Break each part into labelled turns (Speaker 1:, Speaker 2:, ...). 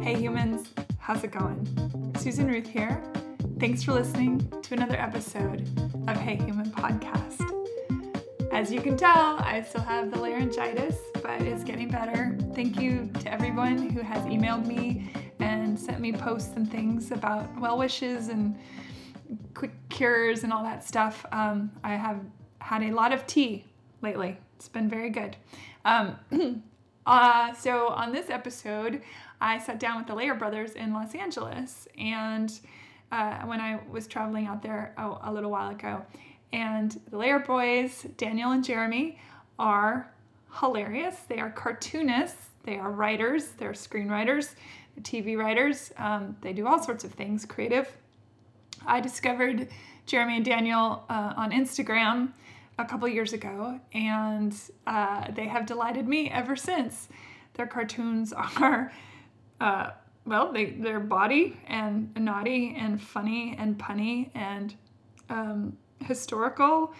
Speaker 1: Hey humans, how's it going? Susan Ruth here. Thanks for listening to another episode of Hey Human Podcast. As you can tell, I still have the laryngitis, but it's getting better. Thank you to everyone who has emailed me and sent me posts and things about well wishes and quick cures and all that stuff. Um, I have had a lot of tea lately. It's been very good. Um, uh, so on this episode, I sat down with the Layer Brothers in Los Angeles, and uh, when I was traveling out there oh, a little while ago, and the Layer Boys, Daniel and Jeremy, are hilarious. They are cartoonists. They are writers. They're screenwriters, TV writers. Um, they do all sorts of things, creative. I discovered Jeremy and Daniel uh, on Instagram a couple years ago, and uh, they have delighted me ever since. Their cartoons are, uh, well, they, they're body and naughty and funny and punny and um, historical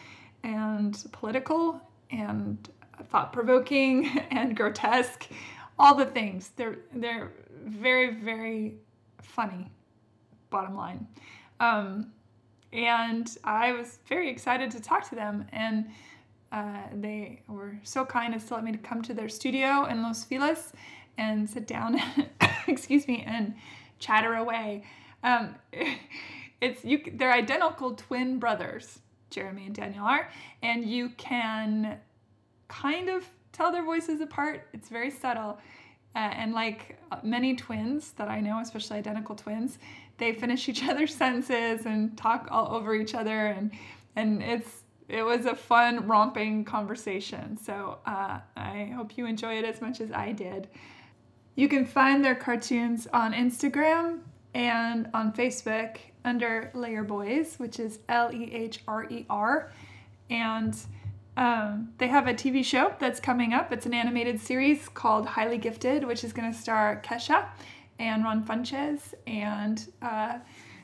Speaker 1: and political and thought provoking and grotesque, all the things. They're, they're very, very funny, bottom line. Um, and I was very excited to talk to them. And uh, they were so kind as to let me to come to their studio in Los Feliz and sit down, excuse me, and chatter away. Um, it's you. They're identical twin brothers, Jeremy and Daniel are, and you can kind of tell their voices apart. It's very subtle. Uh, and like many twins that I know, especially identical twins, they finish each other's sentences and talk all over each other, and and it's it was a fun romping conversation. So uh, I hope you enjoy it as much as I did. You can find their cartoons on Instagram and on Facebook under Layer Boys, which is L E H R E R, and. Um, they have a TV show that's coming up. It's an animated series called Highly Gifted, which is going to star Kesha and Ron Funches. And uh,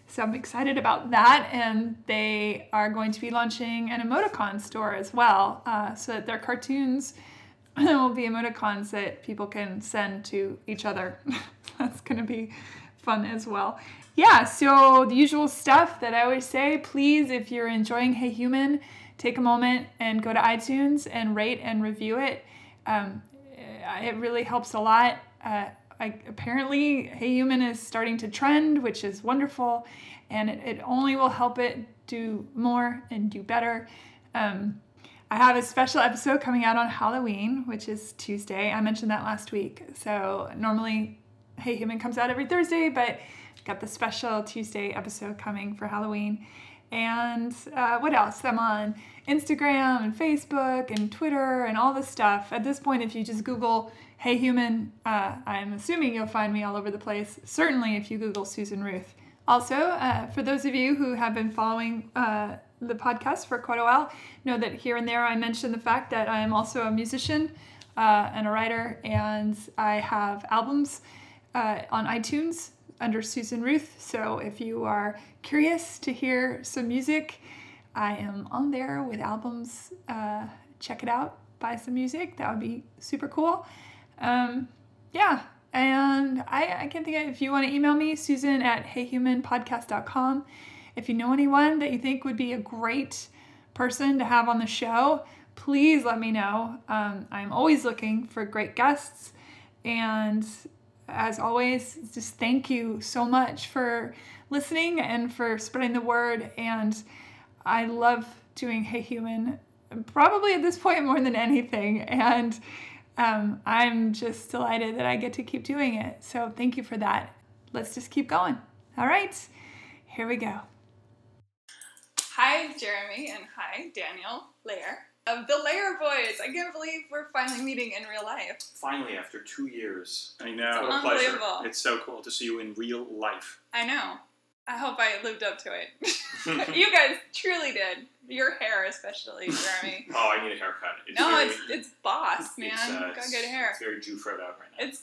Speaker 1: so I'm excited about that. And they are going to be launching an emoticon store as well, uh, so that their cartoons will be emoticons that people can send to each other. that's going to be fun as well. Yeah, so the usual stuff that I always say please, if you're enjoying Hey Human, take a moment and go to iTunes and rate and review it. Um, it really helps a lot. Uh, I, apparently, Hey Human is starting to trend, which is wonderful, and it, it only will help it do more and do better. Um, I have a special episode coming out on Halloween, which is Tuesday. I mentioned that last week. So, normally, Hey Human comes out every Thursday, but got the special Tuesday episode coming for Halloween and uh, what else? I'm on Instagram and Facebook and Twitter and all this stuff. At this point, if you just Google "Hey Human," uh, I'm assuming you'll find me all over the place. Certainly, if you Google Susan Ruth. Also, uh, for those of you who have been following uh, the podcast for quite a while, know that here and there I mention the fact that I am also a musician uh, and a writer, and I have albums uh, on iTunes under Susan Ruth. So if you are curious to hear some music, I am on there with albums. Uh, check it out, buy some music. That would be super cool. Um, yeah, and I, I can't think of, if you want to email me, Susan at heyhumanpodcast.com. If you know anyone that you think would be a great person to have on the show, please let me know. Um, I'm always looking for great guests and as always, just thank you so much for listening and for spreading the word. And I love doing Hey Human, probably at this point more than anything. And um, I'm just delighted that I get to keep doing it. So thank you for that. Let's just keep going. All right, here we go. Hi, Jeremy, and hi, Daniel Lair of the Lair Boys. I can't believe we're finally meeting in real life.
Speaker 2: Finally, after two years. I know.
Speaker 1: It's
Speaker 2: what a pleasure.
Speaker 1: unbelievable.
Speaker 2: It's so cool to see you in real life. Oh,
Speaker 1: I know. I hope I lived up to it. you guys truly did. Your hair, especially, Jeremy.
Speaker 2: Oh, I need a haircut. It's
Speaker 1: no,
Speaker 2: very,
Speaker 1: it's it's boss, man.
Speaker 2: it's, uh,
Speaker 1: Got
Speaker 2: it's-
Speaker 1: good hair.
Speaker 2: It's very Jew out right now.
Speaker 1: It's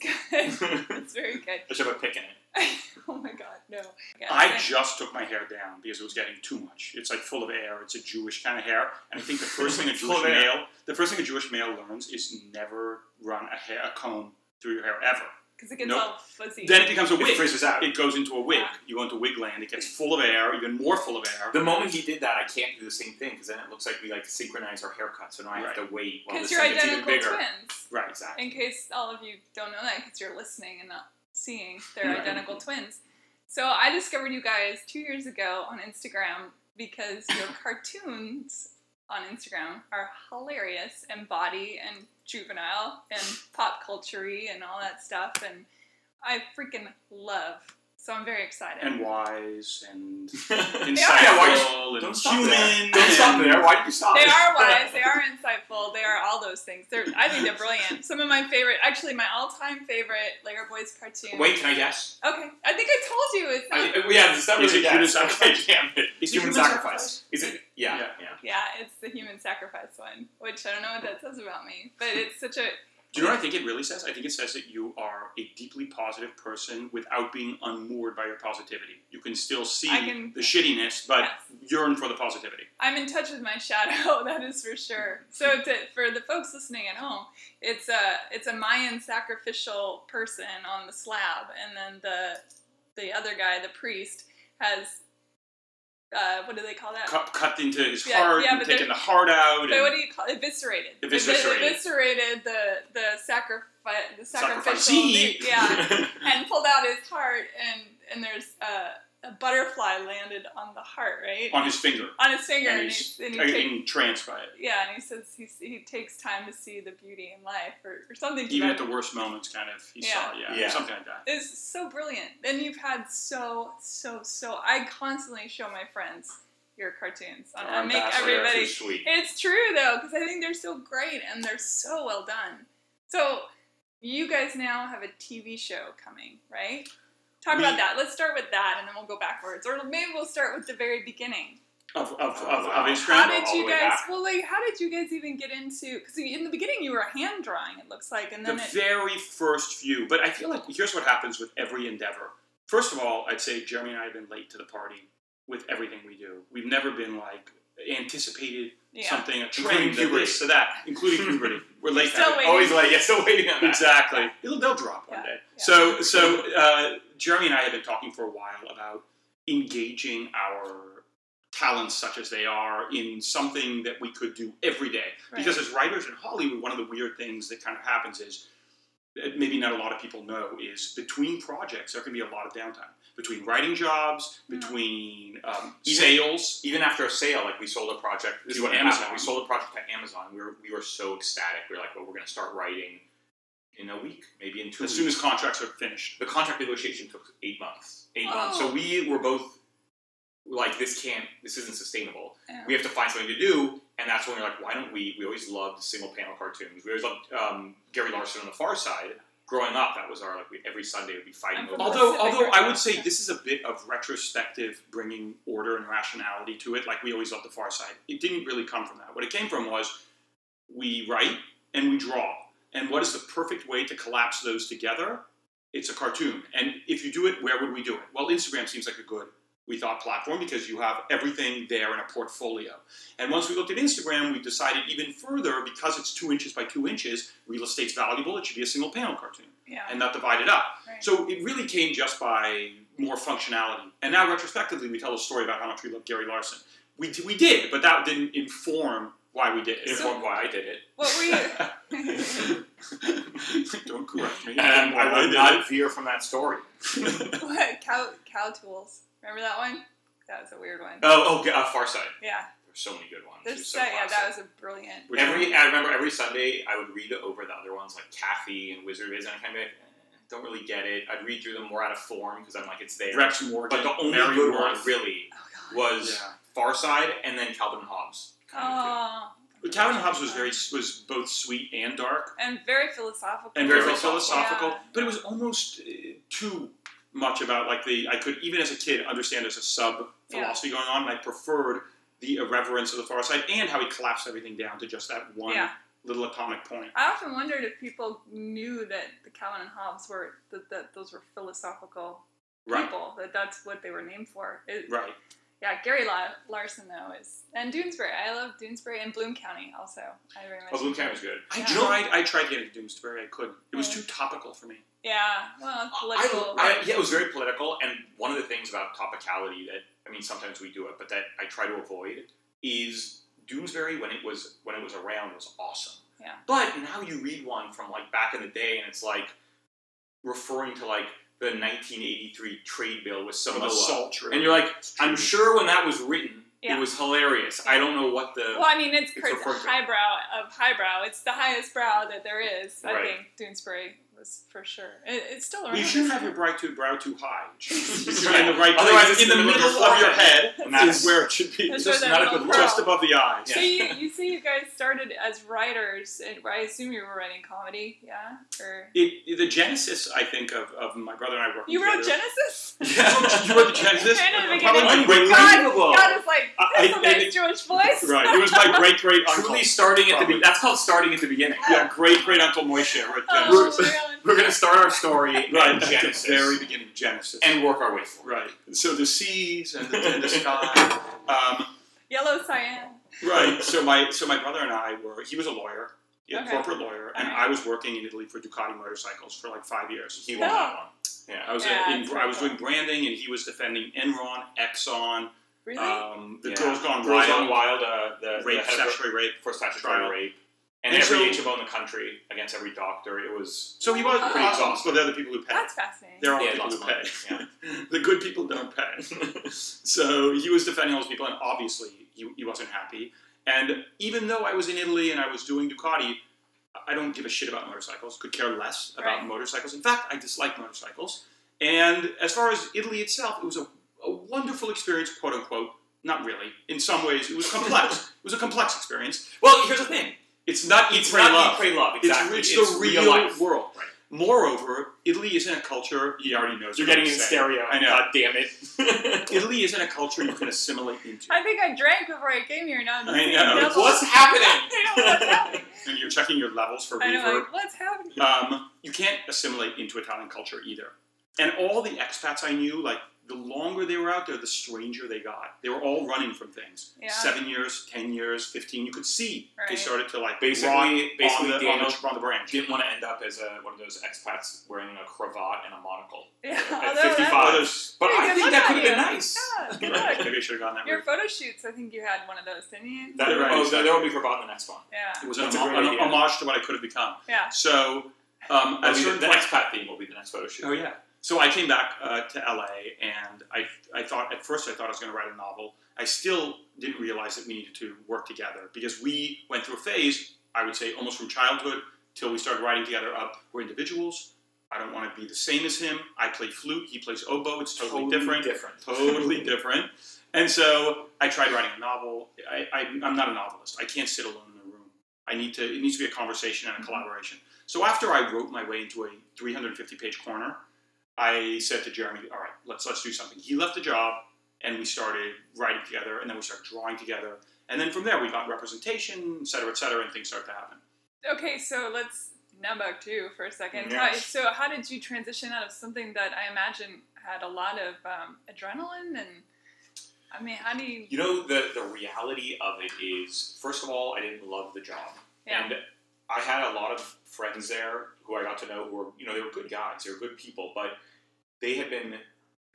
Speaker 1: good. it's very good.
Speaker 2: I should have a pick in it.
Speaker 1: oh my god, no. Yeah,
Speaker 2: I
Speaker 1: I-
Speaker 2: just took my hair down because it was getting too much. It's like full of air. It's a Jewish kind of hair, and I think the first thing a
Speaker 3: Full
Speaker 2: Jewish
Speaker 3: of air.
Speaker 2: male, the first thing a Jewish male learns is never run a hair a comb through your hair ever.
Speaker 3: because it gets
Speaker 2: Nope.
Speaker 3: all fuzzy.
Speaker 2: Then it becomes a
Speaker 4: It
Speaker 2: wig.
Speaker 4: frizzes out.
Speaker 2: It goes into a wig.
Speaker 3: Yeah.
Speaker 2: You go into wig land. It gets full of air, even more full of air.
Speaker 4: The moment he did that, I can't do the same thing because then it looks like we like synchronize our haircuts, so now I have to wait while
Speaker 3: because
Speaker 4: this
Speaker 3: you're
Speaker 4: thing gets even
Speaker 3: identical
Speaker 4: bigger.
Speaker 3: twins.
Speaker 4: Right, exactly.
Speaker 3: In case all of you don't know that, because you're listening and not seeing, they're
Speaker 4: Right.
Speaker 3: identical twins. So I discovered you guys two years ago on Instagram because your cartoons on Instagram are hilarious and body and juvenile and pop culture and all that stuff, and I freaking love. So I'm very excited.
Speaker 2: and wise and insightful
Speaker 3: Yeah,
Speaker 4: why-
Speaker 2: and
Speaker 4: Don't stop
Speaker 2: human.
Speaker 4: there. Don't stop
Speaker 2: and-
Speaker 4: there. Why do you stop?
Speaker 3: they are wise. They are insightful. They are all those things. They're, I think they're brilliant. Some of my favorite, actually, my all-time favorite Layer Boys cartoon.
Speaker 4: Wait, can I guess?
Speaker 3: Okay, I think I told you. It's not,
Speaker 4: I, uh, yeah, it's not
Speaker 2: Is
Speaker 4: really
Speaker 2: it
Speaker 4: guess.
Speaker 2: human
Speaker 4: Okay,
Speaker 2: sacrifice?
Speaker 4: damn it.
Speaker 2: Is it
Speaker 4: human
Speaker 2: human
Speaker 4: sacrifice. Is it? Yeah,
Speaker 2: Yeah.
Speaker 4: yeah.
Speaker 3: yeah, it's the human sacrifice one, which I don't know what that says about me, but it's such a
Speaker 2: Do you know what I think it really says? I think it says that you are a deeply positive person without being unmoored by your positivity. You can still see
Speaker 3: I can-
Speaker 2: the shittiness, but
Speaker 3: Yes.
Speaker 2: yearn for the positivity.
Speaker 3: I'm in touch with my shadow, that is for sure. So to, for the folks listening at home, it's a it's a Mayan sacrificial person on the slab, and then the the other guy, the priest, has uh, what do they call that?
Speaker 2: Cut, cut into his
Speaker 3: Yeah,
Speaker 2: heart
Speaker 3: yeah,
Speaker 2: and
Speaker 3: but
Speaker 2: taking the
Speaker 3: there-
Speaker 2: heart out.
Speaker 3: But what
Speaker 2: And,
Speaker 3: do you call eviscerated?
Speaker 2: Eviscerated.
Speaker 3: Eviscerated the the sacrifice the sacrificial
Speaker 2: Sacrificee.
Speaker 3: yeah, and pulled out his heart, and and there's a, a butterfly landed on the heart, right?
Speaker 2: on his finger.
Speaker 3: On his finger,
Speaker 2: And
Speaker 3: and,
Speaker 2: he's
Speaker 3: he, and he
Speaker 2: I-
Speaker 3: takes-
Speaker 2: entranced by it.
Speaker 3: Yeah, and he says he, he takes time to see the beauty in life or, or something. to
Speaker 2: Even
Speaker 3: that.
Speaker 2: at the worst moments, kind of, he
Speaker 3: Yeah.
Speaker 2: saw it, yeah,
Speaker 4: Yeah.
Speaker 2: something like that.
Speaker 3: It's so brilliant. Then you've had so, so, so. I constantly show my friends your cartoons.
Speaker 4: Our
Speaker 3: I make
Speaker 4: ambassador is
Speaker 3: everybody.
Speaker 4: sweet.
Speaker 3: It's true, though, because I think they're so great and they're so well done. So, you guys now have a TV show coming, right? Talk
Speaker 2: We-
Speaker 3: about that. Let's start with that and then we'll go backwards. Or maybe we'll start with the very beginning.
Speaker 2: Of, of, of,
Speaker 4: Oh, wow.
Speaker 2: of Instagram.
Speaker 3: How
Speaker 4: Scramble
Speaker 3: did
Speaker 4: all
Speaker 3: you
Speaker 4: the way
Speaker 3: guys?
Speaker 4: back.
Speaker 3: Well, like, how did you guys even get into? Because in the beginning you were hand drawing, it looks like, and
Speaker 2: the
Speaker 3: then it,
Speaker 2: very first few. But I feel like here's what happens with every endeavor. First of all, I'd say Jeremy and I have been late to the party with everything we do. We've never been like anticipated
Speaker 3: yeah.
Speaker 2: something, a
Speaker 4: Including
Speaker 2: trend, that
Speaker 4: puberty.
Speaker 2: this, to that, including puberty. We're late.
Speaker 3: Still
Speaker 2: to it.
Speaker 3: waiting.
Speaker 4: Always Oh, like, yeah, still waiting on that.
Speaker 2: Exactly. It'll, they'll drop one
Speaker 3: Yeah,
Speaker 2: day.
Speaker 3: yeah.
Speaker 2: So, so uh, Jeremy and I have been talking for a while about engaging our talents, such as they are, in something that we could do every day. Because as writers in Hollywood, one of the weird things that kind of happens is that maybe not a lot of people know is between projects there can be a lot of downtime between writing jobs,
Speaker 3: Mm.
Speaker 2: between um,
Speaker 4: Even-
Speaker 2: sales.
Speaker 4: even after a sale, like we sold a project
Speaker 2: This is
Speaker 4: to
Speaker 2: what
Speaker 4: Amazon.
Speaker 2: happened.
Speaker 4: We sold a project to Amazon. We were we were so ecstatic. We were like, well, we're going to start writing in a week, maybe in two.
Speaker 2: As soon as
Speaker 4: weeks.
Speaker 2: contracts are finished,
Speaker 4: the contract negotiation took eight months, eight months.
Speaker 3: Oh.
Speaker 4: So we were both like, this can't, this isn't sustainable.
Speaker 3: Yeah.
Speaker 4: We have to find something to do, and that's when we're like, why don't we? We always loved single panel cartoons. We always loved um, Gary Larson on the Far Side. Growing up, that was our like we, every Sunday we'd be fighting
Speaker 3: I'm
Speaker 4: over.
Speaker 3: from
Speaker 4: it.
Speaker 2: although
Speaker 3: Pacific
Speaker 2: although I would
Speaker 3: Northwest,
Speaker 2: say
Speaker 3: yeah.
Speaker 2: this is a bit of retrospective, bringing order and rationality to it. Like we always love the Far Side. It didn't really come from that. What it came from was we write and we draw. And what is the perfect way to collapse those together? It's a cartoon. And if you do it, where would we do it? Well, Instagram seems like a good we thought platform because you have everything there in a portfolio. And once we looked at Instagram, we decided even further because it's two inches by two inches, real estate's valuable. It should be a single panel cartoon
Speaker 3: yeah.
Speaker 2: and not divided up.
Speaker 3: right.
Speaker 2: So it really came just by more functionality. And now, retrospectively, we tell a story about how much we love Gary Larson. We, d- we did, but that didn't inform why we did
Speaker 4: It
Speaker 2: it.
Speaker 3: So-
Speaker 4: informed why I did it.
Speaker 3: what were you?
Speaker 2: Don't correct me.
Speaker 4: And I would
Speaker 2: I
Speaker 4: not veer from that story.
Speaker 2: did it.
Speaker 3: what cow cow tools? Remember that one? That was a weird one.
Speaker 4: Oh, oh, uh, Far Side.
Speaker 3: yeah,
Speaker 4: There's so many good ones.
Speaker 3: there's
Speaker 4: so
Speaker 3: that. Yeah,
Speaker 4: classic.
Speaker 3: that was a brilliant.
Speaker 2: Which
Speaker 4: every I remember every Sunday I would read over the other ones like Kathy and Wizard Viz, and I kind of like, eh, don't really get it. I'd read through them more out of form because I'm like it's there.
Speaker 2: Rex Morgan.
Speaker 4: But the only
Speaker 2: Mary
Speaker 4: good
Speaker 2: Worth.
Speaker 4: one really
Speaker 3: Oh god.
Speaker 4: was
Speaker 2: Yeah.
Speaker 4: Far Side and then Calvin and Hobbes. kind of
Speaker 3: Oh,
Speaker 2: But Calvin and Hobbes was very was both sweet and dark
Speaker 3: and very philosophical.
Speaker 2: and very,
Speaker 4: Very
Speaker 2: philosophical.
Speaker 3: philosophical.
Speaker 2: But it was almost uh, too much about like the I could even as a kid understand there's a sub philosophy going on, and I preferred the irreverence of the Far Side and how he collapsed everything down to just that one
Speaker 3: Yeah.
Speaker 2: little atomic point.
Speaker 3: I often wondered if people knew that the Calvin and Hobbes were that, that those were philosophical
Speaker 2: Right,
Speaker 3: people. That that's what they were named for. It,
Speaker 2: right.
Speaker 3: Yeah, Gary La- Larson though is and Doonesbury. I love Doonesbury and Bloom County also. I very much.
Speaker 4: Oh, Bloom County's good.
Speaker 2: I
Speaker 3: Yeah.
Speaker 2: tried. I tried getting to Doomsbury. I couldn't. It was
Speaker 3: Yeah.
Speaker 2: too topical for me.
Speaker 3: Yeah, well, it's political.
Speaker 4: I, I, yeah, it was very political, and one of the things about topicality that I mean, sometimes we do it, but that I try to avoid is Doomsbury when it was when it was around was awesome.
Speaker 3: Yeah.
Speaker 4: But now you read one from like back in the day, and it's like referring to like the 1983 trade bill with some of the law.
Speaker 2: sultry.
Speaker 4: and you're like,
Speaker 2: It's
Speaker 4: I'm
Speaker 2: Oh, true.
Speaker 4: sure when that was written,
Speaker 3: Yeah.
Speaker 4: it was hilarious. I don't know what the
Speaker 3: well, I mean, it's,
Speaker 4: It's
Speaker 3: crazy.
Speaker 4: referred to.
Speaker 3: highbrow of highbrow. It's the highest brow that there is. I
Speaker 4: Right.
Speaker 3: think Doonesbury was for sure. It, it's still around.
Speaker 2: You shouldn't have your brow too brow too high. It should be
Speaker 4: Yeah.
Speaker 2: in the right
Speaker 4: Otherwise,
Speaker 2: place.
Speaker 4: it's
Speaker 2: in the middle of your
Speaker 4: forehead.
Speaker 2: head
Speaker 4: And
Speaker 2: is
Speaker 4: that's-
Speaker 2: where it should be.
Speaker 3: That's
Speaker 2: Just
Speaker 3: where that
Speaker 2: not a good
Speaker 3: little
Speaker 2: just
Speaker 3: brow.
Speaker 2: above the eyes.
Speaker 3: So you, you say you guys started as writers, and I assume you were writing comedy, yeah? Or
Speaker 2: It, the genesis, I think, of, of my brother and I working
Speaker 3: you wrote
Speaker 2: together.
Speaker 3: Genesis?
Speaker 2: you wrote the genesis.
Speaker 3: I know, the
Speaker 2: Probably my
Speaker 3: beginning.
Speaker 2: great-
Speaker 3: God,
Speaker 4: Unbelievable.
Speaker 3: God is like,
Speaker 2: I-
Speaker 3: that's
Speaker 2: I-
Speaker 3: a
Speaker 2: I
Speaker 3: nice
Speaker 2: think-
Speaker 3: Jewish voice.
Speaker 2: Right. It was my great great uncle.
Speaker 4: truly starting at the
Speaker 2: Probably.
Speaker 4: be- that's called starting at the beginning.
Speaker 2: Yeah, great great uncle Moishe wrote
Speaker 3: Oh,
Speaker 2: Genesis.
Speaker 3: man.
Speaker 4: We're gonna start our story at
Speaker 2: right,
Speaker 4: Genesis
Speaker 2: at the very beginning of Genesis.
Speaker 4: and work our way forward.
Speaker 2: right. So the seas and the, and the sky. Um,
Speaker 3: Yellow cyan.
Speaker 2: Right. So my so my brother and I were he was a lawyer, he a
Speaker 3: Okay.
Speaker 2: corporate lawyer, and
Speaker 3: Alright.
Speaker 2: I was working in Italy for Ducati motorcycles for like five years.
Speaker 4: He won that one.
Speaker 2: Yeah, I was uh,
Speaker 3: Yeah,
Speaker 2: in,
Speaker 3: that's
Speaker 2: I was
Speaker 3: cool.
Speaker 2: doing branding, and he was defending Enron, Exxon,
Speaker 3: Really?
Speaker 2: um, the
Speaker 4: Yeah.
Speaker 2: Girls Gone
Speaker 4: Girls
Speaker 2: Wild,
Speaker 4: Gone Wild, uh, the,
Speaker 2: rape,
Speaker 4: the head of
Speaker 2: statutory rape.
Speaker 4: rape for statutory
Speaker 2: trial.
Speaker 4: rape, and,
Speaker 2: And
Speaker 4: every
Speaker 2: so-
Speaker 4: HMO in the country against every doctor. It was
Speaker 2: So he was
Speaker 3: Pretty
Speaker 2: pretty
Speaker 4: exhausting.
Speaker 2: exhausted. They're the people who pay.
Speaker 3: Oh. that's fascinating.
Speaker 2: There are
Speaker 4: they had
Speaker 2: people
Speaker 4: lots
Speaker 2: who
Speaker 4: of money.
Speaker 2: pay.
Speaker 4: Yeah.
Speaker 2: the good people don't pay. so he was defending all those people, and obviously he, he wasn't happy. And even though I was in Italy and I was doing Ducati, I don't give a shit about motorcycles, could care less about
Speaker 3: Right.
Speaker 2: motorcycles. In fact, I dislike motorcycles. And as far as Italy itself, it was a, a wonderful experience, quote unquote. Not really. In some ways, it was complex. it was a complex experience.
Speaker 4: Well, here's the thing:
Speaker 2: It's not eat,
Speaker 4: it's
Speaker 2: pray,
Speaker 4: not
Speaker 2: love.
Speaker 4: eat, pray, love.
Speaker 2: It's-
Speaker 4: Exactly.
Speaker 2: It's, the
Speaker 4: real,
Speaker 2: real,
Speaker 4: life.
Speaker 2: world.
Speaker 4: Right.
Speaker 2: Moreover, Italy isn't a culture. He already knows.
Speaker 4: You're
Speaker 2: what I'm
Speaker 4: getting in
Speaker 2: saying.
Speaker 4: stereo.
Speaker 2: I know.
Speaker 4: God damn it.
Speaker 2: Italy isn't a culture you can assimilate into.
Speaker 3: I think I drank before I came here. Now I'm just
Speaker 2: I
Speaker 3: seeing
Speaker 2: know.
Speaker 3: double.
Speaker 4: What's happening?
Speaker 3: I know what's happening.
Speaker 2: And you're checking your levels for
Speaker 3: I know,
Speaker 2: reverb.
Speaker 3: like, what's happening?
Speaker 2: Um, you can't assimilate into Italian culture either. And all the expats I knew, like the longer they were out there, the stranger they got. They were all running from things.
Speaker 3: Yeah.
Speaker 2: Seven years, ten years, fifteen. You could see they
Speaker 3: Right. Oh,
Speaker 2: started to like
Speaker 4: Basically-
Speaker 2: rot on
Speaker 4: basically
Speaker 2: the- on the,
Speaker 4: Daniel-
Speaker 2: on the branch.
Speaker 4: Didn't want to end up as a, one of those expats wearing a cravat and a monocle.
Speaker 3: Yeah,
Speaker 4: At
Speaker 3: although that-
Speaker 4: 55.
Speaker 2: All those-
Speaker 4: But
Speaker 3: Hey,
Speaker 4: I
Speaker 3: good
Speaker 4: think
Speaker 3: luck
Speaker 4: that
Speaker 3: on
Speaker 4: could have been
Speaker 3: you.
Speaker 4: nice.
Speaker 3: Yeah, good
Speaker 2: Right,
Speaker 3: luck.
Speaker 2: maybe I should have gone that
Speaker 3: Your
Speaker 2: route.
Speaker 3: photo shoots, I think you had one of those, didn't you?
Speaker 4: That,
Speaker 2: Right,
Speaker 4: oh,
Speaker 2: exactly.
Speaker 4: there will be cravat in the next one.
Speaker 3: Yeah.
Speaker 2: It was an,
Speaker 4: That's a
Speaker 2: homo-
Speaker 4: great
Speaker 2: an
Speaker 4: idea.
Speaker 2: homage to what I could have become.
Speaker 3: Yeah.
Speaker 2: So, um,
Speaker 4: That'll be the,
Speaker 2: at a certain
Speaker 4: the
Speaker 2: point,
Speaker 4: next pat theme will be the next photo shoot.
Speaker 2: Oh yeah. So I came back uh, to LA, and I I thought at first I thought I was going to write a novel. I still didn't realize that we needed to work together because we went through a phase. I would say almost from childhood till we started writing together. Up, we're individuals. I don't want to be the same as him. I play flute. He plays oboe. It's totally, different. Totally different. And so I tried writing a novel. I, I, I'm not a novelist. I can't sit alone in a room. I need to. It needs to be a conversation and a collaboration. So after I wrote my way into a 350-page corner, I said to Jeremy, "All right, let's let's do something." He left the job, and we started writing together, and then we started drawing together, and then from there we got representation, et cetera, et cetera, and things started to happen.
Speaker 3: Okay, so let's Numbug too for a second.
Speaker 4: Yes.
Speaker 3: How- so how did you transition out of something that I imagine had a lot of um, adrenaline and I mean, how do you?
Speaker 4: You know, the, the reality of it is, first of all, I didn't love the job.
Speaker 3: Yeah.
Speaker 4: And I had a lot of friends there who I got to know who were, you know, they were good guys, they were good people, but they had been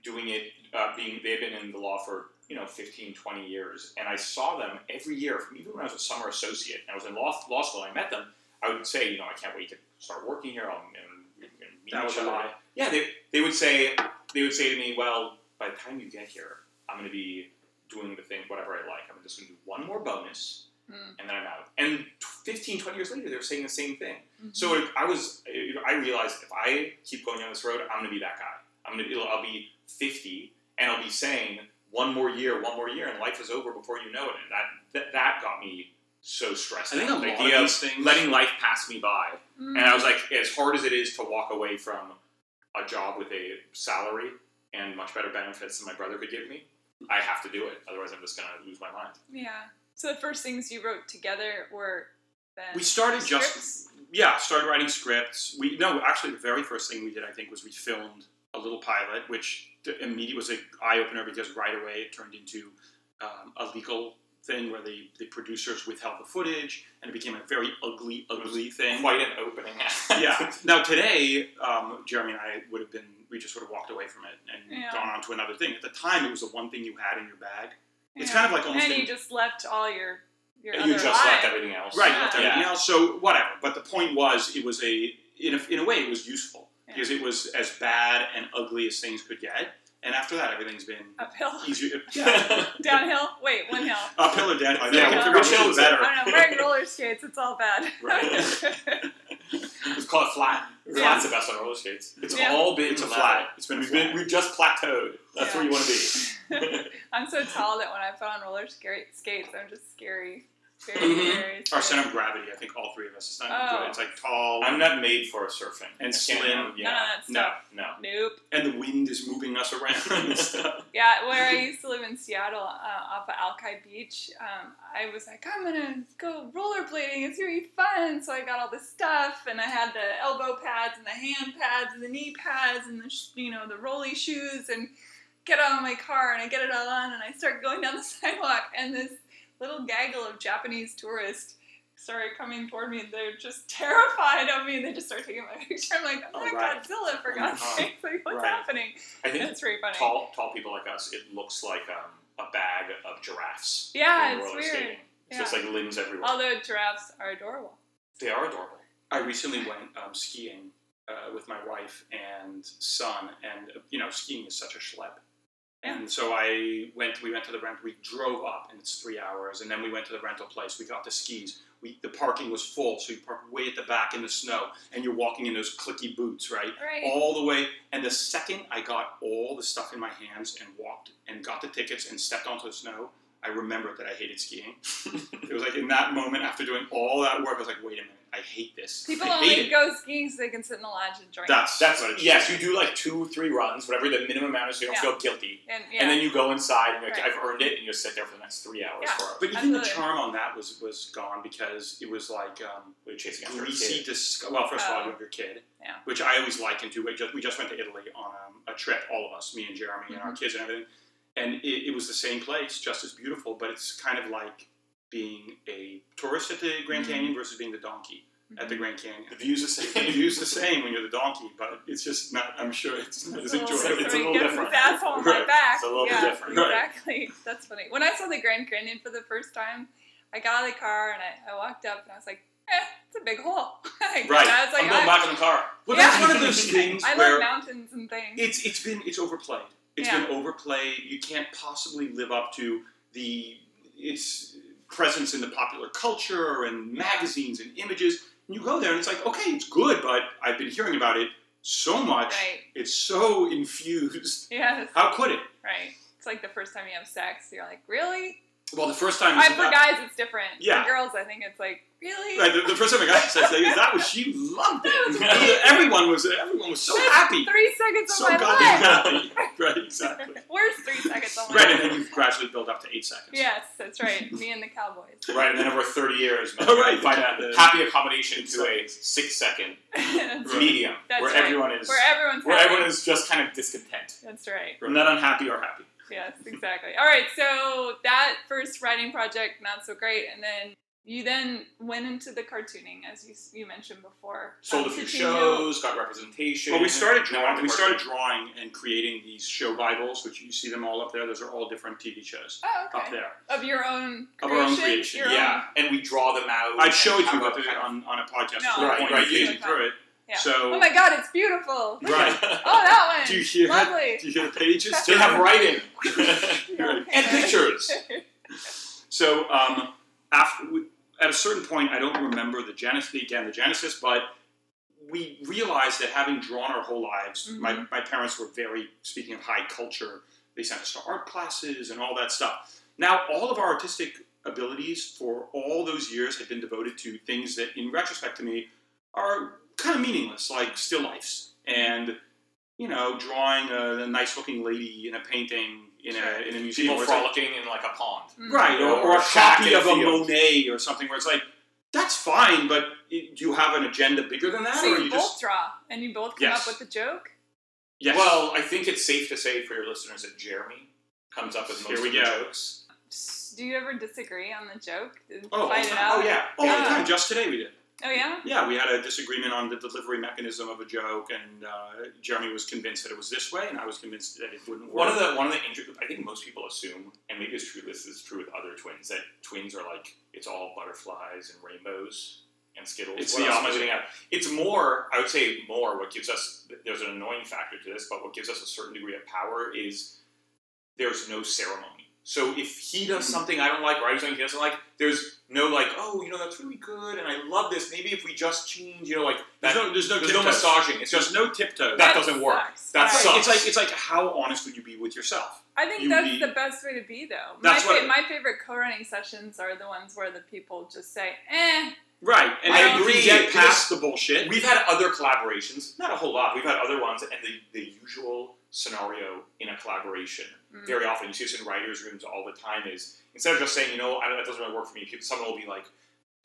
Speaker 4: doing it, uh, being, they had been in the law for, you know, 15, 20 years. And I saw them every year, from even when I was a summer associate, and I was in law, law school and I met them, I would say, you know, I can't wait to start working here. I'll, and, and meet
Speaker 2: That was
Speaker 4: each other.
Speaker 2: a lie.
Speaker 4: Yeah, they, they would say, they would say to me, well, by the time you get here, I'm going to be doing the thing, whatever I like. I'm just going to do one more bonus,
Speaker 3: Mm.
Speaker 4: and then I'm out. And t- 15, 20 years later, they were saying the same thing.
Speaker 3: Mhm.
Speaker 4: So if I was, I realized if I keep going down this road, I'm going to be that guy. I'm going to, be I'll be 50, and I'll be saying one more year, one more year, and life is over before you know it. And that that, that got me so stressed.
Speaker 2: I think
Speaker 4: out.
Speaker 2: a
Speaker 4: The
Speaker 2: lot
Speaker 4: idea
Speaker 2: of these things-
Speaker 4: letting life pass me by.
Speaker 3: Mm.
Speaker 2: uh,
Speaker 4: And I was like, as hard as it is to walk away from a job with a salary and much better benefits than my brother could give me, I have to do it. Otherwise, I'm just going to lose my mind.
Speaker 3: yeah. So the first things you wrote together were then
Speaker 2: We started just-
Speaker 3: scripts?
Speaker 2: yeah, started writing scripts. We no, actually, the very first thing we did, I think, was we filmed a little pilot, which the immediate was an eye opener because right away it turned into um, a legal thing where the, the producers withheld the footage and it became a very ugly, ugly thing.
Speaker 4: Quite an opening.
Speaker 2: yeah. Now today, um, Jeremy and I would have been. We just sort of walked away from it and
Speaker 3: Yeah.
Speaker 2: gone on to another thing. At the time, it was the one thing you had in your bag. It's
Speaker 3: Yeah.
Speaker 2: kind of like almost
Speaker 3: and
Speaker 2: in-
Speaker 3: you just left all your your
Speaker 4: you
Speaker 3: other
Speaker 4: just
Speaker 3: life.
Speaker 4: left everything else.
Speaker 2: Right,
Speaker 3: Yeah.
Speaker 2: left everything else. So whatever. But the point was, it was a in a, in a way, it was useful
Speaker 3: Yeah.
Speaker 2: because it was as bad and ugly as things could get. And after that, everything's been
Speaker 3: uphill,
Speaker 2: easier.
Speaker 4: Yeah.
Speaker 3: downhill. Wait, one hill.
Speaker 2: Uphill or downhill?
Speaker 3: Yeah,
Speaker 2: I can't
Speaker 3: which
Speaker 2: figure out which
Speaker 4: hill is
Speaker 2: is
Speaker 4: it?
Speaker 2: better.
Speaker 3: I don't know. Wearing roller skates, it's all bad.
Speaker 4: Right. Let's call it flat.
Speaker 3: Yeah.
Speaker 4: Flat's the best on roller skates. It's
Speaker 3: Yeah.
Speaker 4: all been
Speaker 2: It's a
Speaker 4: level.
Speaker 2: flat. It's been a
Speaker 4: We've,
Speaker 2: flat.
Speaker 4: been, we've just plateaued. That's
Speaker 3: Yeah.
Speaker 4: where you want to be.
Speaker 3: I'm so tall that when I put on roller sca- skates, I'm just scary. Very
Speaker 2: Mhm.
Speaker 3: scary.
Speaker 2: Our
Speaker 3: scary.
Speaker 2: center of gravity, I think all three of us. It's not
Speaker 3: Oh.
Speaker 2: good. It's like tall.
Speaker 4: I'm not made for surfing.
Speaker 2: And
Speaker 4: I can't-
Speaker 2: slim.
Speaker 3: None
Speaker 4: Yeah.
Speaker 3: of that
Speaker 2: No.
Speaker 3: stuff.
Speaker 4: No.
Speaker 3: Nope.
Speaker 2: And the wind is moving us around and stuff.
Speaker 3: Yeah, where I used to live in Seattle, uh, off of Alki Beach, um, I was like, I'm gonna go rollerblading. It's gonna be fun. So I got all this stuff, and I had the elbow pads and the hand pads and the knee pads and the sh- you know the rolly shoes and get out of my car and I get it all on and I start going down the sidewalk and this little gaggle of Japanese tourists started coming toward me and they're just terrified of me and they just start taking my picture. I'm like, I'm
Speaker 2: Oh,
Speaker 3: not
Speaker 2: right.
Speaker 3: Godzilla for
Speaker 2: Oh my
Speaker 3: God's
Speaker 2: God.
Speaker 3: sake. Like what's
Speaker 2: Right.
Speaker 3: happening?
Speaker 4: I think
Speaker 3: It's pretty funny.
Speaker 4: tall, tall people like us, it looks like um, a bag of giraffes.
Speaker 3: Yeah,
Speaker 4: when we're
Speaker 3: it's
Speaker 4: roller
Speaker 3: weird.
Speaker 4: skating. It's just
Speaker 3: Yeah. Oh.
Speaker 4: like limbs everywhere.
Speaker 3: Although giraffes are adorable.
Speaker 4: they are adorable.
Speaker 2: I recently went um, skiing uh, with my wife and son, and uh, you know, skiing is such a schlep. And so I went. We went to the rent. We drove up, and it's three hours. And then we went to the rental place. We got the skis. We the parking was full, so you park way at the back in the snow, and you're walking in those clicky boots, right?
Speaker 3: Right.
Speaker 2: all the way. And the second I got all the stuff in my hands and walked and got the tickets and stepped onto the snow, I remembered that I hated skiing. it was like in that moment after doing all that work, I was like, wait a minute, I hate this.
Speaker 3: People
Speaker 2: I hate
Speaker 3: only
Speaker 2: it.
Speaker 3: go skiing so they can sit in the lodge and drink.
Speaker 2: That's
Speaker 4: That's
Speaker 2: what it
Speaker 4: yes. You do like two, three runs, whatever the minimum amount is, so you don't feel guilty.
Speaker 3: and yeah.
Speaker 4: And then you go inside and you're like,
Speaker 3: Right.
Speaker 4: I've earned it, and you sit there for the next three hours
Speaker 3: Yeah.
Speaker 4: for hours.
Speaker 2: But even the
Speaker 3: Absolutely.
Speaker 2: charm on that was was gone because it was like um,
Speaker 4: We're chasing after a
Speaker 2: greasy.
Speaker 4: kid.
Speaker 2: Dis- well, first of all,
Speaker 3: Oh.
Speaker 2: you have your kid,
Speaker 3: Yeah.
Speaker 2: which I always liken to. We just, we just went to Italy on um, a trip, all of us, me and Jeremy and
Speaker 3: Mm-hmm.
Speaker 2: our kids and everything, and it, it was the same place, just as beautiful, but it's kind of like being a tourist at the Grand
Speaker 3: Mhm.
Speaker 2: Canyon versus being the donkey at the
Speaker 3: Mhm.
Speaker 2: Grand Canyon.
Speaker 4: The view's the
Speaker 2: The
Speaker 4: same.
Speaker 2: view's the same when you're the donkey, but it's just not. I'm sure it's not as
Speaker 3: It's a little-
Speaker 2: enjoyable.
Speaker 4: It's a little
Speaker 3: gets
Speaker 4: different.
Speaker 3: His asshole on my
Speaker 2: Right.
Speaker 3: back.
Speaker 4: It's a little bit
Speaker 3: yeah,
Speaker 4: different.
Speaker 2: Right.
Speaker 3: Exactly. That's funny. When I saw the Grand Canyon for the first time, I got out of the car and I, I walked up and I was like, eh, it's a big hole. right.
Speaker 2: Right.
Speaker 3: I was like,
Speaker 4: I'm going
Speaker 3: I-
Speaker 4: back in the car.
Speaker 2: Well, that's
Speaker 3: Yeah.
Speaker 2: one of those things
Speaker 3: I
Speaker 2: where
Speaker 3: love mountains and things.
Speaker 2: It's it's been it's overplayed. It's
Speaker 3: Yeah.
Speaker 2: been overplayed. You can't possibly live up to the its presence in the popular culture and magazines and images. And you go there and it's like, okay, it's good, but I've been hearing about it so much.
Speaker 3: right.
Speaker 2: It's so infused.
Speaker 3: Yes.
Speaker 2: How could it?
Speaker 3: Right. It's like the first time you have sex, you're like, really?
Speaker 2: Well, the first time
Speaker 3: I,
Speaker 2: it's
Speaker 3: for
Speaker 2: about-
Speaker 3: guys, it's different.
Speaker 2: Yeah.
Speaker 3: For girls, I think it's like, really?
Speaker 2: Right, the, the first time a guy said that, that was she loved
Speaker 3: That
Speaker 4: was
Speaker 2: it.
Speaker 4: amazing.
Speaker 2: everyone was everyone was so happy,
Speaker 3: Three seconds
Speaker 2: so
Speaker 3: of my
Speaker 2: goddamn
Speaker 3: life.
Speaker 2: happy. Right, exactly.
Speaker 3: Where's three seconds of my
Speaker 2: Right, and
Speaker 3: life?
Speaker 2: then you gradually build up to eight seconds.
Speaker 3: Yes, that's right. Me and the Cowboys.
Speaker 4: Right, and then over 30 years,
Speaker 2: Oh, right.
Speaker 4: find out
Speaker 2: The-
Speaker 4: happy accommodation to a six second
Speaker 3: That's-
Speaker 4: medium
Speaker 3: That's
Speaker 4: where
Speaker 3: right.
Speaker 4: everyone is
Speaker 3: Where everyone's
Speaker 4: where
Speaker 3: happy.
Speaker 4: everyone is just kind of discontent.
Speaker 3: That's right.
Speaker 2: Right.
Speaker 4: Not unhappy or happy.
Speaker 3: Yes, exactly. All right, so that first writing project not so great, and then you then went into the cartooning as you, you mentioned before.
Speaker 4: Sold a
Speaker 3: Um,
Speaker 4: few
Speaker 3: did you know-
Speaker 4: shows, got representation.
Speaker 2: Well, we started
Speaker 4: Now I'm
Speaker 2: drawing. We
Speaker 4: working.
Speaker 2: started drawing and creating these show bibles, which you see them all up there. Those are all different TV shows
Speaker 3: Oh,
Speaker 2: up
Speaker 3: okay.
Speaker 2: there.
Speaker 3: Of your own
Speaker 2: Of
Speaker 3: creation.
Speaker 2: our own creation,
Speaker 3: your
Speaker 4: Yeah, and we draw them out.
Speaker 2: I'd show it
Speaker 4: and
Speaker 2: to you,
Speaker 4: have
Speaker 2: but
Speaker 4: a-
Speaker 2: they're on, on a podcast.
Speaker 3: No.
Speaker 2: so
Speaker 4: Right,
Speaker 2: point
Speaker 4: right,
Speaker 2: you
Speaker 4: yeah.
Speaker 2: can through it.
Speaker 3: Yeah.
Speaker 2: So,
Speaker 3: Own, oh my God, it's beautiful. Look
Speaker 2: Right.
Speaker 3: at- Oh, that one.
Speaker 2: do you hear?
Speaker 3: Lovely.
Speaker 2: Do you hear the pages?
Speaker 4: They have writing
Speaker 2: Right.
Speaker 4: and pictures.
Speaker 2: So, um, after, we- at a certain point, I don't remember the genesis again, the genesis, but we realized that having drawn our whole lives, my, my parents were very speaking of high culture. They sent us to art classes and all that stuff. Now, all of our artistic abilities for all those years had been devoted to things that, in retrospect to me, are kind of meaningless, like still lifes and you know, drawing a, a nice-looking lady in a painting in a in a
Speaker 4: People
Speaker 2: museum. where it's like-
Speaker 4: frolicking in like a pond.
Speaker 3: Mhm.
Speaker 2: Right, or,
Speaker 4: Or
Speaker 2: or a
Speaker 4: shack
Speaker 2: copy
Speaker 4: in a
Speaker 2: of a
Speaker 4: field.
Speaker 2: Monet or something where it's like, that's fine, but i- do you have an agenda bigger than that?
Speaker 3: Mm. So
Speaker 2: or
Speaker 3: you
Speaker 2: you
Speaker 3: both
Speaker 2: just.
Speaker 3: draw and you both come
Speaker 2: Yes.
Speaker 3: up with a joke.
Speaker 2: Yes.
Speaker 4: Well, I think it's safe to say for your listeners that Jeremy comes up with most
Speaker 2: Here we
Speaker 4: of the
Speaker 2: go.
Speaker 4: jokes.
Speaker 3: Do you ever disagree on the joke? Did you
Speaker 2: Oh,
Speaker 3: fight
Speaker 2: all
Speaker 3: it
Speaker 2: the
Speaker 3: out?
Speaker 2: time. oh yeah, all the
Speaker 3: Yeah.
Speaker 2: time. Just today we did.
Speaker 3: Oh, yeah?
Speaker 2: Yeah, we had a disagreement on the delivery mechanism of a joke, and uh, Jeremy was convinced that it was this way, and I was convinced that it wouldn't work.
Speaker 4: One of the one of the inter- I think most people assume, and maybe it's true. This is true with other twins that twins are like it's all butterflies and rainbows and skittles.
Speaker 2: It's
Speaker 4: What
Speaker 2: the
Speaker 4: else am I
Speaker 2: opposite.
Speaker 4: getting at? It's more. I would say more. What gives us there's an annoying factor to this, but what gives us a certain degree of power is there's no ceremony. So if he does
Speaker 2: Mm-hmm.
Speaker 4: something I don't like, or I do something he doesn't like, there's no like, oh, you know, that's really good, and I love this. Maybe if we just change, you know, like
Speaker 2: there's
Speaker 4: that,
Speaker 2: no there's no
Speaker 4: there's no
Speaker 2: tiptoes.
Speaker 4: massaging. It's
Speaker 2: It's
Speaker 4: just
Speaker 2: just no tiptoes.
Speaker 4: That doesn't work.
Speaker 3: sucks.
Speaker 4: That
Speaker 3: Right.
Speaker 4: sucks.
Speaker 2: It's like it's like how honest would you be with yourself?
Speaker 3: I think
Speaker 2: You
Speaker 3: that's
Speaker 2: need-
Speaker 3: the best way to be, though.
Speaker 2: That's
Speaker 3: my,
Speaker 2: what-
Speaker 3: fa- my favorite co-running sessions are the ones where the people just say, "eh."
Speaker 2: Right, and
Speaker 3: I
Speaker 2: then you
Speaker 4: agree,
Speaker 2: get
Speaker 4: because
Speaker 2: past the bullshit.
Speaker 4: We've had other collaborations, not a whole lot. We've had other ones, and the, the usual scenario in a collaboration,
Speaker 3: Mm.
Speaker 4: very often, you see this in writers' rooms all the time, is instead of just saying, you know, I don't, that doesn't really work for me, people, someone will be like,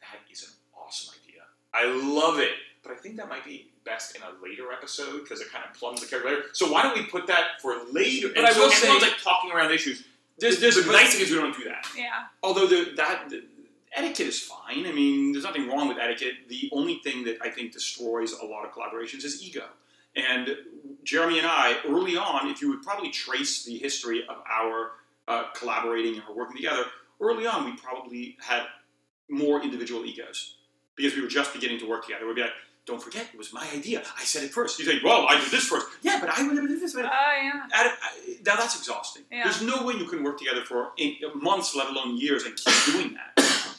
Speaker 4: that is an awesome idea. I love it. But I think that might be best in a later episode because it kind of plumbs the character later. So why don't we put that for later?
Speaker 2: But
Speaker 4: And
Speaker 2: I
Speaker 4: so
Speaker 2: will
Speaker 4: everyone's,
Speaker 2: say-
Speaker 4: like talking around issues.
Speaker 2: There's
Speaker 4: the
Speaker 2: there's
Speaker 4: the nice thing is we don't do that.
Speaker 3: Yeah.
Speaker 2: although the, that the etiquette is fine. I mean, there's nothing wrong with etiquette. The only thing that I think destroys a lot of collaborations is ego. And Jeremy and I, early on, if you would probably trace the history of our uh, collaborating and our working together, early on we probably had more individual egos because we were just beginning to work together. We'd be like, "Don't forget, it was my idea. I said it first. You say, "Well, I did this first. Yeah, but I would never did this.
Speaker 3: Oh,
Speaker 2: But
Speaker 3: yeah.
Speaker 2: I don't- I- now that's exhausting.
Speaker 3: Yeah.
Speaker 2: There's no way you can work together for in- months, let alone years, and keep doing that.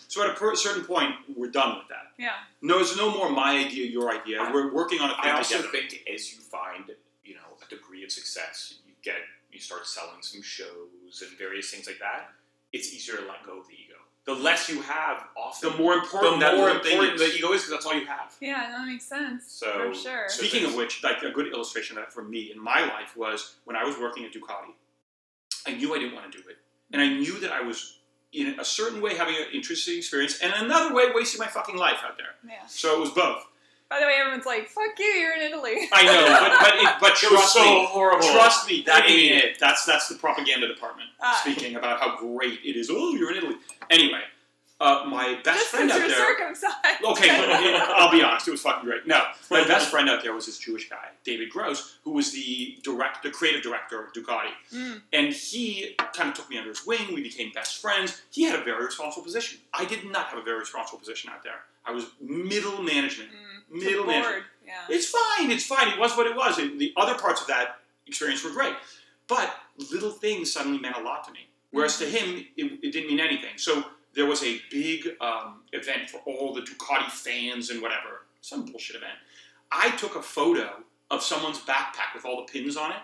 Speaker 2: so at a per- certain point, we're done with that.
Speaker 3: Yeah.
Speaker 2: No, it's no more my idea, your idea.
Speaker 4: I-
Speaker 2: we're working on a
Speaker 4: I
Speaker 2: thing
Speaker 4: also
Speaker 2: together.
Speaker 4: think as you find, you know, a degree of success, you get you start selling some shows and various things like that. It's easier to let go of the ego. The less you have, often
Speaker 2: the more
Speaker 4: the
Speaker 2: important that
Speaker 4: more
Speaker 2: one thing
Speaker 4: important
Speaker 2: is.
Speaker 4: the ego is because that's all you have.
Speaker 3: Yeah, that makes sense.
Speaker 4: So-
Speaker 3: for sure.
Speaker 4: so-
Speaker 2: Speaking of which, like a good illustration of that for me in my life was when I was working at Ducati. I knew I didn't want to do it, and I knew that I was in a certain way having an interesting experience, and another way wasting my fucking life out there.
Speaker 3: yeah.
Speaker 2: So it was both.
Speaker 3: By the way, everyone's like, "Fuck you, you're in Italy."
Speaker 2: I know, but but, it, but
Speaker 4: It was
Speaker 2: trust
Speaker 4: so
Speaker 2: me,
Speaker 4: horrible.
Speaker 2: Trust me, that
Speaker 4: I mean
Speaker 2: ain't it. That's that's the propaganda department
Speaker 3: Ah.
Speaker 2: speaking about how great it is. Oh, you're in Italy. Anyway, uh, my best
Speaker 3: Just
Speaker 2: friend
Speaker 3: because
Speaker 2: out
Speaker 3: you're
Speaker 2: there.
Speaker 3: circumcised.
Speaker 2: Okay, I'll be honest. It was fucking great. No, my best friend out there was this Jewish guy, David Gross, who was the direct, the creative director of Ducati,
Speaker 3: Mm.
Speaker 2: and he kind of took me under his wing. We became best friends. He had a very responsible position. I did not have a very responsible position out there. I was middle management.
Speaker 3: Mm.
Speaker 2: Middle
Speaker 3: bored.
Speaker 2: management.
Speaker 3: Yeah.
Speaker 2: It's fine. It's fine. It was what it was. And the other parts of that experience were great. But little things suddenly meant a lot to me. Whereas to him, it, it didn't mean anything. So there was a big um, event for all the Ducati fans and whatever, some bullshit event. I took a photo of someone's backpack with all the pins on it.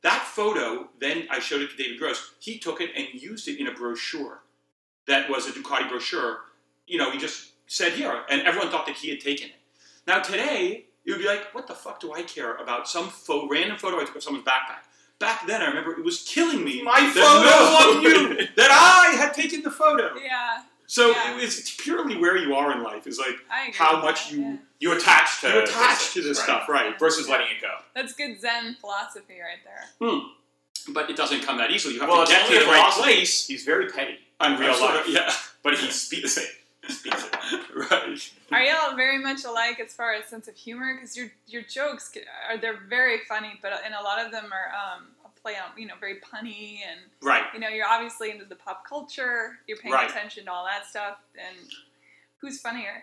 Speaker 2: That photo, then I showed it to David Gross. He took it and used it in a brochure that was a Ducati brochure. You know, he just said here, and everyone thought that he had taken it. Now today, it would be like, what the fuck do I care about some fo- random photo I took of someone's backpack? Back then, I remember it was killing me
Speaker 4: My
Speaker 2: that
Speaker 4: photo!
Speaker 2: no one knew that I had taken the photo.
Speaker 3: Yeah,
Speaker 2: So
Speaker 3: Yeah.
Speaker 2: it was, it's purely where you are in life is like
Speaker 3: I agree.
Speaker 2: how
Speaker 3: with
Speaker 2: much
Speaker 3: that,
Speaker 2: you
Speaker 3: yeah.
Speaker 4: You attach to
Speaker 2: you're attached to this
Speaker 4: right,
Speaker 2: stuff, right?
Speaker 4: versus letting it go.
Speaker 3: That's good Zen philosophy right there.
Speaker 2: But it doesn't come that easily. You have
Speaker 4: Well,
Speaker 2: to
Speaker 4: it's
Speaker 2: get to
Speaker 4: only
Speaker 2: the
Speaker 4: a
Speaker 2: right
Speaker 4: philosophy.
Speaker 2: place
Speaker 4: He's very petty,
Speaker 2: on real
Speaker 4: I'm sort
Speaker 2: life.
Speaker 4: of-
Speaker 2: Yeah,
Speaker 4: but he speaks it. He speaks it.
Speaker 2: right.
Speaker 3: Are y'all very much alike as far as sense of humor? Because your your jokes c- are they're very funny, but uh, and a lot of them are um, a play on you know very punny and
Speaker 2: Right.
Speaker 3: you know you're obviously into the pop culture. You're paying
Speaker 2: Right.
Speaker 3: attention to all that stuff. And who's funnier?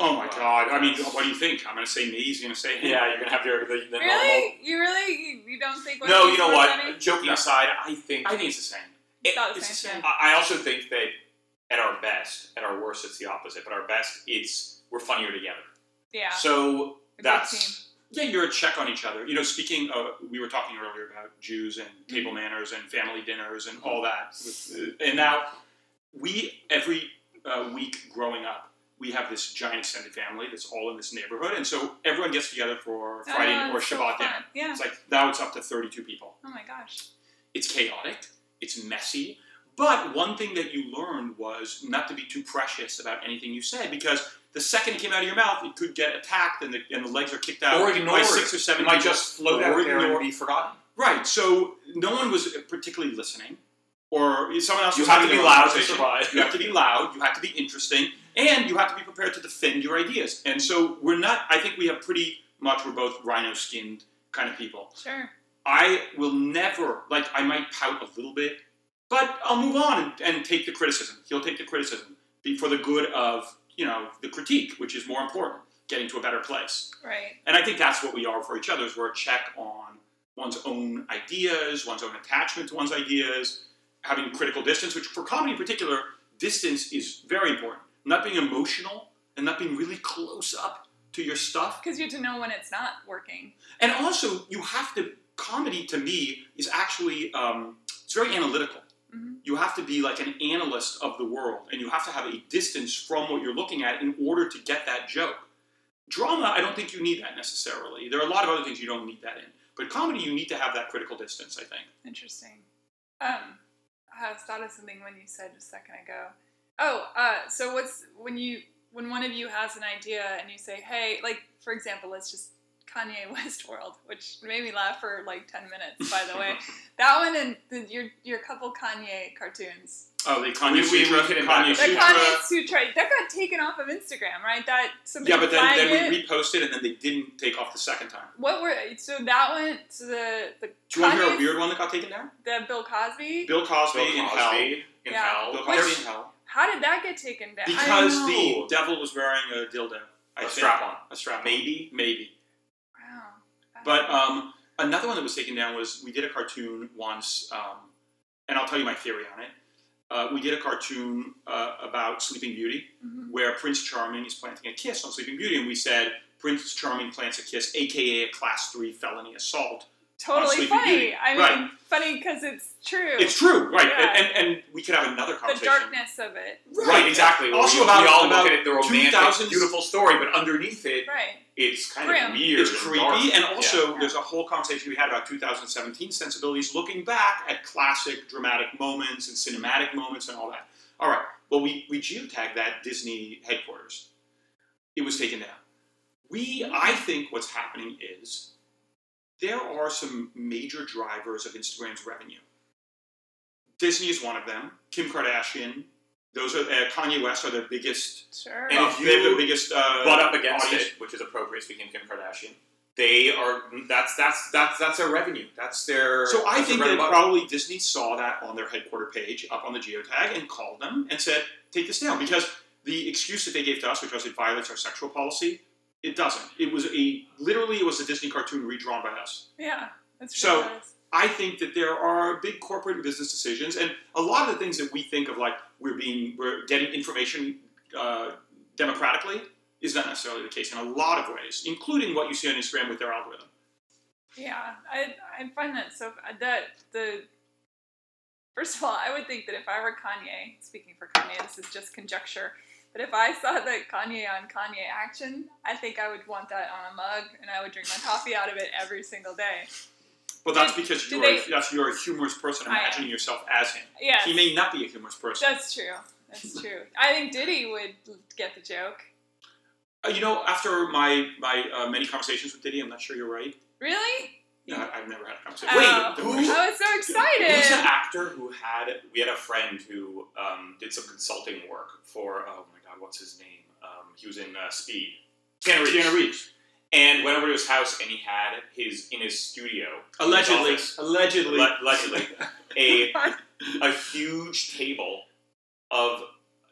Speaker 2: Oh my
Speaker 4: Wow.
Speaker 2: god. I mean, what do you think? I'm gonna say me. He's gonna say him.
Speaker 4: Yeah, you're gonna have your the, the
Speaker 3: really? You really you, you don't think?
Speaker 4: normal. No,
Speaker 3: one
Speaker 4: you
Speaker 3: of these
Speaker 4: know
Speaker 3: is more
Speaker 4: what?
Speaker 3: Funny?
Speaker 4: Joking
Speaker 2: No.
Speaker 4: aside, I think
Speaker 2: I think it's the same.
Speaker 4: It-
Speaker 3: About the
Speaker 4: it's
Speaker 3: same,
Speaker 4: the same.
Speaker 3: yeah.
Speaker 4: I I also think that at our best, at our worst, it's the opposite. But our best, it's we're funnier together.
Speaker 3: Yeah.
Speaker 4: So
Speaker 3: a good team.
Speaker 4: that's
Speaker 2: Yeah, you're a check on each other. You know, speaking of, we were talking earlier about Jews and
Speaker 3: Mm-hmm.
Speaker 2: table manners and family dinners and all that. uh, And now, we, every uh, week growing up, we have this giant extended family that's all in this neighborhood. And so everyone gets together for
Speaker 3: Oh,
Speaker 2: Friday or
Speaker 3: it's so
Speaker 2: Shabbat
Speaker 3: fun.
Speaker 2: dinner.
Speaker 3: Yeah.
Speaker 2: It's like now it's up to 32 people.
Speaker 3: Oh my gosh.
Speaker 2: It's chaotic, it's messy, But one thing that you learned was not to be too precious about anything you said because the second it came out of your mouth, it could get attacked and the, and the legs are kicked out
Speaker 4: Or ignore
Speaker 2: by
Speaker 4: it.
Speaker 2: six or seven.
Speaker 4: It might
Speaker 2: people.
Speaker 4: just float
Speaker 2: Or
Speaker 4: out there
Speaker 2: ignore-
Speaker 4: and be forgotten.
Speaker 2: Right. So no one was particularly listening, or someone else.
Speaker 4: You
Speaker 2: was
Speaker 4: have to
Speaker 2: having
Speaker 4: be
Speaker 2: a
Speaker 4: loud to
Speaker 2: conversation.
Speaker 4: survive.
Speaker 2: You have to be loud. You have to be interesting, and you have to be prepared to defend your ideas. And so we're not. I think we have pretty much. We're both rhino-skinned kind of people.
Speaker 3: Sure.
Speaker 2: I will never like. I might pout a little bit, but I'll move on and, and take the criticism. He'll take the criticism be- for the good of you know the critique, which is more important. Getting to a better place.
Speaker 3: Right.
Speaker 2: And I think that's what we are for each other is we're a check on one's own ideas, one's own attachment to one's ideas, having critical distance, which for comedy in particular, distance is very important. Not being emotional and not being really close up to your stuff.
Speaker 3: Because you have to know when it's not working.
Speaker 2: And also, you have to, comedy to me is actually, um, it's very analytical.
Speaker 3: Mhm.
Speaker 2: You have to be like an analyst of the world and you have to have a distance from what you're looking at in order to get that joke. Drama, I don't think you need that necessarily. There are a lot of other things you don't need that in. But comedy, you need to have that critical distance, I think.
Speaker 3: Interesting. Um, I was thought of something when you said a second ago. Oh, uh, so what's when you when one of you has an idea and you say, "Hey," like for example, let's just Kanye West World, which made me laugh for like ten minutes. By the way, that one and the, your your couple Kanye cartoons,
Speaker 2: Oh, the
Speaker 4: We-
Speaker 2: Kanye
Speaker 4: we-
Speaker 2: Sutra,
Speaker 4: we can
Speaker 2: Kanye
Speaker 4: embrace
Speaker 3: the
Speaker 4: it.
Speaker 2: Sutra.
Speaker 3: Kanye Sutra, that got taken off of Instagram, right? That somebody
Speaker 2: Yeah, but then,
Speaker 3: flagged
Speaker 2: then we
Speaker 3: it.
Speaker 2: reposted and then they didn't take off the second time.
Speaker 3: what were so that one? So the the
Speaker 2: Do you want to hear a
Speaker 3: Kanye's-
Speaker 2: weird one that got taken down?
Speaker 3: the Bill Cosby.
Speaker 2: Bill Cosby,
Speaker 4: Bill
Speaker 2: in hell.
Speaker 4: Cosby in
Speaker 3: Yeah.
Speaker 4: hell.
Speaker 2: Bill
Speaker 3: Which-
Speaker 2: Cosby in hell.
Speaker 3: How did that get taken down? I
Speaker 2: Because
Speaker 3: know.
Speaker 2: the devil was wearing a dildo.
Speaker 4: A
Speaker 2: I think.
Speaker 4: strap on.
Speaker 2: A strap.
Speaker 4: Maybe.
Speaker 2: Maybe.
Speaker 3: Wow. That's-
Speaker 2: But um, another one that was taken down was we did a cartoon once, um, and I'll tell you my theory on it. Uh, we did a cartoon uh, about Sleeping Beauty
Speaker 3: Mhm.
Speaker 2: where Prince Charming is planting a kiss on Sleeping Beauty, and we said Prince Charming plants a kiss, aka a class three felony assault.
Speaker 3: totally
Speaker 2: Sleeping
Speaker 3: funny.
Speaker 2: Beauty.
Speaker 3: I mean,
Speaker 2: Right.
Speaker 3: funny because it's true.
Speaker 2: It's true, right?
Speaker 3: Yeah.
Speaker 2: And, and and we could have another
Speaker 3: the
Speaker 2: conversation.
Speaker 3: darkness of it.
Speaker 2: Right,
Speaker 4: Right, exactly. Well,
Speaker 2: Also
Speaker 4: we,
Speaker 2: about-
Speaker 4: we all
Speaker 2: about
Speaker 4: look at it, the romantic,
Speaker 2: 2000s
Speaker 4: beautiful story, but underneath it,
Speaker 3: Right.
Speaker 4: it's kind of
Speaker 3: Grim.
Speaker 4: weird.
Speaker 2: It's
Speaker 4: and
Speaker 2: creepy,
Speaker 4: dark.
Speaker 2: and also
Speaker 3: Yeah.
Speaker 2: there's a whole conversation we had about 2017 sensibilities, looking back at classic dramatic moments and cinematic moments and all that. All right, well, we, we geotagged that Disney headquarters. It was taken down. We, I think what's happening is there are some major drivers of Instagram's revenue. Disney is one of them, Kim Kardashian, those are, uh, Kanye West are their biggest,
Speaker 3: Sure.
Speaker 4: And
Speaker 2: uh,
Speaker 4: if
Speaker 2: they have
Speaker 4: you
Speaker 2: the biggest uh,
Speaker 4: butt up against
Speaker 2: audience.
Speaker 4: it, which is appropriate. Speaking of Kim Kardashian, they are that's that's that's that's their revenue. That's their.
Speaker 2: So I
Speaker 4: that's their
Speaker 2: think
Speaker 4: bread
Speaker 2: that
Speaker 4: and butter.
Speaker 2: probably Disney saw that on their headquarter page up on the geotag and called them and said, take this down. Because the excuse that they gave to us, which was it violates our sexual policy, it doesn't. It was a literally it was a Disney cartoon redrawn by us.
Speaker 3: yeah. That's
Speaker 2: So-
Speaker 3: ridiculous.
Speaker 2: I think that there are big corporate and business decisions, and a lot of the things that we think of, like we're being we're getting information uh, democratically, is not necessarily the case in a lot of ways, including what you see on Instagram with their algorithm.
Speaker 3: Yeah. I I find that so uh, that the first of all, I would think that if I were Kanye, speaking for Kanye, this is just conjecture. But if I saw that Kanye on Kanye action, I think I would want that on a mug, and I would drink my coffee out of it every single day.
Speaker 2: Well, that's
Speaker 3: Did-
Speaker 2: because
Speaker 3: did
Speaker 2: you're
Speaker 3: they-
Speaker 2: that's you're a humorous person
Speaker 3: I am.
Speaker 2: imagining yourself as him.
Speaker 3: Yes,
Speaker 2: He may not be a humorous person.
Speaker 3: that's true. That's true. I think Diddy would get the joke.
Speaker 2: Uh, you know, after my my uh, many conversations with Diddy, I'm not sure you're right.
Speaker 3: Really?
Speaker 2: No, I- I've never had a conversation.
Speaker 3: Oh.
Speaker 2: Wait,
Speaker 4: Who?
Speaker 3: I was so
Speaker 4: Who's the
Speaker 3: excited.
Speaker 4: actor who had? We had a friend who um, did some consulting work for. Oh my God, what's his name? Um, he was in uh, Speed. Keanu Reeves.
Speaker 2: Keanu Reeves.
Speaker 4: And went over to his house, and he had his in his studio
Speaker 2: Allegedly,
Speaker 4: His
Speaker 2: allegedly,
Speaker 4: le- allegedly a a huge table of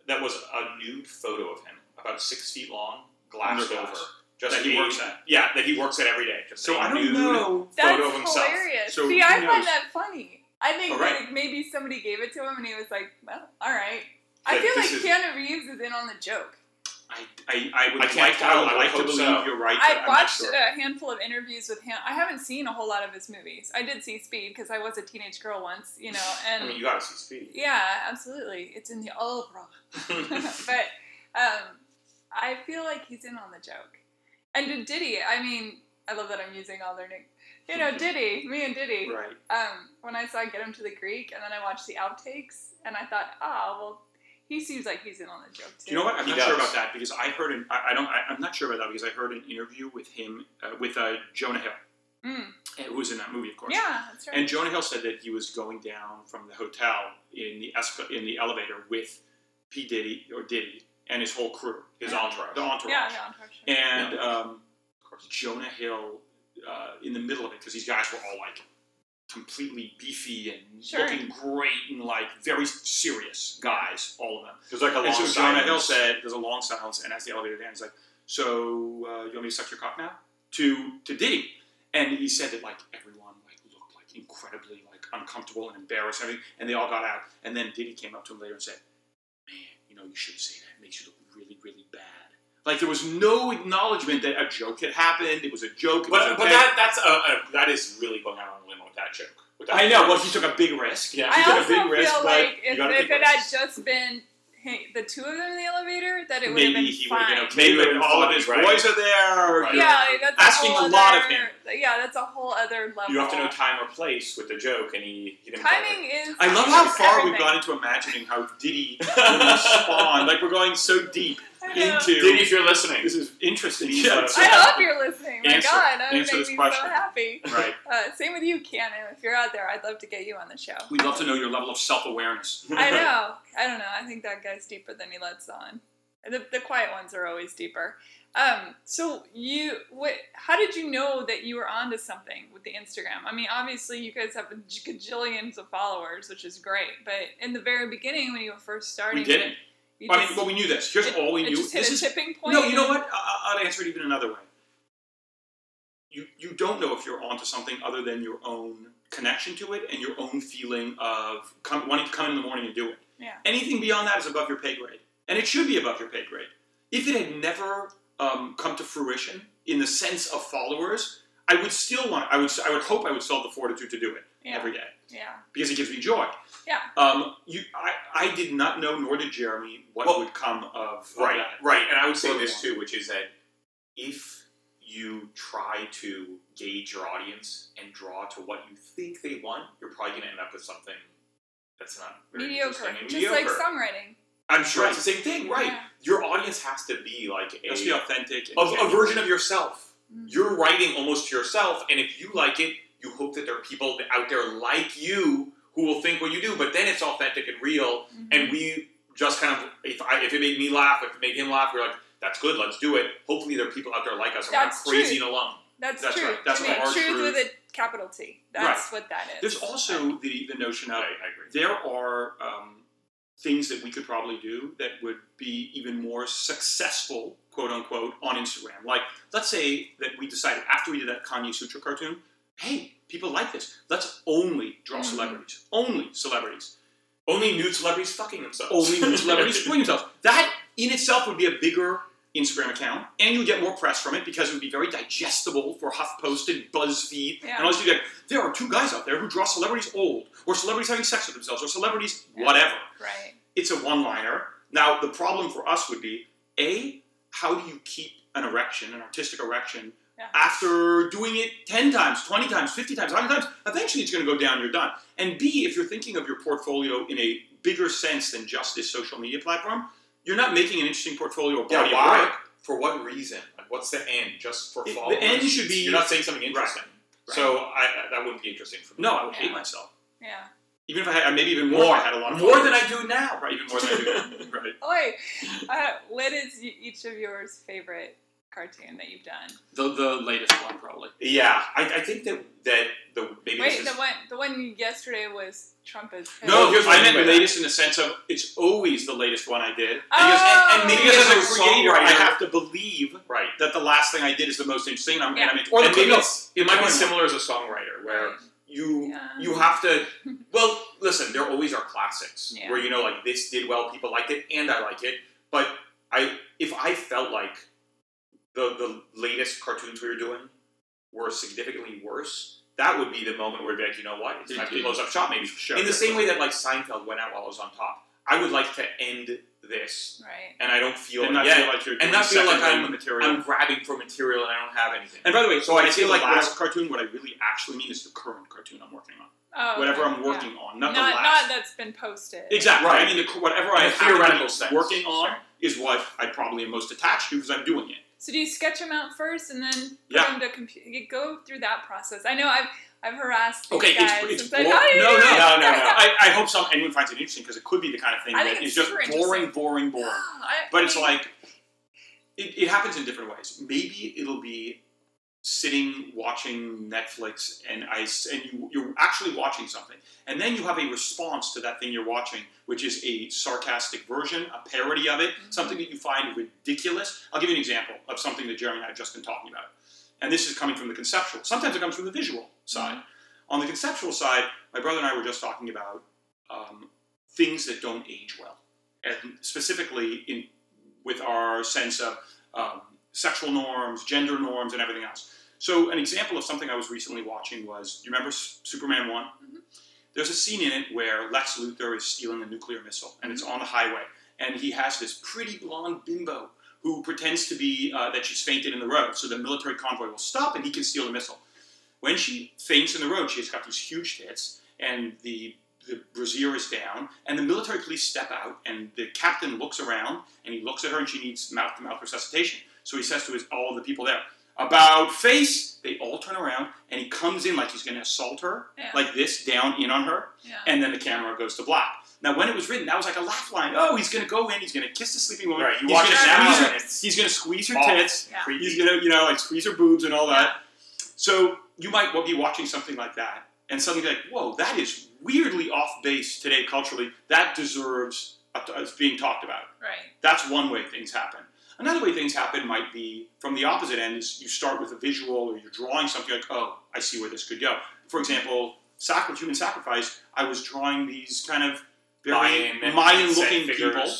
Speaker 4: that was a nude photo of him, about six feet long, glassed
Speaker 2: Under
Speaker 4: over.
Speaker 2: glass.
Speaker 4: Just
Speaker 2: That he
Speaker 4: a-
Speaker 2: works at.
Speaker 4: Yeah, that he works at every day. Just
Speaker 2: So
Speaker 4: a
Speaker 2: I don't
Speaker 4: nude
Speaker 2: know.
Speaker 4: photo of
Speaker 3: That's
Speaker 4: himself.
Speaker 3: hilarious.
Speaker 2: So
Speaker 3: See,
Speaker 2: who
Speaker 3: I
Speaker 2: knows?
Speaker 3: find that funny. I think
Speaker 2: All right.
Speaker 3: like maybe somebody gave it to him and he was like, well, all right. I
Speaker 4: Yeah,
Speaker 3: feel like
Speaker 4: this is-
Speaker 3: Keanu Reeves is in on the joke.
Speaker 2: I, I, I would
Speaker 4: I can't
Speaker 2: like to, I
Speaker 4: tell.
Speaker 2: would
Speaker 4: I
Speaker 2: like to
Speaker 4: hope
Speaker 2: believe
Speaker 4: so.
Speaker 2: you're right. but
Speaker 3: I've
Speaker 2: I'm not
Speaker 3: watched
Speaker 2: sure.
Speaker 3: a handful of interviews with him. I haven't seen a whole lot of his movies. I did see Speed because I was a teenage girl once, you know, and
Speaker 4: I mean, you gotta see Speed.
Speaker 3: yeah, absolutely. It's in the opera. but um, I feel like he's in on the joke. And to Diddy, I mean, I love that I'm using all their names. You know, Diddy, me and Diddy.
Speaker 2: Right.
Speaker 3: Um, when I saw Get Him to the Greek, and then I watched the outtakes, and I thought, ah, well, he seems like he's in on the joke too.
Speaker 2: Do you know what? I'm
Speaker 4: He
Speaker 2: not sure
Speaker 4: does.
Speaker 2: about that because I heard an I, I don't I, I'm not sure about that because I heard an interview with him uh, with uh, Jonah Hill,
Speaker 3: Mm.
Speaker 2: who was in that movie, of course.
Speaker 3: Yeah, that's right.
Speaker 2: And Jonah Hill said that he was going down from the hotel in the esca- in the elevator with P Diddy or Diddy and his whole crew,
Speaker 4: His
Speaker 3: Yeah.
Speaker 4: entourage.
Speaker 2: the entourage.
Speaker 3: yeah, yeah, unfortunately.
Speaker 2: And um,
Speaker 4: Of course.
Speaker 2: Jonah Hill uh, in the middle of it because these guys were all like completely beefy and
Speaker 3: Sure.
Speaker 2: looking great and like very serious guys, all of them.
Speaker 4: There's like a long
Speaker 2: And so Jonah
Speaker 4: silence.
Speaker 2: Hill said, "There's a long silence," and as the elevator down, he's like, "So uh, you want me to suck your cock now?" To to Diddy, and he said that like everyone like looked like incredibly like uncomfortable and embarrassed and everything, and they all got out, and then Diddy came up to him later and said, "Man, you know you shouldn't say that. It makes you look really really bad." Like there was no acknowledgement that a joke had happened. It was a joke. It was
Speaker 4: But, but
Speaker 2: okay.
Speaker 4: that that's a, a that is really going out on a limb with that joke. With that
Speaker 2: I know.
Speaker 4: joke.
Speaker 2: Well, he took a big risk.
Speaker 4: Yeah.
Speaker 2: he
Speaker 3: I
Speaker 2: took
Speaker 3: also
Speaker 2: a big
Speaker 3: feel
Speaker 2: risk, but
Speaker 3: like
Speaker 4: you
Speaker 3: if,
Speaker 4: gotta
Speaker 3: if
Speaker 4: think
Speaker 3: it
Speaker 4: about
Speaker 3: had
Speaker 4: it.
Speaker 3: just been hey, the two of them in the elevator, that it would have
Speaker 2: maybe
Speaker 3: been
Speaker 2: he would have
Speaker 3: fine.
Speaker 2: been okay.
Speaker 4: Maybe
Speaker 2: with it. all of his
Speaker 4: right.
Speaker 2: boys are there.
Speaker 4: Right.
Speaker 2: you
Speaker 3: Yeah, that's
Speaker 2: asking
Speaker 3: a, whole
Speaker 2: a lot of
Speaker 3: other, Yeah, that's a whole other level.
Speaker 4: you have to know time or place with the joke, and he, he didn't.
Speaker 3: Timing is.
Speaker 2: I love how
Speaker 3: is
Speaker 2: far
Speaker 3: everything.
Speaker 2: we've got into imagining how Diddy would
Speaker 4: Spawn.
Speaker 2: respond. Like we're going so deep
Speaker 3: I know.
Speaker 2: into
Speaker 4: Diddy, if you're listening,
Speaker 2: this is interesting.
Speaker 4: Please let us
Speaker 3: I hope you're listening. My
Speaker 2: Answer-
Speaker 3: God, that would
Speaker 2: answer
Speaker 3: make
Speaker 2: this
Speaker 3: me
Speaker 2: question.
Speaker 3: so happy.
Speaker 2: Right.
Speaker 3: Uh, same with you, Cannon. If you're out there, I'd love to get you on the show.
Speaker 2: We'd love to know your level of self-awareness.
Speaker 3: I know. I don't know. I think that guy's deeper than he lets on. The, the quiet ones are always deeper. Um, so you, what? How did you know that you were onto something with the Instagram? I mean, obviously you guys have a j- gajillions of followers, which is great. But in the very beginning, when you were first starting,
Speaker 2: We didn't.
Speaker 3: You
Speaker 2: I
Speaker 3: just,
Speaker 2: mean, well, we knew this. Here's all we
Speaker 3: it
Speaker 2: knew.
Speaker 3: just hit
Speaker 2: This
Speaker 3: a
Speaker 2: is-
Speaker 3: tipping point.
Speaker 2: no. You know
Speaker 3: and-
Speaker 2: what? I, I- I'll answer it even another way. You you don't know if you're onto something other than your own connection to it and your own feeling of come, wanting to come in the morning and do it.
Speaker 3: Yeah.
Speaker 2: Anything beyond that is above your pay grade, and it should be above your pay grade. If it had never um, come to fruition in the sense of followers, I would still want. I would. I would hope I would still have the fortitude to do it
Speaker 3: Yeah.
Speaker 2: every day
Speaker 3: Yeah.
Speaker 2: because it gives me joy.
Speaker 3: Yeah.
Speaker 2: Um, you, I, I did not know, nor did Jeremy, what
Speaker 4: Well,
Speaker 2: would come of of
Speaker 4: right,
Speaker 2: that.
Speaker 4: right. And I would say this too, which is that if you try to gauge your audience and draw to what you think they want, you're probably going to end up with something that's not very
Speaker 3: Mediocre.
Speaker 4: interesting and
Speaker 3: Just
Speaker 4: mediocre.
Speaker 3: like songwriting.
Speaker 4: I'm sure
Speaker 2: Right.
Speaker 4: it's the same thing, right?
Speaker 3: Yeah.
Speaker 4: Your audience has to be like a
Speaker 2: Let's be authentic. and
Speaker 4: a, a
Speaker 2: genuine.
Speaker 4: version of yourself.
Speaker 3: Mhm.
Speaker 4: You're writing almost to yourself, and if you like it, you hope that there are people out there like you who will think what you do. But then it's authentic and real,
Speaker 3: Mhm.
Speaker 4: and we just kind of if I, if it made me laugh, if it made him laugh, we're like, that's good, let's do it. Hopefully, there are people out there like us. and we're not
Speaker 3: That's
Speaker 4: crazy
Speaker 3: true.
Speaker 4: and alone.
Speaker 3: That's,
Speaker 2: That's
Speaker 3: true.
Speaker 2: right. That's
Speaker 3: I
Speaker 2: what
Speaker 3: mean,
Speaker 2: our
Speaker 3: truth,
Speaker 2: truth-
Speaker 3: with a capital T. That's what that is.
Speaker 2: There's also the, the notion
Speaker 4: I,
Speaker 2: of
Speaker 4: I agree.
Speaker 2: there are um, things that we could probably do that would be even more successful, quote unquote, on Instagram. Like, let's say that we decided after we did that Kanye Sutra cartoon, hey, people like this. Let's only draw
Speaker 3: Mhm.
Speaker 2: celebrities. Only celebrities.
Speaker 4: Only nude celebrities fucking themselves.
Speaker 2: Only nude celebrities doing themselves. That in itself would be a bigger Instagram account, and you would get more press from it because it would be very digestible for HuffPost and BuzzFeed.
Speaker 3: Yeah.
Speaker 2: And all these people like, there are two guys out there who draw celebrities old, or celebrities having sex with themselves, or celebrities
Speaker 3: Yeah.
Speaker 2: whatever
Speaker 3: right.
Speaker 2: it's a one liner. Now, the problem for us would be A, how do you keep an erection, an artistic erection,
Speaker 3: Yeah.
Speaker 2: after doing it 10 times, 20 times, 50 times, 100 times? Eventually, it's going to go down, you're done. And B, if you're thinking of your portfolio in a bigger sense than just this social media platform, you're not making an interesting portfolio or
Speaker 4: Yeah,
Speaker 2: body
Speaker 4: why?
Speaker 2: of work.
Speaker 4: For what reason? Like, what's the end? Just for
Speaker 2: It- the
Speaker 4: followers?
Speaker 2: end should be-
Speaker 4: You're not saying something interesting.
Speaker 2: Right.
Speaker 4: So I, that wouldn't be interesting for me.
Speaker 2: No, I would hate
Speaker 3: Yeah.
Speaker 2: myself.
Speaker 3: Yeah.
Speaker 2: Even if I had, maybe even more, if I had a lot of
Speaker 4: more than
Speaker 2: followers.
Speaker 4: I do now.
Speaker 2: Right, even more than I do. right.
Speaker 3: Oi. Uh, what is y- each of yours favorite cartoon that you've done?
Speaker 2: The, the latest one, probably.
Speaker 4: Yeah, I, I think that that the maybe
Speaker 3: Wait,
Speaker 4: this
Speaker 3: the
Speaker 4: is,
Speaker 3: one the one yesterday was Trump is pissed.
Speaker 2: No,
Speaker 4: Well, here's what
Speaker 2: I
Speaker 4: I mean
Speaker 2: meant
Speaker 4: by that.
Speaker 2: latest in the sense of it's always the latest one I did.
Speaker 3: Oh.
Speaker 2: And, and maybe
Speaker 4: Because
Speaker 2: as a
Speaker 4: as a
Speaker 2: creator, I
Speaker 4: songwriter-
Speaker 2: have to believe
Speaker 4: right.
Speaker 2: that the last thing I did is the most interesting. And I'm, and I'm
Speaker 3: Yeah.
Speaker 2: in- or the
Speaker 4: and maybe
Speaker 2: no,
Speaker 4: it's, it might be
Speaker 2: Current one.
Speaker 4: similar as a songwriter where you
Speaker 3: Yeah.
Speaker 4: you have to. Well, listen, there always are classics
Speaker 3: Yeah.
Speaker 4: where you know like this did well, people liked it, and I like it. But I if I felt like the the latest cartoons we were doing were significantly worse, that would be the moment where I'd be like, you know what, it's
Speaker 2: It
Speaker 4: time to
Speaker 2: did.
Speaker 4: close up shop, maybe.
Speaker 2: Sure.
Speaker 4: In the same way that like Seinfeld went out while I was on top, I would like to end this,
Speaker 3: Right.
Speaker 4: and I don't feel
Speaker 2: and
Speaker 4: it
Speaker 2: not
Speaker 4: yet.
Speaker 2: feel like you're
Speaker 4: and
Speaker 2: doing
Speaker 4: not feel like
Speaker 2: second-rate
Speaker 4: I'm-
Speaker 2: material.
Speaker 4: I'm grabbing for material and I don't have anything.
Speaker 2: and by the way, so
Speaker 4: When
Speaker 2: I
Speaker 4: I say
Speaker 2: feel
Speaker 4: the
Speaker 2: like
Speaker 4: last-
Speaker 2: last cartoon, what I really actually mean is the current cartoon I'm working on,
Speaker 3: Oh,
Speaker 2: whatever
Speaker 3: okay.
Speaker 2: I'm working on, not,
Speaker 3: Yeah. Not,
Speaker 2: the
Speaker 3: not,
Speaker 2: last.
Speaker 3: that's been posted.
Speaker 2: Exactly.
Speaker 4: Right.
Speaker 2: I mean, the, cr- whatever
Speaker 4: In
Speaker 2: I
Speaker 4: a theoretical
Speaker 2: am
Speaker 4: sense.
Speaker 2: working on
Speaker 3: Sure.
Speaker 2: is what I probably am most attached to because I'm doing it.
Speaker 3: So do you sketch them out first and then put
Speaker 2: Yeah.
Speaker 3: them to computer? Go through that process. I know I've I've harassed these
Speaker 2: Okay, it's-
Speaker 3: guys. Oh,
Speaker 2: it's
Speaker 3: since I-
Speaker 2: blo-
Speaker 3: how do you
Speaker 2: no,
Speaker 3: do
Speaker 2: no,
Speaker 3: it?
Speaker 4: no, no, no.
Speaker 2: I, I hope some anyone finds it interesting because it could be the kind of thing
Speaker 3: I think
Speaker 2: that
Speaker 3: it's
Speaker 2: is just
Speaker 3: super
Speaker 2: boring,
Speaker 3: interesting.
Speaker 2: boring, boring.
Speaker 3: I-
Speaker 2: But
Speaker 3: I
Speaker 2: it's
Speaker 3: mean,
Speaker 2: like it, it happens in different ways. Maybe it'll be sitting watching Netflix and I s- and you you're actually watching something, and then you have a response to that thing you're watching, which is a sarcastic version, a parody of it,
Speaker 3: Mhm.
Speaker 2: something that you find ridiculous. I'll give you an example of something that Jeremy and I have just been talking about, and this is coming from the conceptual. Sometimes it comes from the visual
Speaker 3: Mm-hmm.
Speaker 2: side. On the conceptual side, my brother and I were just talking about um, things that don't age well, and specifically in with our sense of um, sexual norms, gender norms, and everything else. So, an example of something I was recently watching was you remember S- Superman one There's a scene in it where Lex Luthor is stealing a nuclear missile, and it's on the highway, and he has this pretty blonde bimbo who pretends to be uh, that she's fainted in the road, so the military convoy will stop, and he can steal the missile. When she faints in the road, she's got these huge tits, and the the brassiere is down, and the military police step out, and the captain looks around, and he looks at her, and she needs mouth-to-mouth resuscitation. So he says to his, all the people there, "About face." They all turn around, and he comes in like he's going to assault her,
Speaker 3: Yeah.
Speaker 2: like this, down in on her
Speaker 3: yeah.
Speaker 2: and then the camera goes to black. Now, when it was written, that was like a laugh line. Oh, he's going to go in. He's going to kiss the sleeping woman.
Speaker 4: Right, you
Speaker 2: he's
Speaker 4: watch it
Speaker 2: gonna
Speaker 4: now
Speaker 2: squeeze
Speaker 4: and
Speaker 2: her-
Speaker 4: it's
Speaker 2: He's going to squeeze her
Speaker 4: awful.
Speaker 2: tits.
Speaker 3: Yeah.
Speaker 4: creepy.
Speaker 2: He's going to, you know, like squeeze her boobs and all that. So you might well be watching something like that and suddenly be like, whoa, that is weirdly off base today culturally. That deserves a it's being talked about.
Speaker 3: Right.
Speaker 2: That's one way things happen. Another way things happen might be from the opposite end is you start with a visual or you're drawing something like, oh, I see where this could go. For example, sacri- human sacrifice, I was drawing these kind of very
Speaker 4: Mayan,
Speaker 2: Mayan
Speaker 4: set
Speaker 2: looking
Speaker 4: figures.
Speaker 2: people.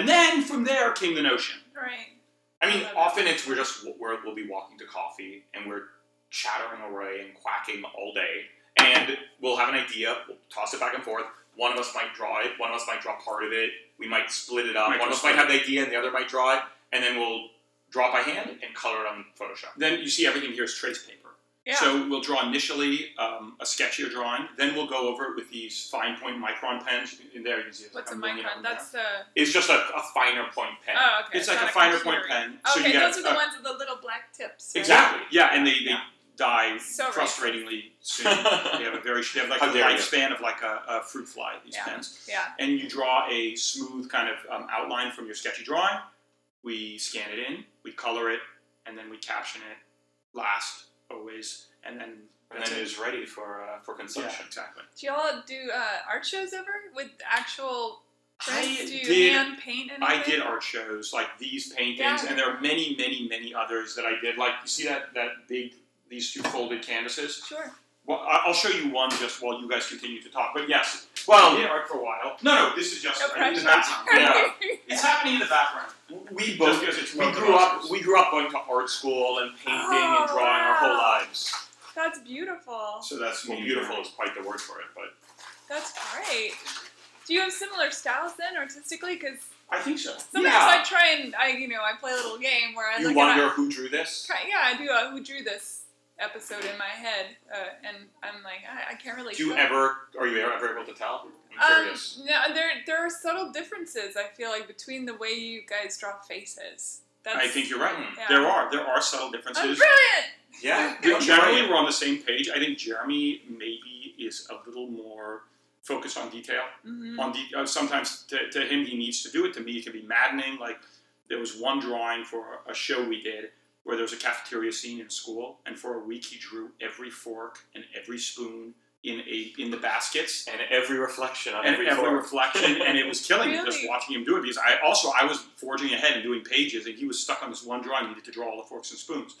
Speaker 2: And then from there came the notion.
Speaker 3: Right.
Speaker 4: I mean,
Speaker 3: I love
Speaker 4: often
Speaker 3: it.
Speaker 4: it's we're just we're, we'll be walking to coffee and we're chattering away and quacking all day, and we'll have an idea. We'll toss it back and forth. One of us might draw it. One of us might draw part of it. We might split it up.
Speaker 2: Might
Speaker 4: one of
Speaker 2: draw
Speaker 4: us might have
Speaker 2: split.
Speaker 4: the idea, and the other might draw it, and then we'll draw it by hand and color it on Photoshop.
Speaker 2: Then you see everything here is trace paper.
Speaker 3: Yeah.
Speaker 2: So we'll draw initially um, a sketchier drawing, then we'll go over it with these fine point micron pens. In there, you can see it's
Speaker 3: What's a
Speaker 2: like million
Speaker 3: micron?
Speaker 2: of them
Speaker 3: That's the.
Speaker 4: It's just a, a finer point pen.
Speaker 3: Oh,
Speaker 2: there.
Speaker 3: okay.
Speaker 2: It's like
Speaker 3: not
Speaker 2: a finer point
Speaker 3: computer.
Speaker 2: pen. so
Speaker 3: Okay,
Speaker 2: you
Speaker 3: those
Speaker 2: get
Speaker 3: are
Speaker 2: a-
Speaker 3: the ones with the little black tips. right?
Speaker 2: Exactly. Yeah, and they, they
Speaker 3: Yeah.
Speaker 2: die
Speaker 3: So right.
Speaker 2: frustratingly soon. they have a very they have like
Speaker 4: How
Speaker 2: a
Speaker 4: dare you.
Speaker 2: lifespan of like a, a fruit fly. These
Speaker 3: Yeah.
Speaker 2: pens,
Speaker 3: Yeah.
Speaker 2: and you draw a smooth kind of um, outline from your sketchy drawing. We scan it in, we color it, and then we caption it last always, and then
Speaker 4: and
Speaker 2: that's
Speaker 4: then
Speaker 2: it.
Speaker 4: it is ready for uh, for
Speaker 2: yeah,
Speaker 4: consumption.
Speaker 2: exactly.
Speaker 3: Do y'all do uh, art shows ever with actual prints?
Speaker 2: I
Speaker 3: do you
Speaker 2: did-
Speaker 3: hand paint anything?
Speaker 2: I did art shows like these paintings,
Speaker 3: Yeah.
Speaker 2: and there are many, many, many others that I did. Like you see that that big these two folded canvases.
Speaker 3: Sure.
Speaker 2: Well, I- I'll show you one just while you guys continue to talk. But yes,
Speaker 4: Well,
Speaker 2: I did art for a while. No, no, this is just
Speaker 3: No
Speaker 2: in the
Speaker 3: pressure.
Speaker 2: background.
Speaker 4: Yeah.
Speaker 2: It's happening in the background.
Speaker 4: we
Speaker 2: Just
Speaker 4: both
Speaker 2: because it's
Speaker 4: we
Speaker 2: both of
Speaker 4: grew
Speaker 2: us.
Speaker 4: up we grew up going to art school and painting and
Speaker 3: Oh,
Speaker 4: drawing our whole
Speaker 3: wow.
Speaker 4: lives.
Speaker 3: That's beautiful.
Speaker 2: So that's
Speaker 4: Well, beautiful is quite the word for it, but
Speaker 3: That's great. Do you have similar styles then, artistically? Because
Speaker 2: I think so.
Speaker 3: sometimes
Speaker 4: Yeah.
Speaker 3: I try and I, you know, I play a little game where I
Speaker 4: you
Speaker 3: look
Speaker 4: wonder
Speaker 3: at
Speaker 4: who drew this.
Speaker 3: try, yeah, I do. Uh, who drew this episode in my head? Uh, and I'm like, I, I can't really.
Speaker 4: Do you
Speaker 3: tell.
Speaker 4: ever are you ever able to tell? I'm
Speaker 3: Um,
Speaker 4: curious.
Speaker 3: no, there there are subtle differences. I feel like between the way you guys draw faces. That's,
Speaker 2: I think you're right.
Speaker 4: Hmm.
Speaker 3: Mm, yeah.
Speaker 2: There are there are subtle
Speaker 3: I'm
Speaker 2: differences.
Speaker 3: brilliant.
Speaker 4: Yeah,
Speaker 2: Ge- Generally,
Speaker 4: Right.
Speaker 2: we're on the same page. I think Jeremy maybe is a little more focused on detail.
Speaker 3: Mhm.
Speaker 2: On de- uh, sometimes to, to him he needs to do it. To me, it can be maddening. Like there was one drawing for a show we did where there was a cafeteria scene in school, and for a week he drew every fork and every spoon in a in the baskets.
Speaker 4: and every reflection on
Speaker 2: and
Speaker 4: every
Speaker 2: every,
Speaker 4: form.
Speaker 2: reflection, and it was killing me just
Speaker 3: Really?
Speaker 2: watching him do it because I also I was forging ahead and doing pages, and he was stuck on this one drawing. He needed to draw all the forks and spoons.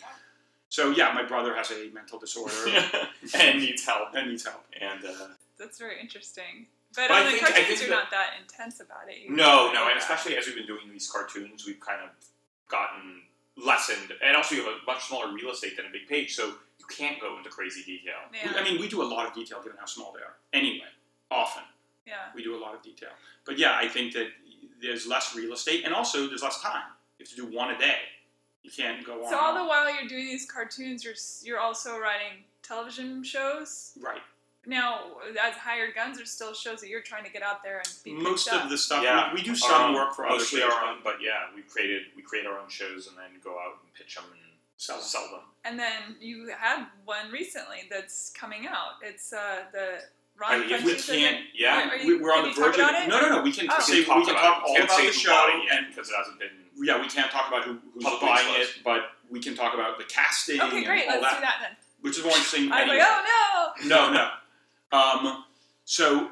Speaker 2: So yeah, my brother has a mental disorder
Speaker 4: and needs help.
Speaker 2: and needs help.
Speaker 4: And uh,
Speaker 3: That's very interesting. But,
Speaker 4: But I
Speaker 3: on the
Speaker 4: think- I
Speaker 3: cartoons,
Speaker 4: think
Speaker 3: you're
Speaker 4: that-
Speaker 3: not that intense about it. You
Speaker 4: no, no,
Speaker 3: Yeah.
Speaker 4: and especially as we've been doing these cartoons, we've kind of gotten lessened. And also, you have a much smaller real estate than a big page, so you can't go into crazy detail.
Speaker 3: Yeah.
Speaker 2: We- I mean, we do a lot of detail given how small they are. Anyway, often
Speaker 3: yeah.
Speaker 2: we do a lot of detail, but yeah, I think that there's less real estate, and also there's less time. You have to do one a day. You can't go on.
Speaker 3: So all
Speaker 2: and
Speaker 3: the
Speaker 2: on.
Speaker 3: while you're doing these cartoons, you're s- you're also writing television shows.
Speaker 2: right.
Speaker 3: Now, as hired guns, there's still shows that you're trying to get out there and be
Speaker 2: Most
Speaker 3: picked up.
Speaker 2: of the stuff
Speaker 4: Yeah,
Speaker 2: we, we do
Speaker 4: our
Speaker 2: some
Speaker 4: own-
Speaker 2: work for other
Speaker 4: Um, mostly
Speaker 2: shows,
Speaker 4: our
Speaker 2: but
Speaker 4: own, but yeah, we created we create our own shows and then go out and pitch them and sell sell them.
Speaker 3: and then you had one recently that's coming out. It's uh, the Ron
Speaker 4: mean, if
Speaker 2: we
Speaker 3: Funches, isn't
Speaker 2: can't-
Speaker 3: it?
Speaker 4: Yeah,
Speaker 3: Are you-
Speaker 2: we, we're on
Speaker 3: can
Speaker 2: the
Speaker 3: you talk
Speaker 2: verge of
Speaker 3: about it?
Speaker 2: No, no, no. We can
Speaker 3: Oh.
Speaker 2: say we can talk all
Speaker 4: can't
Speaker 2: about
Speaker 4: say who
Speaker 2: the show,
Speaker 4: bought it yet
Speaker 2: and
Speaker 4: because it hasn't been.
Speaker 2: yeah, we can't talk about who, who's
Speaker 4: Publicly
Speaker 2: buying it,
Speaker 4: disclosed.
Speaker 2: but we can talk about the casting
Speaker 3: Okay,
Speaker 2: and
Speaker 3: great.
Speaker 2: all
Speaker 3: Let's do that then.
Speaker 2: which is more interesting.
Speaker 3: I was
Speaker 2: anyway.
Speaker 3: like, oh
Speaker 2: no, no. Um, so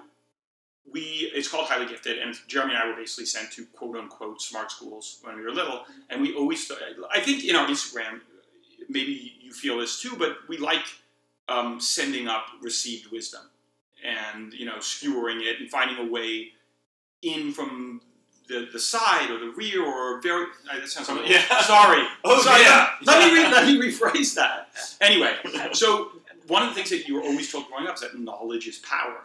Speaker 2: we it's called highly gifted, and Jeremy and I were basically sent to quote unquote smart schools when we were little, and we always I think in our Instagram maybe you feel this too, but we like um, sending up received wisdom and you know skewering it and finding a way in from. The, the side or the rear or very uh, that sounds
Speaker 4: Something- yeah.
Speaker 2: sorry
Speaker 4: Oh,
Speaker 2: sorry
Speaker 4: yeah.
Speaker 2: let me re- let me rephrase that anyway so one of the things that you were always told growing up is that knowledge is power.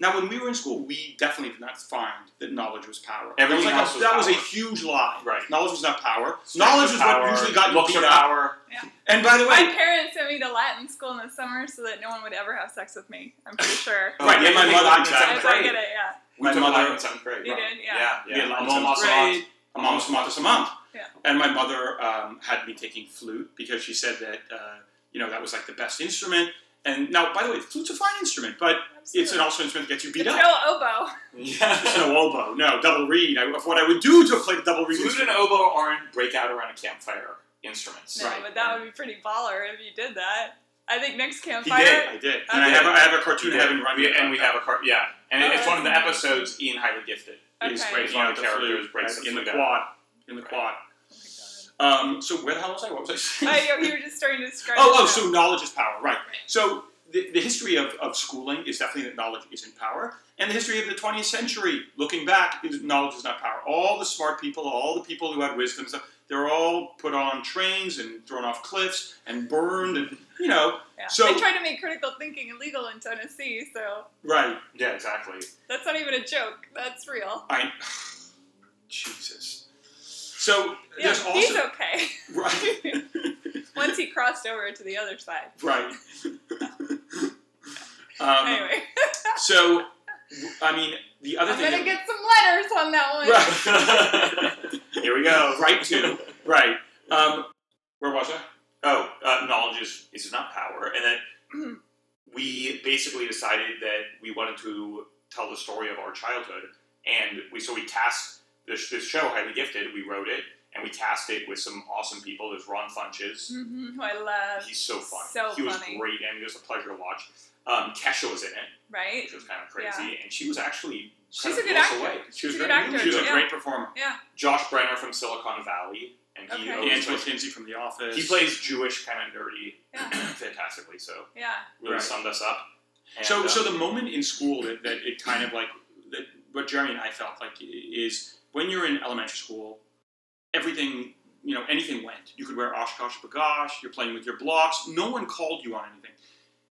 Speaker 2: Now, when we were in school, we definitely did not find that knowledge was power. That
Speaker 4: Everything
Speaker 2: was like a-
Speaker 4: else was
Speaker 2: that
Speaker 4: power.
Speaker 2: was a huge lie.
Speaker 4: Right.
Speaker 2: Knowledge was not power.
Speaker 4: Strength
Speaker 2: knowledge
Speaker 4: of
Speaker 2: was
Speaker 4: power,
Speaker 2: what usually got you
Speaker 4: looks
Speaker 2: beat
Speaker 4: of
Speaker 2: up.
Speaker 4: power.
Speaker 2: And by the
Speaker 3: no! My
Speaker 2: way,
Speaker 3: parents sent me to Latin school in the summer so that no one would ever have sex with me. I'm pretty sure.
Speaker 4: Oh,
Speaker 2: Right,
Speaker 4: yeah,
Speaker 2: my
Speaker 4: you
Speaker 2: mother-
Speaker 4: think
Speaker 2: exactly.
Speaker 3: I
Speaker 4: seventh
Speaker 3: was like, I
Speaker 4: grade.
Speaker 3: get it, yeah.
Speaker 4: We
Speaker 2: My
Speaker 4: took
Speaker 2: mother-
Speaker 4: Latin in seventh grade.
Speaker 3: You
Speaker 4: right.
Speaker 3: did, yeah.
Speaker 2: we had
Speaker 4: yeah.
Speaker 2: Latin
Speaker 4: I'm almost
Speaker 2: seventh
Speaker 4: lost.
Speaker 2: grade, I'm almost month a month.
Speaker 3: Yeah.
Speaker 2: And my mother um, had me taking flute because she said that uh, you know that was like the best instrument. And now, by the way, flute's a fine instrument, but it's an
Speaker 3: Absolutely.
Speaker 2: also instrument that gets you beat
Speaker 3: It's
Speaker 2: up.
Speaker 3: no oboe.
Speaker 2: It's
Speaker 4: Yeah.
Speaker 2: no oboe, no double reed. I, of what I would do to play the double reed.
Speaker 4: Flute
Speaker 2: instrument.
Speaker 4: and oboe aren't break out around a campfire instruments.
Speaker 3: No,
Speaker 2: Right.
Speaker 3: but that would be pretty baller if you did that. I think next
Speaker 2: He
Speaker 3: campfire.
Speaker 2: did. I did. And I
Speaker 3: Okay.
Speaker 2: have, a, I have a
Speaker 4: We
Speaker 2: cartoon
Speaker 4: did.
Speaker 2: having run
Speaker 4: We- and we have a cart. Yeah, and it-
Speaker 3: Oh,
Speaker 4: it's one of the
Speaker 3: that's amazing.
Speaker 4: episodes. Ian highly gifted.
Speaker 3: Okay.
Speaker 2: He's
Speaker 4: breaking
Speaker 2: breaking
Speaker 4: out
Speaker 2: out
Speaker 4: the
Speaker 2: the
Speaker 4: characters,
Speaker 2: flute,
Speaker 4: breaks
Speaker 2: right,
Speaker 4: the
Speaker 2: in
Speaker 4: flute
Speaker 2: the
Speaker 4: out.
Speaker 2: quad. In the
Speaker 4: Right.
Speaker 2: quad.
Speaker 3: Oh
Speaker 2: Um, so where the hell was I? What was I
Speaker 3: my
Speaker 2: saying?
Speaker 3: god. Oh, you, you were just starting to describe.
Speaker 2: oh, oh,
Speaker 3: the show.
Speaker 2: so knowledge is power, right? So the, the history of, of schooling is definitely that knowledge isn't power, and the history of the 20th century, looking back, is knowledge is not power. All the smart people, all the people who had wisdom, and stuff, they were all put on trains and thrown off cliffs and burned, and you know,
Speaker 3: Yeah.
Speaker 2: so-
Speaker 3: they tried to make critical thinking illegal in Tennessee, so
Speaker 2: right?
Speaker 4: Yeah, exactly.
Speaker 3: that's not even a joke. That's real.
Speaker 2: I Jesus. So
Speaker 3: Yeah,
Speaker 2: there's
Speaker 3: he's
Speaker 2: also
Speaker 3: okay.
Speaker 2: right,
Speaker 3: Once he crossed over to the other side.
Speaker 2: right. um,
Speaker 3: anyway,
Speaker 2: So, w- I mean, the other
Speaker 3: I'm
Speaker 2: thing. that-
Speaker 3: gonna get some letters on that one.
Speaker 4: Here we go.
Speaker 2: right to right. Um, where was I?
Speaker 4: Oh, uh, knowledge is, is not power. And that we basically decided that we wanted to tell the story of our childhood. And we so we cast this, this show, Highly Gifted, we wrote it, and we cast it with some awesome people. There's Ron Funches.
Speaker 3: hmm who I love.
Speaker 4: He's so funny.
Speaker 3: So
Speaker 4: he was
Speaker 3: funny.
Speaker 4: great, and it was a pleasure to watch. Um, Kesha was in it,
Speaker 3: Right?
Speaker 4: which was kind of crazy, and she was actually
Speaker 3: She's
Speaker 4: kind
Speaker 3: a
Speaker 4: of
Speaker 3: good
Speaker 4: blows
Speaker 3: actor.
Speaker 4: away.
Speaker 3: She's a
Speaker 4: great.
Speaker 3: good actor,
Speaker 4: She was a
Speaker 3: yeah.
Speaker 4: great performer.
Speaker 3: Yeah.
Speaker 4: Josh Brenner from Silicon Valley, and he
Speaker 3: Okay.
Speaker 2: The
Speaker 4: always
Speaker 2: Angela
Speaker 4: plays
Speaker 2: Oh, Kinsey from The Office.
Speaker 4: He plays Jewish, kind of nerdy,
Speaker 3: Yeah.
Speaker 4: fantastically. So
Speaker 3: Yeah.
Speaker 4: really
Speaker 2: Right.
Speaker 4: summed us up. And,
Speaker 2: So,
Speaker 4: uh,
Speaker 3: um,
Speaker 2: so the moment in school that, that it kind of like that what Jeremy and I felt like i- is when you're in elementary school, everything you know, anything went. You could wear Oshkosh Bagosh. You're playing with your blocks. No one called you on anything.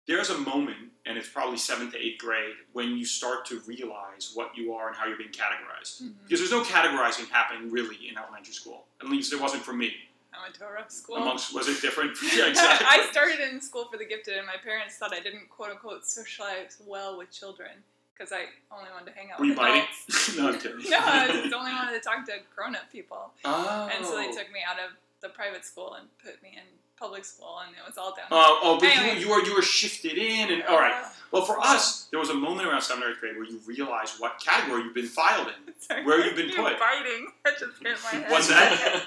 Speaker 2: There's a moment, and it's probably seventh to eighth grade, when you start to realize what you are and how you're being categorized.
Speaker 3: Mhm.
Speaker 2: Because there's no categorizing happening really in elementary school. At least it wasn't for me.
Speaker 3: I went to a rough school.
Speaker 2: Amongst was it different? yeah, exactly.
Speaker 3: I started in school for the gifted, and my parents thought I didn't quote unquote socialize well with children because I only wanted to hang out
Speaker 2: Were you
Speaker 3: with
Speaker 2: biting?
Speaker 3: adults.
Speaker 2: no, I'm kidding.
Speaker 3: no, I was the only one to talk to grown up people.
Speaker 2: Oh.
Speaker 3: And so they took me out of the private school and put me in public school, and it was all down.
Speaker 2: Oh, oh, but
Speaker 3: Anyway.
Speaker 2: you, you were you were shifted in, and all right. Well, for us, there was a moment around seventh or eighth grade where you realize what category you've been filed in.
Speaker 3: Sorry.
Speaker 2: Where you been
Speaker 3: You
Speaker 2: put?
Speaker 3: Biting. That just hit my head.
Speaker 2: What's
Speaker 4: that?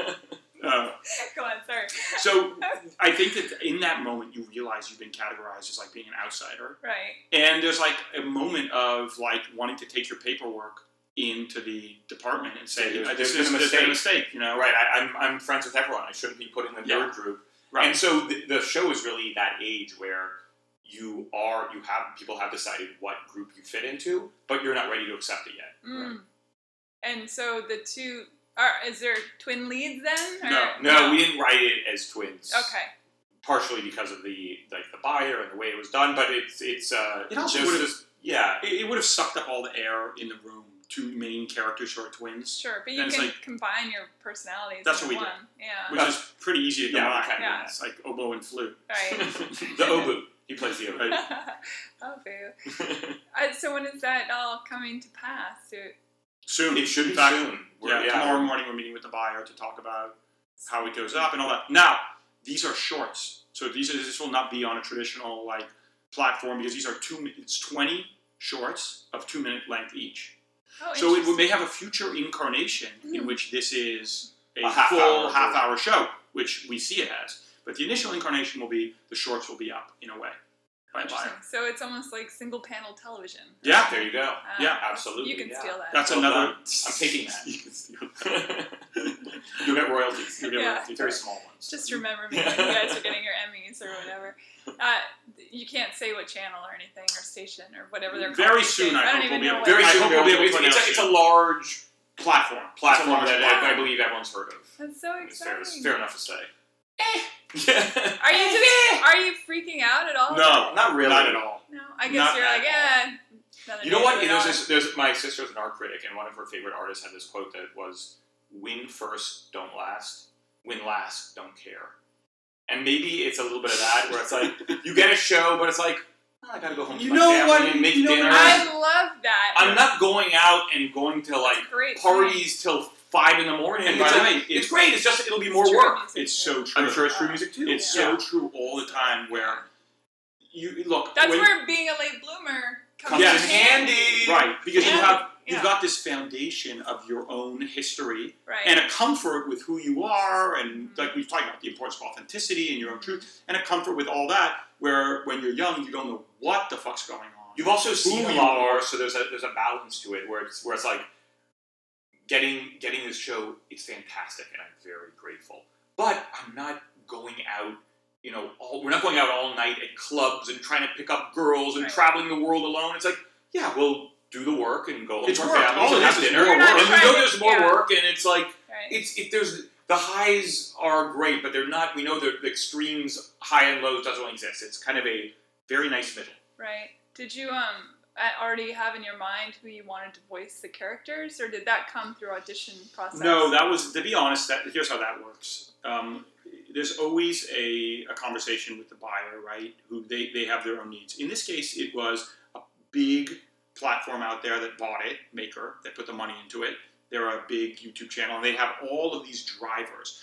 Speaker 2: Uh,
Speaker 3: Go on, sorry.
Speaker 2: so I think that in that moment you realize you've been categorized as like being an outsider,
Speaker 3: Right.
Speaker 2: and there's like a moment of like wanting to take your paperwork into the department and say
Speaker 4: There's-
Speaker 2: uh,
Speaker 4: there's
Speaker 2: this
Speaker 4: been
Speaker 2: is
Speaker 4: a
Speaker 2: this has been a
Speaker 4: mistake.
Speaker 2: mistake, you know?
Speaker 4: right, I, I'm I'm friends with everyone. I shouldn't be put in the
Speaker 2: Yeah.
Speaker 4: nerd group. And so the, the show is really that age where you are you have people have decided what group you fit into, but you're not ready to accept it yet.
Speaker 3: Mm. And so the two are. Is there twin leads then? Or,
Speaker 2: No,
Speaker 4: No, we didn't write it as twins.
Speaker 3: Okay.
Speaker 4: Partially because of the like the buyer and the way it was done, but it's it's uh
Speaker 2: It also
Speaker 4: there's
Speaker 2: would've-
Speaker 4: this- yeah.
Speaker 2: It, it would have sucked up all the air in the room two main characters who are twins,
Speaker 3: Sure, but you
Speaker 2: Then it's
Speaker 3: can
Speaker 2: like-
Speaker 3: combine your personalities.
Speaker 2: That's
Speaker 3: into
Speaker 2: what we do.
Speaker 3: one. Yeah.
Speaker 2: which is pretty easy to
Speaker 4: Yeah,
Speaker 2: combine.
Speaker 4: we can do
Speaker 3: Yeah.
Speaker 2: It's like oboe and flute.
Speaker 3: Right.
Speaker 4: the oboe. He plays the oboe.
Speaker 3: oh, boo. Uh, so when is that all coming to pass? It-
Speaker 2: Soon.
Speaker 4: it should be
Speaker 2: In fact,
Speaker 4: soon.
Speaker 2: Yeah,
Speaker 4: We're-
Speaker 2: tomorrow morning we're meeting with the buyer to talk about how it goes up and all that. Now, these are shorts, so these are, this will not be on a traditional like platform because these are two. mi- It's twenty shorts of two minute length each.
Speaker 3: Oh,
Speaker 2: So it
Speaker 3: interesting.
Speaker 2: may have a future incarnation in
Speaker 3: Mm.
Speaker 2: which this is a,
Speaker 4: A half
Speaker 2: full
Speaker 4: hour
Speaker 2: half hour show, which we see it as. But the initial incarnation will be the shorts will be up in a way by a buyer.
Speaker 3: Interesting. So it's almost like single panel television.
Speaker 2: Yeah,
Speaker 4: There you go.
Speaker 3: Ah,
Speaker 2: yeah,
Speaker 4: absolutely,
Speaker 3: You can
Speaker 4: yeah.
Speaker 3: steal that.
Speaker 2: that's
Speaker 4: Well
Speaker 2: another.
Speaker 4: done. I'm taking that.
Speaker 2: You can steal
Speaker 4: you get royalties.
Speaker 2: You get
Speaker 3: Yeah.
Speaker 2: royalties.
Speaker 4: Very small ones.
Speaker 3: Just remember me when you guys are getting your Emmys or whatever. Uh, you can't say what channel or anything or station or whatever they're called.
Speaker 2: Very
Speaker 3: these
Speaker 2: soon,
Speaker 3: days.
Speaker 2: I
Speaker 3: I don't
Speaker 2: hope we'll
Speaker 3: even
Speaker 2: be
Speaker 3: know
Speaker 2: able-
Speaker 3: what
Speaker 2: Very
Speaker 3: it is.
Speaker 2: soon
Speaker 4: I hope
Speaker 2: we'll be able to
Speaker 4: it's, it's, a,
Speaker 2: pronounce
Speaker 4: it's
Speaker 2: it.
Speaker 4: a large
Speaker 2: platform.
Speaker 4: platform
Speaker 2: Platform
Speaker 4: that
Speaker 3: platform.
Speaker 4: I, I believe everyone's heard of.
Speaker 3: That's so
Speaker 4: It's fair,
Speaker 3: exciting.
Speaker 4: it's fair enough to say. Yeah.
Speaker 3: Are you just, are you freaking out at all?
Speaker 2: Eh. No,
Speaker 4: Not really.
Speaker 2: Not at all.
Speaker 3: No. I guess
Speaker 2: Not
Speaker 3: you're
Speaker 2: at
Speaker 3: like, eh. another
Speaker 4: You know
Speaker 3: day
Speaker 4: what?
Speaker 3: goes
Speaker 4: There's,
Speaker 3: on.
Speaker 4: this, there's my sister's an art critic, and one of her favorite artists had this quote that was, "Win first, don't last. Win last, don't care." And maybe it's a little bit of that, where it's like you get a show, but it's like "Oh, I gotta go home. To
Speaker 2: You
Speaker 4: my
Speaker 2: know
Speaker 4: family
Speaker 2: what-
Speaker 4: And make
Speaker 2: you know what
Speaker 4: dinner.
Speaker 3: I love that.
Speaker 4: I'm not going out and going to like
Speaker 3: That's great.
Speaker 4: parties till five in the morning.
Speaker 2: And
Speaker 4: by
Speaker 2: by
Speaker 4: the
Speaker 2: the
Speaker 4: way,
Speaker 2: way,
Speaker 4: it's great. It's just it'll be
Speaker 3: It's
Speaker 4: more
Speaker 3: true
Speaker 4: work.
Speaker 3: music,
Speaker 2: It's so
Speaker 3: too.
Speaker 2: true.
Speaker 3: true music
Speaker 4: too.
Speaker 2: It's so
Speaker 3: Yeah.
Speaker 2: true all the time. Where you look.
Speaker 3: That's
Speaker 2: when-
Speaker 3: where being a late bloomer comes
Speaker 2: Yes.
Speaker 3: in
Speaker 4: Handy.
Speaker 2: Right, because you
Speaker 3: Yeah.
Speaker 2: have you've
Speaker 3: Yeah.
Speaker 2: got this foundation of your own history
Speaker 3: Right.
Speaker 2: and a comfort with who you are, and
Speaker 3: Mhm.
Speaker 2: like we've talked about the importance of authenticity and your own truth, and a comfort with all that. Where when you're young, you don't know what the fuck's going on.
Speaker 4: You've also seen a
Speaker 2: you
Speaker 4: lot
Speaker 2: are.
Speaker 4: more, so there's a there's a balance to it where it's where it's like getting getting this show. It's fantastic, and I'm very grateful. But I'm not going out. You know, all, we're not going out all night at clubs and trying to pick up girls and
Speaker 3: Right.
Speaker 4: traveling the world alone. It's like, yeah, we'll do the work and go home
Speaker 2: It's
Speaker 4: to our
Speaker 2: work.
Speaker 4: families
Speaker 2: All
Speaker 4: and
Speaker 2: it
Speaker 4: have
Speaker 2: is is
Speaker 4: dinner.
Speaker 2: more
Speaker 4: And
Speaker 2: work.
Speaker 4: we know there's more
Speaker 3: Yeah.
Speaker 4: work, and it's like
Speaker 3: right.
Speaker 4: it's it, there's the highs are great, but they're not. We know the, the extremes, high and lows, doesn't exist. It's kind of a very nice middle.
Speaker 3: Right. Did you um a- already have in your mind who you wanted to voice the characters, or did that come through audition process?
Speaker 2: No, that was to be honest. That here's how that works. Um, there's always a, a conversation with the buyer, right? Who they, they have their own needs. In this case, it was a big platform out there that bought it, Maker, that put the money into it. They're a big YouTube channel, and they have all of these drivers.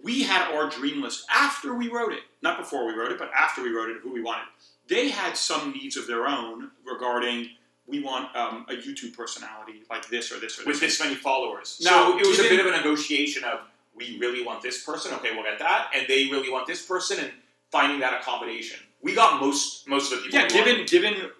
Speaker 2: We had our dream list after we wrote it, not before we wrote it, but after we wrote it of who we wanted. They had some needs of their own regarding we want um, a YouTube personality like this or this or this.
Speaker 4: with this many followers.
Speaker 2: Now,
Speaker 4: so it was a
Speaker 2: given-
Speaker 4: bit of a negotiation of we really want this person, okay, we'll get that, and they really want this person, and finding that accommodation. We got most most of the people.
Speaker 2: Yeah,
Speaker 4: we
Speaker 2: given given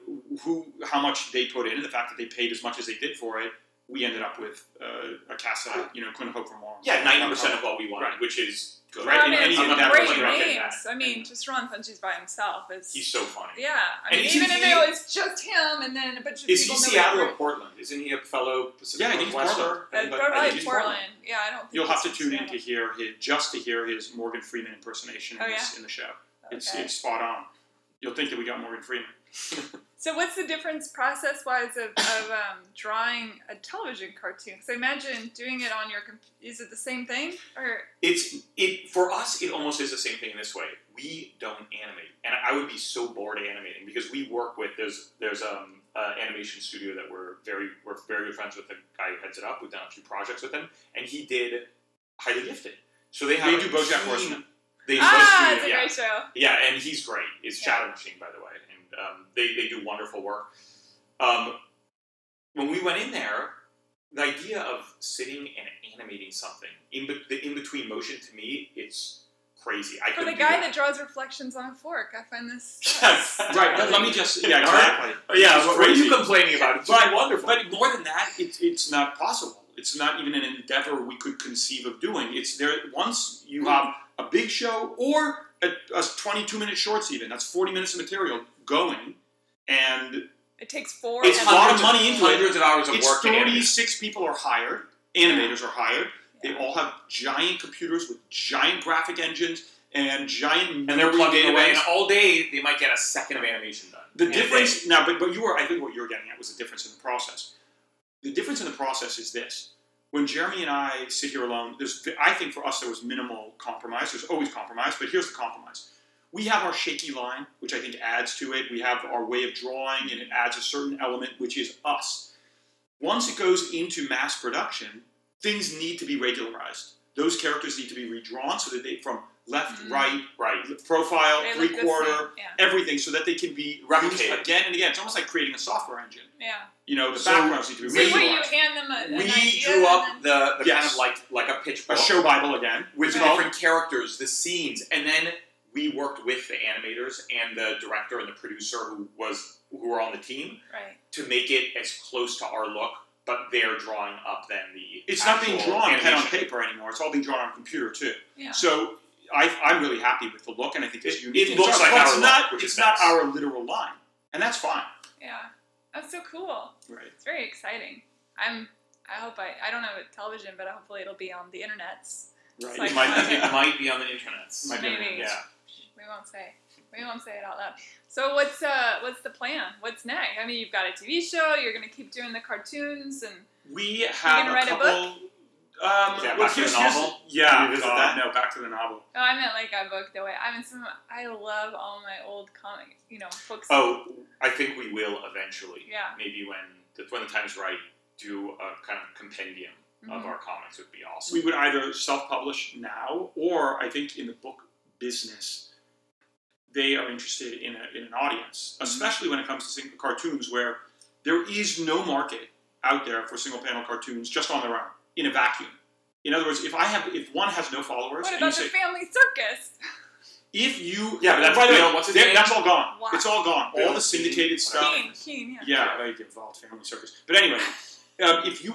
Speaker 2: who how much they put in and the fact that they paid as much as they did for it, we ended up with uh, a cast that you know couldn't hope for more.
Speaker 4: wanted. yeah, ninety percent of what we wanted,
Speaker 2: Right.
Speaker 4: which is good.
Speaker 2: Right,
Speaker 3: I
Speaker 2: in
Speaker 3: mean,
Speaker 2: any
Speaker 3: it's
Speaker 4: I'm not
Speaker 2: event,
Speaker 4: gonna
Speaker 3: great
Speaker 4: recommend
Speaker 3: names.
Speaker 4: that.
Speaker 3: I mean, just Ron Funches by himself is.
Speaker 4: he's so funny.
Speaker 3: yeah, I
Speaker 4: And
Speaker 3: mean,
Speaker 4: is
Speaker 3: even
Speaker 4: he-
Speaker 3: if it was just him and then a bunch of
Speaker 4: Is he
Speaker 3: people. know
Speaker 4: Seattle
Speaker 3: who-
Speaker 4: or Portland? Isn't he a fellow Pacific
Speaker 2: Yeah, I think he's
Speaker 4: Northwester?
Speaker 3: Uh,
Speaker 4: think-
Speaker 3: probably
Speaker 4: I think he's
Speaker 3: Portland. Yeah, I don't. Think
Speaker 2: You'll have to
Speaker 3: he's
Speaker 2: tune in
Speaker 3: Seattle.
Speaker 2: to hear his just to hear his Morgan Freeman impersonation in,
Speaker 3: Oh,
Speaker 2: this, in the show. It's
Speaker 3: Okay.
Speaker 2: it's spot on. You'll think that we got Morgan Freeman.
Speaker 3: So what's the difference process-wise of, of um, drawing a television cartoon? Because I imagine doing it on your comp- is it the same thing or
Speaker 4: It's it for us. It almost is the same thing in this way. We don't animate, and I would be so bored animating because we work with there's there's um uh, animation studio that we're very we're very good friends with the guy who heads it up. We've done a few projects with him, and he did Highly Gifted. So they have
Speaker 2: They
Speaker 4: a
Speaker 2: do BoJack
Speaker 4: team-
Speaker 2: Horseman.
Speaker 4: They do
Speaker 3: ah,
Speaker 4: both
Speaker 3: it's
Speaker 4: studio,
Speaker 3: a
Speaker 4: yeah.
Speaker 3: great show.
Speaker 4: Yeah, and he's great. It's
Speaker 3: Yeah.
Speaker 4: Shadow Machine, by the way, and um, they they do wonderful work. Um, when we went in there, the idea of sitting and animating something in be- the in between motion to me, it's crazy. I
Speaker 3: For the
Speaker 4: couldn't do
Speaker 3: guy
Speaker 4: that.
Speaker 3: that draws reflections on a fork, I find this.
Speaker 4: Yes.
Speaker 2: Right, but let me just yeah
Speaker 4: All
Speaker 2: exactly.
Speaker 4: Oh, yeah,
Speaker 2: It's
Speaker 4: what were you
Speaker 2: crazy.
Speaker 4: complaining about? It's
Speaker 2: But-
Speaker 4: wonderful.
Speaker 2: But more than that, it's it's not possible. It's not even an endeavor we could conceive of doing. It's there once
Speaker 4: Hmm.
Speaker 2: you have a big show or a, a 22 minute shorts, even that's 40 minutes of material going, and
Speaker 3: It takes four.
Speaker 2: It's
Speaker 3: and
Speaker 2: a lot of
Speaker 4: hundreds
Speaker 2: money into it.
Speaker 4: hundreds of hours of
Speaker 2: it's
Speaker 4: work. to animate.
Speaker 2: 36 people are hired. Animators are hired. They all have giant computers with giant graphic engines and giant
Speaker 4: and they're
Speaker 2: memory
Speaker 4: plugged in away,
Speaker 2: devices.
Speaker 4: and all day they might get a second of animation done.
Speaker 2: The
Speaker 4: Yeah.
Speaker 2: difference now, but, but you were I think what you were getting at was the difference in the process. the difference in the process is this. When Jeremy and I sit here alone, there's, I think for us there was minimal compromise. There's always compromise, but here's the compromise. We have our shaky line, which I think adds to it. We have our way of drawing, and it adds a certain element, which is us. Once it goes into mass production, things need to be regularized. Those characters need to be redrawn so that they, from left,
Speaker 3: Mhm.
Speaker 2: right, right, profile,
Speaker 3: They look
Speaker 2: three
Speaker 3: the
Speaker 2: quarter,
Speaker 3: same. Yeah.
Speaker 2: everything so that they can be used
Speaker 4: Replicated.
Speaker 2: again and again. It's almost like creating a software engine.
Speaker 3: Yeah.
Speaker 2: You know, the
Speaker 4: So-
Speaker 2: backgrounds need to be
Speaker 3: So where you
Speaker 2: regularized.
Speaker 3: hand them a, an
Speaker 4: we
Speaker 3: idea
Speaker 4: drew up
Speaker 3: and
Speaker 4: the, the
Speaker 2: Yes.
Speaker 4: kind of like like a pitch
Speaker 2: A show bible again.
Speaker 4: with
Speaker 3: Right.
Speaker 4: different characters, the scenes, and then we worked with the animators and the director and the producer who was who were on the team
Speaker 3: then- right.
Speaker 4: to make it as close to our look, but they're drawing up then the
Speaker 2: It's not being
Speaker 4: actual
Speaker 2: drawn pen on
Speaker 4: animation.
Speaker 2: paper anymore. It's all being drawn on computer too.
Speaker 3: Yeah.
Speaker 2: So I, I'm really happy with the look, and I think it's
Speaker 4: It-
Speaker 2: unique.
Speaker 4: it looks
Speaker 2: It's
Speaker 4: like
Speaker 2: not-
Speaker 4: our
Speaker 2: it's
Speaker 4: look,
Speaker 2: not.
Speaker 4: which
Speaker 2: it's
Speaker 4: is
Speaker 2: not
Speaker 4: nice.
Speaker 2: our literal line, and that's fine.
Speaker 3: Yeah. That's so cool.
Speaker 2: Right.
Speaker 3: It's very exciting. I'm. I hope I. I don't have a television, but hopefully it'll be on the internets.
Speaker 2: Right.
Speaker 3: like-
Speaker 4: It might, it might be on the internet.
Speaker 2: Might be on the
Speaker 3: Maybe.
Speaker 4: Yeah.
Speaker 3: We won't say. We won't say it out loud. So what's uh what's the plan? What's next? I mean, you've got a TV show. You're gonna keep doing the cartoons and
Speaker 2: we have
Speaker 3: gonna
Speaker 2: a
Speaker 3: write a
Speaker 2: couple. Um,
Speaker 4: Is that
Speaker 2: well,
Speaker 4: back to the
Speaker 2: here's- here's
Speaker 4: novel?
Speaker 2: yeah.
Speaker 4: Revisit
Speaker 2: God,
Speaker 4: that?
Speaker 2: No, back to the novel.
Speaker 3: oh, I meant like a book the way I mean some I love all my old comic you know books.
Speaker 4: Oh, I think we will eventually.
Speaker 3: yeah.
Speaker 4: Maybe when the, when the time is right, do a kind of compendium of
Speaker 3: Mhm.
Speaker 4: um, our comics would be awesome.
Speaker 2: we would either self-publish now or i think in the book business they are interested in, a, in an audience especially when it comes to single cartoons where there is no market out there for single panel cartoons just on their own in a vacuum in other words if i have if one has no followers
Speaker 3: What
Speaker 2: and you
Speaker 3: about
Speaker 2: say
Speaker 3: the family circus?
Speaker 2: if you
Speaker 4: Yeah, but that's-
Speaker 2: by
Speaker 4: you
Speaker 2: the way
Speaker 4: know, what's his
Speaker 2: that-
Speaker 4: name?
Speaker 2: that's all gone
Speaker 3: Wow.
Speaker 2: it's all gone all
Speaker 4: Bill
Speaker 2: the syndicated
Speaker 4: Keen.
Speaker 2: stuff
Speaker 3: Keen, Keen, yeah.
Speaker 2: yeah, I get involved family circus. But anyway, um, if you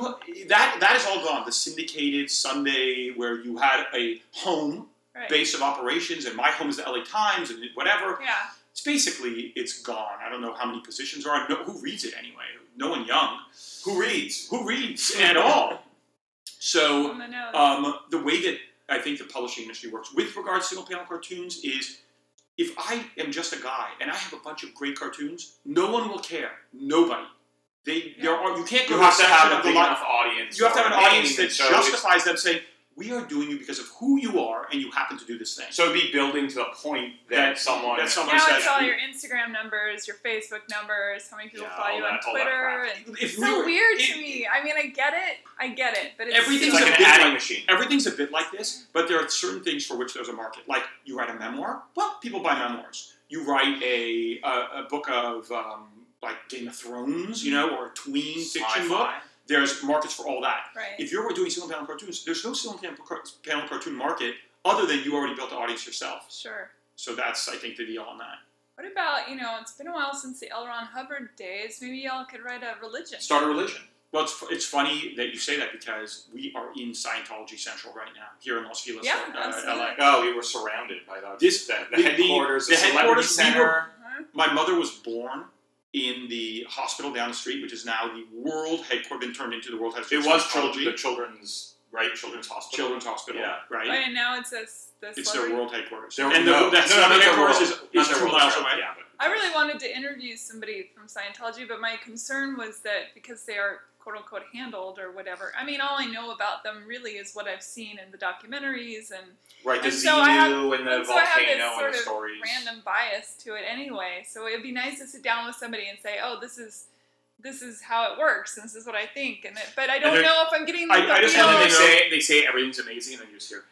Speaker 2: that that is all gone. The syndicated Sunday where you had a home
Speaker 3: Right.
Speaker 2: base of operations, and my home is the LA Times and whatever.
Speaker 3: yeah.
Speaker 2: It's basically it's gone. I don't know how many positions are. No, who reads it anyway? No one young. Who reads? Who reads at all? So
Speaker 3: On the nose.
Speaker 2: um, the way that I think the publishing industry works with regards to single panel cartoons is if I am just a guy and I have a bunch of great cartoons, no one will care. Nobody. They there are you can't go
Speaker 4: you have to
Speaker 2: section
Speaker 4: have
Speaker 2: of
Speaker 4: a
Speaker 2: the
Speaker 4: big
Speaker 2: line-
Speaker 4: enough audience.
Speaker 2: You have to have an
Speaker 4: or a
Speaker 2: audience
Speaker 4: name,
Speaker 2: that
Speaker 4: so it's-
Speaker 2: justifies them saying, We are doing you because of who you are and you happen to do this thing.
Speaker 4: So it'd be building to the point that,
Speaker 2: That-
Speaker 4: someone
Speaker 2: that someone
Speaker 3: now
Speaker 2: says
Speaker 3: it's all your Instagram numbers, your Facebook numbers, how many people
Speaker 4: Yeah,
Speaker 3: follow
Speaker 4: all
Speaker 3: you
Speaker 4: that-
Speaker 3: on
Speaker 4: all that
Speaker 3: Twitter,
Speaker 4: crap.
Speaker 3: and
Speaker 2: if
Speaker 3: it's so
Speaker 2: were-
Speaker 3: weird
Speaker 2: it-
Speaker 3: to me. I mean, I get it, I get it, but it's
Speaker 2: Everything's
Speaker 4: it's like
Speaker 3: so-
Speaker 2: a
Speaker 4: an
Speaker 2: big
Speaker 4: adding
Speaker 2: one.
Speaker 4: machine.
Speaker 2: Everything's a bit like this, but there are certain things for which there's a market. Like you write a memoir, well, people buy memoirs. You write a a, a book of um, like Game of Thrones, you know, or a tween fiction book.
Speaker 4: Sci-fi.
Speaker 2: There's markets for all that.
Speaker 3: right.
Speaker 2: If you're doing single panel cartoons, there's no single panel, car- panel cartoon market other than you already built the audience yourself.
Speaker 3: Sure.
Speaker 2: So that's I think the deal on that.
Speaker 3: What about, you know, it's been a while since the L. Ron Hubbard days. Maybe y'all could write a religion.
Speaker 4: Start a religion.
Speaker 2: Well, it's, fu- it's funny that you say that because we are in Scientology Central right now here in Los Feliz,
Speaker 3: Yeah,
Speaker 2: uh,
Speaker 3: absolutely.
Speaker 2: LA.
Speaker 4: Oh, we were surrounded by that.
Speaker 2: This-
Speaker 4: the,
Speaker 2: the-
Speaker 4: the
Speaker 2: the-
Speaker 4: headquarters,
Speaker 2: the
Speaker 4: celebrity
Speaker 2: headquarters, we
Speaker 4: center.
Speaker 2: were-
Speaker 3: Huh?
Speaker 2: My mother was born in the hospital down the street, which is now the world headquarters, been turned into the world
Speaker 4: It
Speaker 2: headquarters.
Speaker 4: was
Speaker 2: of
Speaker 4: children, the children's right children's hospital.
Speaker 2: Children's Hospital,
Speaker 4: Yeah.
Speaker 2: right?
Speaker 3: Right, and now it's a, s- the
Speaker 2: It's their
Speaker 3: celebrity-
Speaker 2: world headquarters,
Speaker 4: There-
Speaker 2: and
Speaker 4: no,
Speaker 2: the, that's
Speaker 4: no, not
Speaker 2: the
Speaker 4: their
Speaker 2: headquarters
Speaker 4: world.
Speaker 2: is,
Speaker 4: Not
Speaker 2: is
Speaker 4: their
Speaker 2: two
Speaker 4: world,
Speaker 2: miles
Speaker 4: sorry.
Speaker 2: away.
Speaker 4: Yeah, but
Speaker 3: I really wanted to interview somebody from Scientology, but my concern was that because they are quote unquote handled or whatever. I mean, all I know about them really is what I've seen in the documentaries and
Speaker 4: right. The
Speaker 3: And
Speaker 4: Xenu
Speaker 3: so I have-
Speaker 4: and the
Speaker 3: and so I have this
Speaker 4: volcano
Speaker 3: sort
Speaker 4: and the
Speaker 3: of
Speaker 4: stories.
Speaker 3: random bias to it anyway. So it'd be nice to sit down with somebody and say, "Oh, this is this is how it works. And this is what I think." And it, but I don't
Speaker 2: then-
Speaker 3: know if I'm getting
Speaker 2: I-
Speaker 3: like
Speaker 2: I
Speaker 3: the
Speaker 2: just
Speaker 4: And then
Speaker 2: wanted
Speaker 4: they
Speaker 2: No.
Speaker 3: real.
Speaker 4: say they say everything's amazing, and then you just hear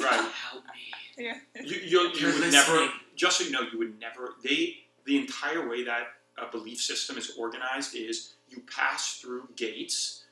Speaker 2: Right.
Speaker 4: help me.
Speaker 3: Yeah.
Speaker 2: You, you, you
Speaker 4: You're
Speaker 2: would never,
Speaker 4: listening.
Speaker 2: just so you know, you would never, they, the entire way that a belief system is organized is you pass through gates,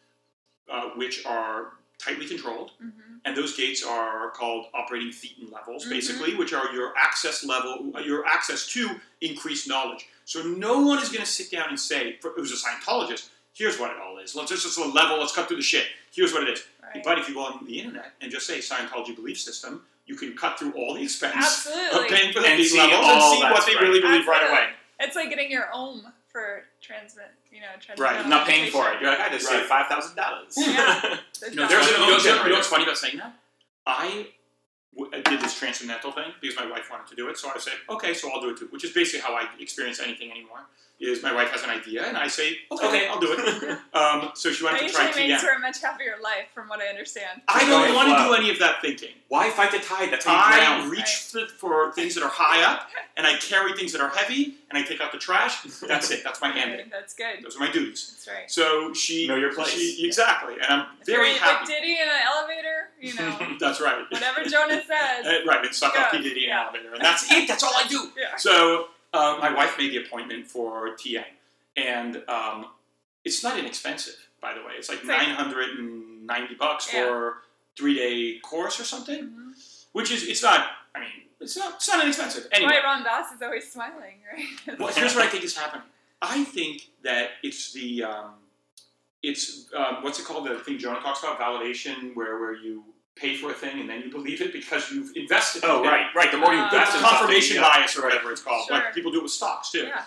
Speaker 2: uh, which are tightly controlled,
Speaker 3: Mhm.
Speaker 2: and those gates are called operating thetan levels,
Speaker 3: Mhm.
Speaker 2: basically, which are your access level, uh, your access to increased knowledge. So no one is going to sit down and say, for, who's a Scientologist, here's what it all is. Let's just, just a level, let's cut through the shit. Here's what it is.
Speaker 3: Right.
Speaker 2: But if you go on the internet and just say Scientology belief system, you can cut through all the expense
Speaker 3: Absolutely.
Speaker 2: of paying for the
Speaker 4: And
Speaker 2: fee
Speaker 4: see
Speaker 2: levels and
Speaker 4: all
Speaker 2: see what
Speaker 4: that's
Speaker 2: they
Speaker 4: right.
Speaker 2: really believe right away.
Speaker 3: Absolutely. It's like getting your ohm for transmit, you know, transmit.
Speaker 2: Right,
Speaker 4: I'm not paying for it. You're like, I just
Speaker 2: Right.
Speaker 4: saved five thousand dollars.
Speaker 3: Yeah. There's
Speaker 2: No,
Speaker 3: not-
Speaker 2: there's
Speaker 4: That's
Speaker 2: a,
Speaker 4: what I'm
Speaker 2: you know- you know- you
Speaker 4: generating.
Speaker 2: know what's funny about saying that? I w- I did this transcendental thing because my wife wanted to do it, so I said, okay, so I'll do it too, which is basically how I experience anything anymore. is my wife has an idea, and I say, okay,
Speaker 4: Okay.
Speaker 2: I'll do it. um, so she wanted
Speaker 3: That
Speaker 2: to try
Speaker 3: usually makes
Speaker 2: TM.
Speaker 3: for a much happier life, from what I understand.
Speaker 2: I don't
Speaker 4: Okay,
Speaker 2: want to
Speaker 4: wow.
Speaker 2: do any of that thinking.
Speaker 4: Why fight the tide? That's how you
Speaker 2: I
Speaker 4: drown.
Speaker 2: reach for, for things that are high up, and I carry things that are heavy, and I take out the trash. That's it. That's my handling.
Speaker 3: Right, That's good.
Speaker 2: Those are my duties.
Speaker 3: That's right.
Speaker 2: So she
Speaker 4: Know your place.
Speaker 2: she- exactly, and I'm very
Speaker 3: Right, Like
Speaker 2: happy.
Speaker 3: Diddy in an elevator, you know,
Speaker 2: That's right.
Speaker 3: whatever Jonah says.
Speaker 2: Uh, right, and suck up
Speaker 3: Yeah,
Speaker 2: P Diddy
Speaker 3: yeah.
Speaker 2: and elevator, and that's it. That's all I do.
Speaker 3: Yeah.
Speaker 2: So uh, my wife made the appointment for TN, and um, it's not inexpensive, by the way. It's like
Speaker 3: It's like-
Speaker 2: nine hundred and ninety bucks
Speaker 3: Yeah.
Speaker 2: for three day course or something,
Speaker 3: Mhm.
Speaker 2: which is it's not. I mean, it's not it's not inexpensive anyway.
Speaker 3: Why Ron Dass is always smiling, right?
Speaker 2: Well, here's what I think is happening. I think that it's the um, it's um, what's it called the thing Jonah talks about validation, where where you pay for a thing and then you believe it because you've invested.
Speaker 4: Oh
Speaker 2: in it.
Speaker 4: right, right. The more you
Speaker 3: Uh,
Speaker 4: invest
Speaker 2: That's
Speaker 4: in
Speaker 2: a
Speaker 3: something,
Speaker 2: confirmation
Speaker 4: something,
Speaker 2: bias or whatever it's called.
Speaker 3: Sure.
Speaker 2: Like people do it with stocks too.
Speaker 3: yeah.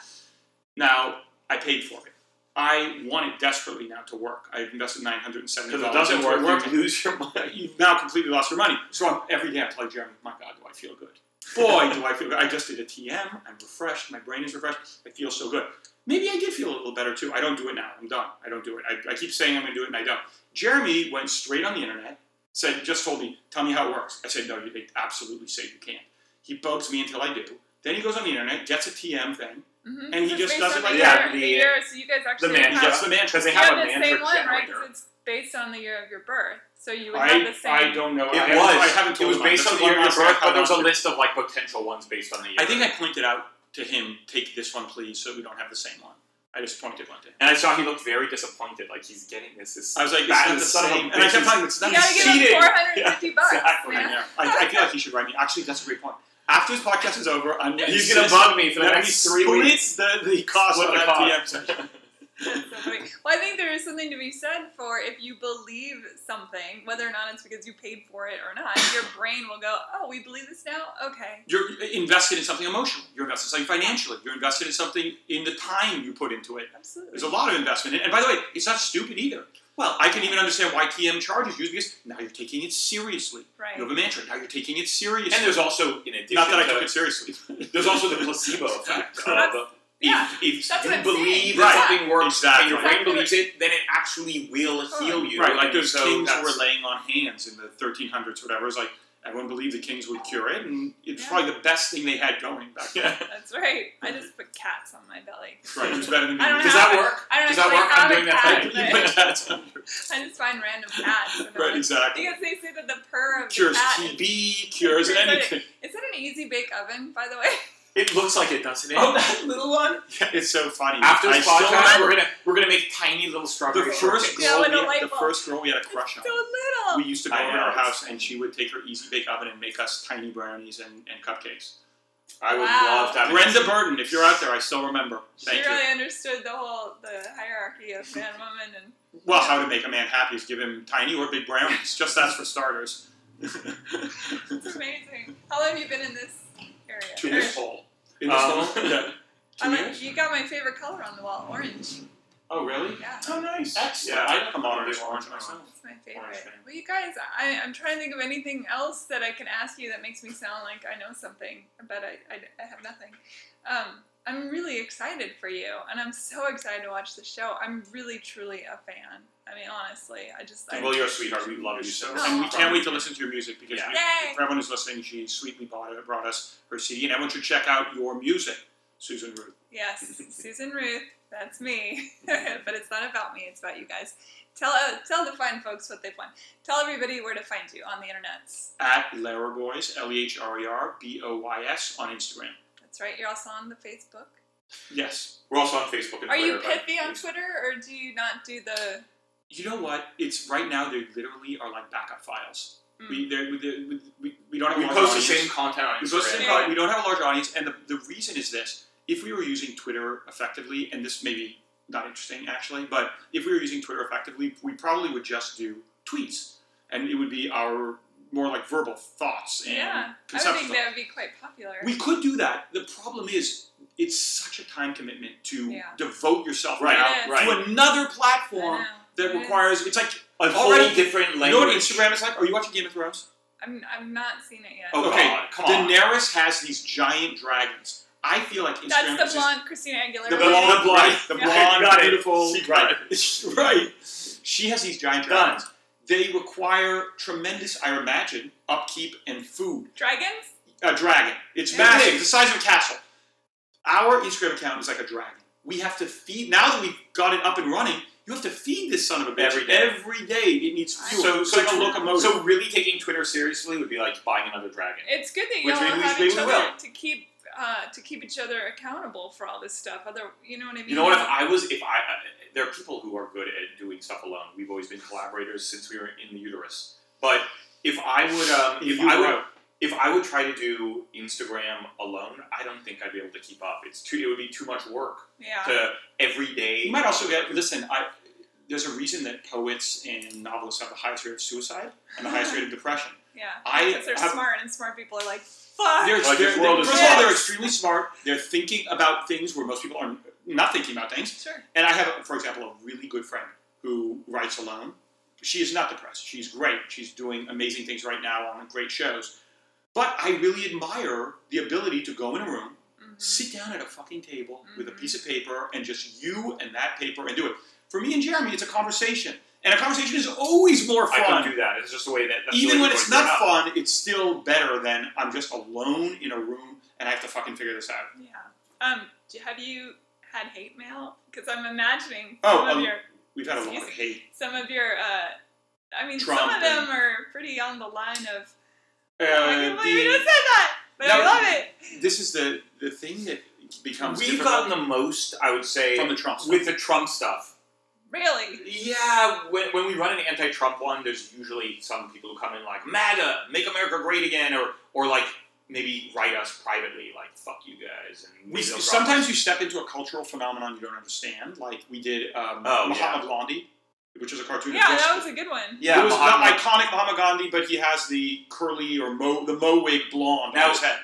Speaker 2: Now I paid for it. I want it desperately now to work. I've invested nine hundred and seventy
Speaker 4: Because
Speaker 2: dollars.
Speaker 4: it doesn't work,
Speaker 2: work.
Speaker 4: you lose your money.
Speaker 2: You've now completely lost your money. So I'm, every day I'm telling Jeremy, my God, do I feel good? Boy, do I feel good. I just did a TM. I'm refreshed. My brain is refreshed. I feel so good. Maybe I did feel a little better too. I don't do it now. I'm done. I don't do it. I, I keep saying I'm going to do it and I don't. Jeremy went straight on the internet, said, just told me, tell me how it works. I said, no, you they absolutely say you can't. He bugs me until I do. Then he goes on the internet, gets a TM thing,
Speaker 3: hmm
Speaker 2: And he just does it like
Speaker 4: that.
Speaker 3: The
Speaker 4: The-
Speaker 3: year, so you guys actually
Speaker 4: man
Speaker 2: he
Speaker 3: have,
Speaker 2: gets the mantra.
Speaker 4: Because they
Speaker 3: you
Speaker 4: have
Speaker 3: have
Speaker 4: a
Speaker 3: the
Speaker 4: mantra
Speaker 3: same one, right?
Speaker 4: generator.
Speaker 3: Because it's based on the year of your birth, so you would have
Speaker 2: I,
Speaker 3: the same.
Speaker 2: I don't know. I
Speaker 4: It
Speaker 2: haven't-
Speaker 4: was.
Speaker 2: I haven't
Speaker 4: it
Speaker 2: told
Speaker 4: was
Speaker 2: him.
Speaker 4: based
Speaker 2: That's
Speaker 4: on the
Speaker 2: what
Speaker 4: year of your
Speaker 2: I'm
Speaker 4: birth,
Speaker 2: asking.
Speaker 4: but there was a list of like potential ones based on the year.
Speaker 2: I think I pointed out to him, take this one, please, so we don't have the same one. I just pointed one to him.
Speaker 4: and I saw he looked very disappointed. Like he's getting this. This
Speaker 2: I was like, it's
Speaker 4: That
Speaker 2: not the
Speaker 4: is son of a
Speaker 2: same. And I kept
Speaker 4: bitch.
Speaker 2: telling him, it's
Speaker 3: You
Speaker 2: not the
Speaker 3: gotta give
Speaker 2: same.
Speaker 4: cheating.
Speaker 3: him four hundred and fifty bucks.
Speaker 4: exactly.
Speaker 3: man.
Speaker 2: I, know. I, I feel like he should write me. Actually, that's a great point. After this podcast is over, I'm going
Speaker 4: he's gonna bug me for the
Speaker 2: that we
Speaker 4: next three
Speaker 2: split
Speaker 4: weeks.
Speaker 2: the, the cost
Speaker 4: Split
Speaker 2: of
Speaker 4: the
Speaker 2: that
Speaker 4: cost.
Speaker 2: TM session.
Speaker 3: That's so funny. Well, I think there is something to be said for if you believe something, whether or not it's because you paid for it or not, your brain will go, "Oh, we believe this now. Okay,
Speaker 2: You're invested in something emotional. You're invested in something financially. You're invested in something in the time you put into it.
Speaker 3: absolutely."
Speaker 2: There's a lot of investment. in- And by the way, it's not stupid either. Well, I can even understand why TM charges you because now you're taking it seriously.
Speaker 3: right.
Speaker 2: You have a mantra. Now you're taking it seriously.
Speaker 4: And there's also in addition,
Speaker 2: not that I
Speaker 4: to-
Speaker 2: took it seriously.
Speaker 4: there's also the placebo effect. of,
Speaker 3: That's- yeah,
Speaker 4: if, if
Speaker 3: that's
Speaker 4: you
Speaker 3: what I'm saying.
Speaker 4: believe
Speaker 3: Right.
Speaker 4: that something works
Speaker 2: Exactly.
Speaker 4: and your
Speaker 3: Exactly.
Speaker 4: brain believes it, then it actually will heal you.
Speaker 2: Right, like
Speaker 4: And
Speaker 2: those
Speaker 4: so
Speaker 2: kings who
Speaker 4: that's-
Speaker 2: were laying on hands in the 1300s, whatever. It's like everyone believed the kings would cure it, and it's
Speaker 3: Yeah.
Speaker 2: probably the best thing they had going back then.
Speaker 4: Yeah.
Speaker 3: That's right. I just put cats on my belly.
Speaker 2: right, it was better than
Speaker 3: I don't
Speaker 4: Does
Speaker 3: have-
Speaker 4: that work?
Speaker 3: I don't
Speaker 4: Does that
Speaker 3: actually
Speaker 4: work? I'm
Speaker 3: have
Speaker 4: doing
Speaker 3: a
Speaker 4: that
Speaker 3: cat,
Speaker 4: thing.
Speaker 2: You
Speaker 3: but
Speaker 2: put cats on your-
Speaker 3: I just find random cats. And I'm
Speaker 2: Right,
Speaker 3: like,
Speaker 2: exactly.
Speaker 3: Because they say that the purr of
Speaker 2: Cures
Speaker 3: the cat.
Speaker 2: TB, cures
Speaker 3: Cures
Speaker 2: anything.
Speaker 3: Is that an easy bake oven, by the way?
Speaker 4: It looks like it, doesn't it?
Speaker 2: Oh, that little one? Yeah, it's so funny.
Speaker 4: After
Speaker 2: I
Speaker 4: this
Speaker 2: still
Speaker 4: podcast,
Speaker 2: remember
Speaker 4: we're gonna we're gonna make tiny little strawberry
Speaker 2: the first
Speaker 4: shortcakes.
Speaker 3: Yeah,
Speaker 2: girl,
Speaker 3: with a
Speaker 2: we,
Speaker 3: light
Speaker 2: the
Speaker 3: bulb.
Speaker 2: first girl we had a crush on.
Speaker 3: so little.
Speaker 2: We used to go
Speaker 4: I
Speaker 2: over to
Speaker 4: know,
Speaker 2: her
Speaker 4: it's-
Speaker 2: house, and she would take her easy bake oven and make us tiny brownies and, and cupcakes.
Speaker 4: I would
Speaker 3: Wow.
Speaker 4: love to have
Speaker 2: Brenda Burton, if you're out there, I still remember.
Speaker 3: she
Speaker 2: Thank you.
Speaker 3: really understood the whole the hierarchy of man, woman, and
Speaker 2: Well, how to make a man happy is give him tiny or big brownies. Just that's for starters.
Speaker 3: it's amazing. How long have you been in this area?
Speaker 2: To
Speaker 3: Or-
Speaker 2: this hole. In this
Speaker 4: Um,
Speaker 2: hole? Yeah.
Speaker 3: I
Speaker 2: Two
Speaker 3: like,
Speaker 2: years?
Speaker 3: you got my favorite color on the wall, orange.
Speaker 2: Oh, really?
Speaker 3: Yeah,
Speaker 4: Oh, nice.
Speaker 2: Excellent.
Speaker 4: Yeah,
Speaker 2: I like a
Speaker 4: I'll
Speaker 2: modern
Speaker 4: do
Speaker 2: orange
Speaker 4: orange
Speaker 2: myself.
Speaker 3: that's my
Speaker 4: Orange
Speaker 3: favorite.
Speaker 4: fan.
Speaker 3: Well, you guys, I, I'm trying to think of anything else that I can ask you that makes me sound like I know something, but I, I, I have nothing. Um, I'm really excited for you, and I'm so excited to watch the show. I'm really, truly a fan. I mean, honestly, I just. I,
Speaker 4: Well, you're a sweetheart. We love you so. much.
Speaker 2: And we can't wait to
Speaker 4: Promise.
Speaker 2: listen to your music because
Speaker 4: Yeah.
Speaker 2: we-
Speaker 3: Yay.
Speaker 2: for everyone who's listening, she sweetly bought, brought us her CD. And everyone should check out your music, Susan Ruth.
Speaker 3: Yes, Susan Ruth, that's me. but it's not about me, it's about you guys. Tell uh, tell the fine folks what they've won. Tell everybody where to find you on the internets.
Speaker 2: At Leraboys, L E H R E R B O Y S on Instagram.
Speaker 3: That's right, you're also on the Facebook.
Speaker 2: Yes.
Speaker 4: We're also on Facebook and
Speaker 3: Are
Speaker 4: Twitter.
Speaker 3: you
Speaker 4: but-
Speaker 3: pithy on Twitter or do you not do the
Speaker 2: You know what? It's right now. They literally are like backup files.
Speaker 3: Mm.
Speaker 2: We, they're, we, we, we don't have.
Speaker 4: We
Speaker 2: a large
Speaker 4: post the
Speaker 2: audience.
Speaker 4: same content on
Speaker 2: We post the
Speaker 4: Instagram.
Speaker 2: same product. We don't have a large audience, and the, the reason is this: if we were using Twitter effectively, and this may be not interesting actually, but if we were using Twitter effectively, we probably would just do tweets, and it would be our more like verbal thoughts and
Speaker 3: Yeah. I would
Speaker 2: conceptual.
Speaker 3: think that would be quite popular.
Speaker 2: we could do that. The problem is, it's such a time commitment to
Speaker 3: Yeah.
Speaker 2: devote yourself
Speaker 4: Right,
Speaker 3: It
Speaker 2: now
Speaker 3: is.
Speaker 4: right.
Speaker 2: to another
Speaker 3: I
Speaker 2: platform
Speaker 3: know.
Speaker 2: that
Speaker 3: It is.
Speaker 2: requires. It's like
Speaker 4: A whole
Speaker 2: Already-
Speaker 4: different
Speaker 2: you know what
Speaker 4: language.
Speaker 2: Instagram is like. Are you watching Game of Thrones?
Speaker 3: I'm I've not seen it yet.
Speaker 4: Oh
Speaker 2: Okay,
Speaker 4: God, come on.
Speaker 2: Daenerys has these giant dragons. I feel like Instagram
Speaker 3: That's the
Speaker 2: is just-
Speaker 3: blonde Christina Aguilera.
Speaker 4: The
Speaker 2: the blonde,
Speaker 4: blonde,
Speaker 2: right, the
Speaker 4: yeah.
Speaker 2: blonde,
Speaker 4: Got it.
Speaker 2: beautiful,
Speaker 4: She got
Speaker 2: right. She has these giant
Speaker 4: Done.
Speaker 2: dragons. They require tremendous, I imagine, upkeep and food.
Speaker 3: Dragons?
Speaker 2: A dragon. It's
Speaker 4: Yeah.
Speaker 2: massive, the size of a castle. Our Instagram account is like a dragon. We have to feed. Now that we've got it up and running, you have to feed this son of a bitch
Speaker 4: Every day.
Speaker 2: Every day, it needs fuel.
Speaker 4: So,
Speaker 2: it's
Speaker 4: so,
Speaker 2: like a locomotive.
Speaker 4: so really taking Twitter seriously would be like buying another dragon.
Speaker 3: It's good that
Speaker 4: Which
Speaker 3: y'all
Speaker 4: maybe we-
Speaker 3: have
Speaker 4: maybe
Speaker 3: each
Speaker 4: we
Speaker 3: other to keep uh, to keep each other accountable for all this stuff. Other, you know what I mean?
Speaker 4: You know what? If I was, if I, I there are people who are good at doing stuff alone. We've always been collaborators since we were in the uterus. But if I would, um, if
Speaker 2: you
Speaker 4: I would,
Speaker 2: grow.
Speaker 4: if I would try to do Instagram alone, I don't think I'd be able to keep up. It's too, it would be too much work
Speaker 3: yeah.
Speaker 4: to every day.
Speaker 2: You might also get. Listen, I, there's a reason that poets and novelists have the highest rate of suicide and the highest rate of depression.
Speaker 3: Yeah.
Speaker 2: I
Speaker 3: Because they're
Speaker 2: have-
Speaker 3: smart, and smart people are like, fuck.
Speaker 2: They're,
Speaker 4: Like,
Speaker 2: they're,
Speaker 4: this world
Speaker 2: they're-
Speaker 4: is
Speaker 2: first of all,
Speaker 4: smart.
Speaker 2: they're extremely smart. They're thinking about things where most people are not thinking about things.
Speaker 3: Sure.
Speaker 2: And I have, for example, a really good friend who writes alone. She is not depressed. She's great. She's doing amazing things right now on great shows. But I really admire the ability to go in a room,
Speaker 3: Mhm.
Speaker 2: sit down at a fucking table with a
Speaker 3: Mhm.
Speaker 2: piece of paper and just you and that paper and do it. For me and Jeremy, it's a conversation. And a conversation is always more
Speaker 4: I
Speaker 2: fun.
Speaker 4: couldn't do that. It's just the way that. That's the
Speaker 2: Even
Speaker 4: way
Speaker 2: when
Speaker 4: we've
Speaker 2: it's
Speaker 4: always
Speaker 2: not
Speaker 4: grown up.
Speaker 2: fun, it's still better than I'm just alone in a room and I have to fucking figure this out.
Speaker 3: Yeah. Um. Do, have you had hate mail? Because I'm imagining
Speaker 2: Oh,
Speaker 3: some of
Speaker 2: um,
Speaker 3: your
Speaker 2: We've had a lot of hate.
Speaker 3: some of your. Uh, I mean,
Speaker 2: Trump
Speaker 3: some of
Speaker 2: and-
Speaker 3: them are pretty on the line of.
Speaker 2: Uh,
Speaker 3: I can't believe you
Speaker 2: the-
Speaker 3: just said that, but I
Speaker 2: No,
Speaker 3: love it.
Speaker 2: this is the the thing that becomes
Speaker 4: We've
Speaker 2: difficult
Speaker 4: gotten the most, I would say,
Speaker 2: from the Trump stuff.
Speaker 4: with the Trump stuff.
Speaker 3: Really.
Speaker 4: Yeah, when, when we run an anti-Trump one, there's usually some people who come in like MAGA, Make America Great Again, or or like maybe write us privately like fuck you guys. And
Speaker 2: we,
Speaker 4: maybe they'll
Speaker 2: sometimes you step into a cultural phenomenon you don't understand, like we did um,
Speaker 4: Oh,
Speaker 2: Mahatma Gandhi, which was a
Speaker 3: Yeah,
Speaker 2: cartoon.
Speaker 3: that was a good one.
Speaker 4: Yeah,
Speaker 2: it was
Speaker 4: Mahatma-
Speaker 2: not iconic Mahatma Gandhi, but he has the curly or mo the mo wig blonde
Speaker 4: Now-
Speaker 2: on his head.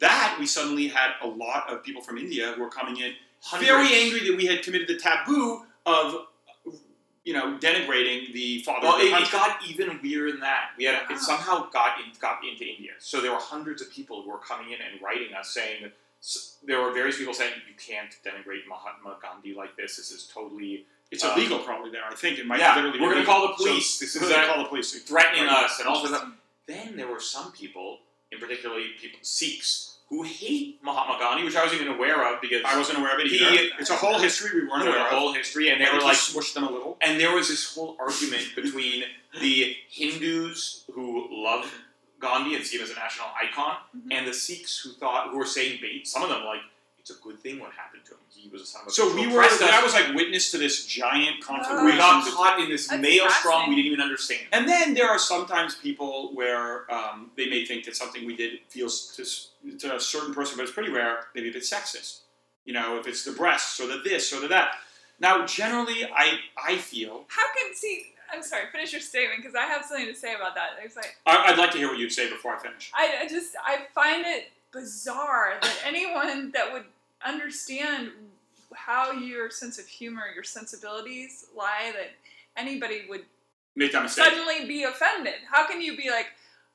Speaker 2: That we suddenly had a lot of people from India who were coming in
Speaker 4: drop
Speaker 2: very
Speaker 4: hundreds.
Speaker 2: angry that we had committed the taboo of you know denigrating the father
Speaker 4: Well,
Speaker 2: of the
Speaker 4: it, it
Speaker 2: country.
Speaker 4: got even weirder than that. We had
Speaker 3: Wow.
Speaker 4: it somehow got in, got into India, so there were hundreds of people who were coming in and writing us saying s- there were various people saying you can't denigrate Mahatma Gandhi like this. This is totally
Speaker 2: it's
Speaker 4: um,
Speaker 2: illegal probably there. I think it might
Speaker 4: yeah,
Speaker 2: literally. be
Speaker 4: we're gonna
Speaker 2: illegal.
Speaker 4: call the
Speaker 2: So,
Speaker 4: police. This is
Speaker 2: we're gonna
Speaker 4: a-
Speaker 2: call the police.
Speaker 4: threatening
Speaker 2: Right.
Speaker 4: us and all this stuff. Then there were some people, in particularly people Sikhs, who hate Mahatma Gandhi, which I wasn't even aware of because
Speaker 2: I wasn't aware of it
Speaker 4: He-
Speaker 2: either. it's a whole history we weren't
Speaker 4: you know,
Speaker 2: aware
Speaker 4: their
Speaker 2: of.
Speaker 4: whole history, and
Speaker 2: And
Speaker 4: they were like,
Speaker 2: smushed them a little.
Speaker 4: and there was this whole argument between the Hindus who loved Gandhi and see him as a national icon,
Speaker 2: Mm-hmm.
Speaker 3: Mhm.
Speaker 4: and the Sikhs who thought who were saying bait. Some of them like, it's a good thing what happened to him. He was a son of a Uh-huh.
Speaker 2: So we
Speaker 4: who
Speaker 2: were.
Speaker 4: oppressed us."
Speaker 2: That was like witness to this giant conflagration.
Speaker 4: we got
Speaker 2: that-
Speaker 4: caught in this
Speaker 3: That's
Speaker 4: maelstrom
Speaker 3: fascinating.
Speaker 4: we didn't even understand.
Speaker 2: And then there are sometimes people where um, they may think that something we did feels to, s- to a certain person, but it's pretty rare, maybe a bit sexist. You know, if it's the breasts or the this or the that. Now, generally, I I feel
Speaker 3: How can see? I'm sorry. Finish your statement because I have something to say about that. It's like
Speaker 2: I, I'd like to hear what you'd say before I finish.
Speaker 3: I, I just I find it bizarre that anyone that would understand how your sense of humor, your sensibilities lie, that anybody would
Speaker 2: Make that mistake.
Speaker 3: suddenly be offended. How can you be like,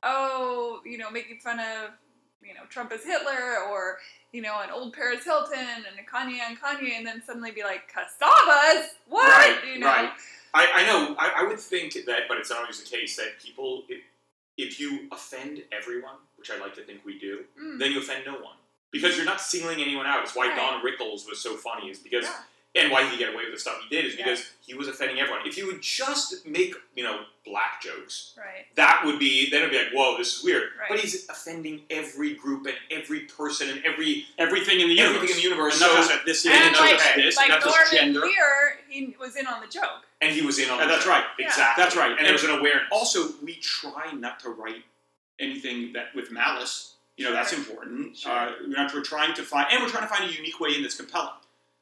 Speaker 3: oh, you know, making fun of, you know, Trump as Hitler or you know, an old Paris Hilton and a Kanye and Kanye, and then suddenly be like, cassavas? What?
Speaker 4: Right,
Speaker 3: you know?
Speaker 4: right. I, I know. I, I would think that, but it's not always the case that people, if, if you offend everyone, which I like to think we do,
Speaker 3: Mm,
Speaker 4: then you offend no one because you're not singling anyone out. It's why
Speaker 3: Right.
Speaker 4: Don Rickles was so funny, is because
Speaker 3: yeah.
Speaker 4: and why he got away with the stuff he did is
Speaker 3: Yeah.
Speaker 4: because he was offending everyone. If you would just make you know black jokes,
Speaker 3: Right.
Speaker 4: that would be then it'd be like, whoa, this is weird.
Speaker 3: Right.
Speaker 4: But he's offending every group and every person and every
Speaker 2: Everything in the universe.
Speaker 4: everything in the universe.
Speaker 2: And
Speaker 4: so-
Speaker 2: not just that this is,
Speaker 3: And
Speaker 2: not
Speaker 3: like-
Speaker 2: just this,
Speaker 3: like
Speaker 2: not just
Speaker 3: Norman
Speaker 2: gender.
Speaker 3: Lear, he was in on the joke.
Speaker 4: and he was in on
Speaker 2: Yeah,
Speaker 4: the
Speaker 2: that's
Speaker 4: show.
Speaker 2: right.
Speaker 3: Yeah.
Speaker 4: Uh, Exactly.
Speaker 2: That's right.
Speaker 4: And there was an awareness.
Speaker 2: also we try not to write anything that with malice you know that's
Speaker 3: Sure.
Speaker 2: important
Speaker 4: Sure.
Speaker 2: uh, we're, not, we're trying to find and we're trying to find a unique way in that's compelling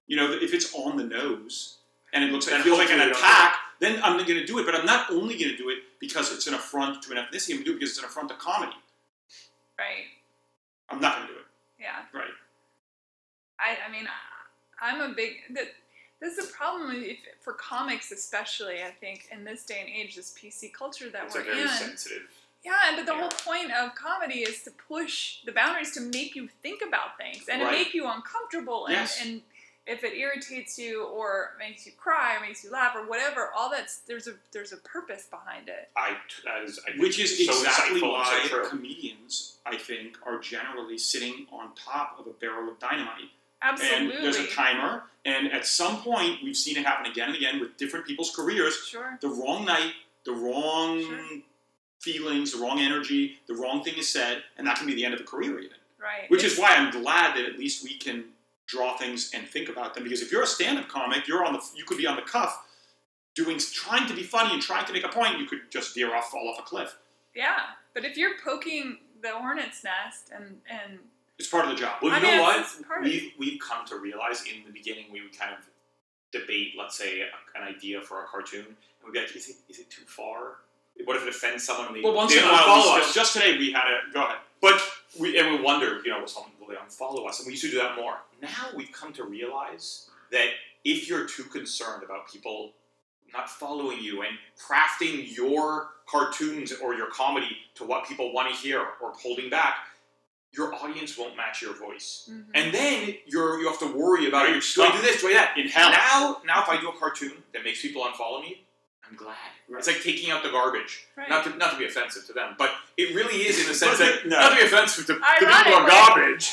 Speaker 2: you know if it's on the nose and it looks like,
Speaker 4: Then
Speaker 2: it feels like an
Speaker 4: hopefully we don't
Speaker 2: attack then i'm going to do it but i'm not only going to do it because it's an affront to an ethnicity i'm going to do it because it's an affront to comedy
Speaker 3: Right.
Speaker 2: i'm not going to do it
Speaker 3: Yeah.
Speaker 2: right
Speaker 3: I, I mean, I- I'm a big. That, this is a problem if, for comics, especially. I think in this day and age, this PC culture that
Speaker 4: it's a
Speaker 3: we're
Speaker 4: very
Speaker 3: in,
Speaker 4: sensitive.
Speaker 3: Yeah, but the
Speaker 4: Yeah.
Speaker 3: whole point of comedy is to push the boundaries to make you think about things and
Speaker 2: Right.
Speaker 3: to make you uncomfortable. And,
Speaker 2: Yes.
Speaker 3: and if it irritates you or makes you cry or makes you laugh or whatever, all that's there's a there's a purpose behind it.
Speaker 4: I, that is, I think
Speaker 2: Which is
Speaker 4: so
Speaker 2: exactly
Speaker 4: insightful and so
Speaker 2: why
Speaker 4: true.
Speaker 2: comedians, I think, are generally sitting on top of a barrel of dynamite.
Speaker 3: Absolutely.
Speaker 2: And there's a timer, and at some point, we've seen it happen again and again with different people's careers.
Speaker 3: Sure.
Speaker 2: The wrong night, the wrong
Speaker 3: Sure.
Speaker 2: feelings, the wrong energy, the wrong thing is said, and that can be the end of a career, even.
Speaker 3: Right.
Speaker 2: Which is why I'm glad that at least we can draw things and think about them. Because if you're a stand-up comic, you're on the you could be on the cuff, doing trying to be funny and trying to make a point. You could just veer off, fall off a cliff.
Speaker 3: Yeah. But if you're poking the hornet's nest and and
Speaker 2: It's part of the job.
Speaker 4: Well,
Speaker 3: I
Speaker 4: you
Speaker 3: mean,
Speaker 4: know
Speaker 3: it's- it's part
Speaker 4: what?
Speaker 3: of-
Speaker 4: We've, we've come to realize in the beginning we would kind of debate, let's say, a- an idea for a cartoon, and we'd be like, is it, is it too far? What if it offends someone? And they,
Speaker 2: Well, once
Speaker 4: they
Speaker 2: in a
Speaker 4: don't wanna
Speaker 2: follow
Speaker 4: listen?
Speaker 2: us. Just today we had a go ahead.
Speaker 4: But we and we wonder, you know, will someone will they unfollow us? And we used to do that more. Now we've come to realize that if you're too concerned about people not following you and crafting your cartoons or your comedy to what people want to hear or holding back, your audience won't match your voice.
Speaker 3: mhm.
Speaker 4: And then you're you have to worry about it.
Speaker 2: Now you're
Speaker 4: Do I
Speaker 2: stuck.
Speaker 4: do this? Do I do that?
Speaker 2: Mm-hmm. In hell.
Speaker 4: Now now if I do a cartoon that makes people unfollow me, I'm glad. It's like taking out the garbage.
Speaker 3: right.
Speaker 4: Not to not to be offensive to them, but it really is in the sense
Speaker 2: But
Speaker 4: that
Speaker 2: it- no.
Speaker 4: not to be offensive to, to people
Speaker 3: Ironic,
Speaker 4: are
Speaker 3: right?
Speaker 4: garbage,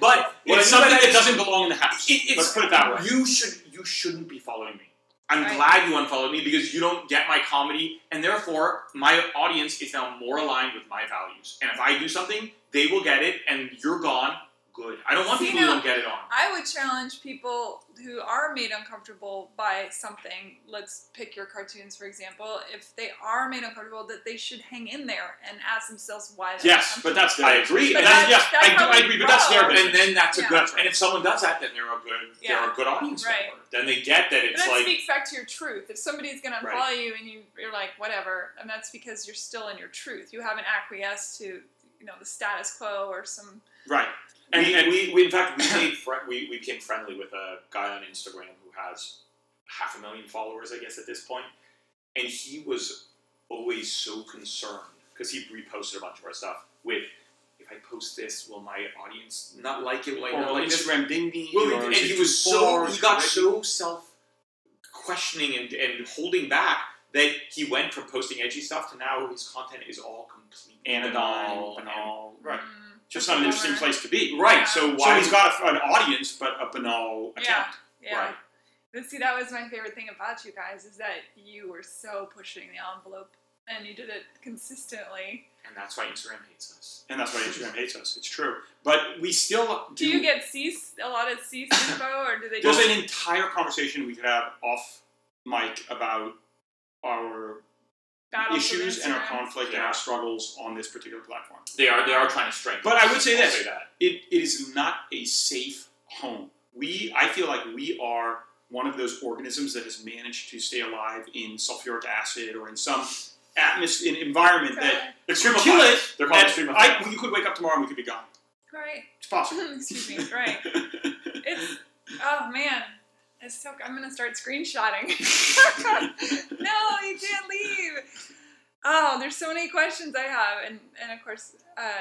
Speaker 4: but
Speaker 2: Well, it's
Speaker 4: but
Speaker 2: something
Speaker 4: I
Speaker 2: that
Speaker 4: just-
Speaker 2: doesn't belong in the house.
Speaker 4: It, it's,
Speaker 2: Let's put it that way.
Speaker 4: You should you shouldn't be following me. I'm
Speaker 3: Right.
Speaker 4: glad you unfollowed me because you don't get my comedy, and therefore my audience is now more aligned with my values. And if I do something, they will get it, and you're gone. Good. I don't want
Speaker 3: See,
Speaker 4: people who
Speaker 3: now-
Speaker 4: don't get it on.
Speaker 3: I would challenge people who are made uncomfortable by something. Let's pick your cartoons, for example. If they are made uncomfortable, that they should hang in there and ask themselves why. They're
Speaker 2: Yes, but
Speaker 3: uncomfortable.
Speaker 2: that's their
Speaker 4: I agree.
Speaker 3: But
Speaker 4: And
Speaker 2: That's, yes,
Speaker 3: that's- that's
Speaker 2: I, do,
Speaker 3: how
Speaker 2: I
Speaker 3: we
Speaker 2: agree, but that's their
Speaker 3: grow.
Speaker 4: and
Speaker 2: business.
Speaker 4: then that's
Speaker 3: Yeah.
Speaker 4: a good. And if someone does that, then they're a good. They're
Speaker 3: Yeah.
Speaker 4: a good audience
Speaker 3: Right.
Speaker 4: member. Then they get that
Speaker 3: But
Speaker 4: it's
Speaker 3: that
Speaker 4: like
Speaker 3: speaks back to your truth. If somebody's going to unfollow
Speaker 4: Right.
Speaker 3: you and you, you're like, whatever, and that's because you're still in your truth. You haven't acquiesced to, you know, the status quo or some.
Speaker 2: Right. And,
Speaker 4: And, we,
Speaker 2: and
Speaker 4: we, we, in fact, we, made fri we, we became friendly with a guy on Instagram who has half a million followers, I guess, at this point. And he was always so concerned because he reposted a bunch of our stuff with, if I post this, will my audience not like it? Will I
Speaker 2: or
Speaker 4: not like this?
Speaker 2: Instagram ding ding.
Speaker 4: Well,
Speaker 2: or
Speaker 4: and
Speaker 2: is it
Speaker 4: he
Speaker 2: too
Speaker 4: was
Speaker 2: far,
Speaker 4: so
Speaker 2: is
Speaker 4: he
Speaker 2: it
Speaker 4: got
Speaker 2: right?
Speaker 4: so self questioning and, and holding back that he went from posting edgy stuff to now his content is all complete
Speaker 2: anodyne, banal. Right.
Speaker 3: Mm,
Speaker 2: Just not an interesting
Speaker 3: Bummer.
Speaker 2: place to be.
Speaker 4: Right. So
Speaker 2: So
Speaker 4: why
Speaker 2: he's got a, an audience, but a banal account.
Speaker 3: Yeah. Yeah.
Speaker 4: Right.
Speaker 3: But see, that was my favorite thing about you guys is that you were so pushing the envelope and you did it consistently.
Speaker 4: and that's why Instagram hates us.
Speaker 2: And that's why Instagram hates us. It's true. But we still do.
Speaker 3: Do you get C a lot of C info, or do they
Speaker 2: there's
Speaker 3: just
Speaker 2: an entire conversation we could have off mic about our
Speaker 3: battle
Speaker 2: issues and our
Speaker 3: conflict?
Speaker 2: conflict and our struggles on this particular platform.
Speaker 4: They are they are trying to strengthen.
Speaker 2: But I would say
Speaker 4: I'll
Speaker 2: this.
Speaker 4: that.
Speaker 2: It, it is not a safe home. We, I feel like we are one of those organisms that has managed to stay alive in sulfuric acid or in some atmosphere, environment that
Speaker 4: Extremophiles.
Speaker 2: Kill it,
Speaker 4: They're called
Speaker 2: that
Speaker 4: extremophiles.
Speaker 2: I, we could wake up tomorrow and we could be gone.
Speaker 3: Right.
Speaker 2: It's possible.
Speaker 3: Excuse me. Right. It's oh man. It's so I'm gonna start screenshotting. no, you can't leave. Oh, there's so many questions I have, and and of course, uh,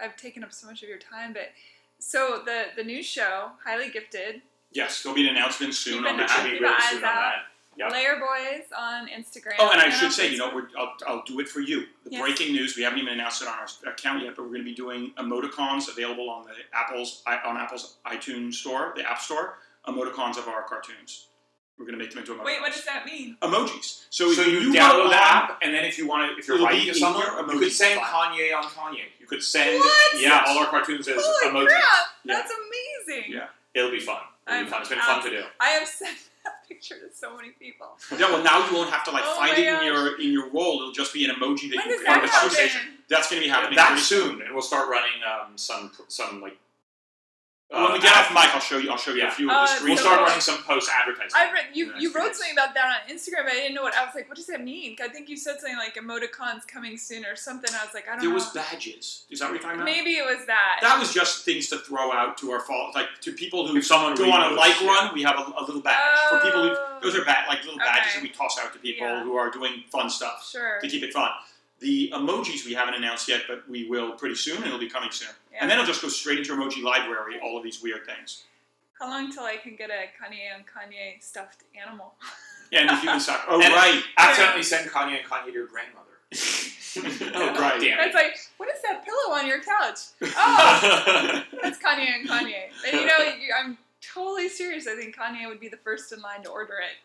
Speaker 3: I've taken up so much of your time. But so the the new show, highly gifted,
Speaker 2: yes, there'll be an announcement soon
Speaker 3: Keep
Speaker 2: on
Speaker 3: an
Speaker 4: It
Speaker 2: that.
Speaker 4: should be
Speaker 3: Keep
Speaker 4: really
Speaker 3: eyes
Speaker 4: soon on
Speaker 3: out.
Speaker 4: that. Yep.
Speaker 3: Layer Boys on Instagram.
Speaker 2: Oh, and I
Speaker 3: on
Speaker 2: should say, you know,
Speaker 3: Facebook.
Speaker 2: we're, I'll, I'll do it for you. The
Speaker 3: Yes.
Speaker 2: breaking news: we haven't even announced it on our account yet, but we're going to be doing emoticons available on the Apple's i- on Apple's iTunes store, the App Store. Emoticons of our cartoons. We're going to make them into emoticons.
Speaker 3: Wait, what does that mean?
Speaker 2: Emojis.
Speaker 4: So,
Speaker 2: So, if
Speaker 4: you,
Speaker 2: go
Speaker 4: download
Speaker 2: on-
Speaker 4: the app, and then if you want to, if you're
Speaker 2: It'll
Speaker 4: writing
Speaker 2: be
Speaker 4: to
Speaker 2: in
Speaker 4: someone,
Speaker 2: your
Speaker 4: you
Speaker 2: emoji
Speaker 4: could send
Speaker 2: file.
Speaker 4: Kanye on Kanye. You could send
Speaker 3: What?
Speaker 4: yeah all our cartoons as
Speaker 3: Holy
Speaker 4: emojis.
Speaker 3: crap!
Speaker 2: Yeah.
Speaker 3: That's amazing.
Speaker 2: Yeah.
Speaker 4: It'll be fun. It'll
Speaker 3: I'm
Speaker 4: be fun. It's been fun
Speaker 3: out.
Speaker 4: to do.
Speaker 3: I have sent that picture to so many people.
Speaker 2: Yeah, well, now you won't have to like
Speaker 3: Oh
Speaker 2: find
Speaker 3: my
Speaker 2: it in
Speaker 3: gosh.
Speaker 2: your in your role. It'll just be an emoji that
Speaker 3: When
Speaker 2: you
Speaker 3: does
Speaker 2: put on
Speaker 3: that
Speaker 2: the
Speaker 3: happen?
Speaker 2: conversation. That's going to be happening
Speaker 4: Back
Speaker 2: pretty
Speaker 4: soon, and we'll start running um, some some like.
Speaker 2: Well, when
Speaker 4: uh,
Speaker 2: we get off
Speaker 4: ad-
Speaker 2: mic, I'll show you. I'll show you
Speaker 4: Yeah.
Speaker 2: a few
Speaker 3: Uh,
Speaker 2: of the
Speaker 3: it's
Speaker 2: screenshots.
Speaker 4: We'll
Speaker 3: So-
Speaker 4: start running some post advertising.
Speaker 3: I read you.
Speaker 4: Yeah,
Speaker 3: You wrote
Speaker 4: experience.
Speaker 3: something about that on Instagram. I didn't know what I was like. What does that mean? I think you said something like emoticons coming soon or something. I was like, I don't
Speaker 2: There
Speaker 3: know.
Speaker 2: was badges. Is that what you're talking about?
Speaker 3: Maybe it was that.
Speaker 2: That was just things to throw out to our fault, like to people who
Speaker 4: If someone
Speaker 2: go on a
Speaker 4: reposts,
Speaker 2: like
Speaker 4: yeah.
Speaker 2: run. We have a, a little badge for people who
Speaker 3: Oh.
Speaker 2: those are bad, like little badges
Speaker 3: Okay.
Speaker 2: that we toss out to people
Speaker 3: Yeah.
Speaker 2: who are doing fun stuff
Speaker 3: Oh, sure.
Speaker 2: to keep it fun. the emojis we haven't announced yet, but we will pretty soon, and it'll be coming soon.
Speaker 1: Yeah.
Speaker 2: And then I'll just go straight into emoji library, all of these weird things.
Speaker 1: How long till I can get a Kanye and Kanye stuffed animal?
Speaker 2: And if you can suck. Oh,
Speaker 4: And-
Speaker 2: right.
Speaker 4: Accidentally send Kanye and Kanye to your grandmother.
Speaker 2: Oh, right.
Speaker 4: Damn
Speaker 1: That's
Speaker 4: it.
Speaker 1: like, what is that pillow on your couch? Oh, that's Kanye and Kanye. And you know, you- I'm totally serious. I think Kanye would be the first in line to order it.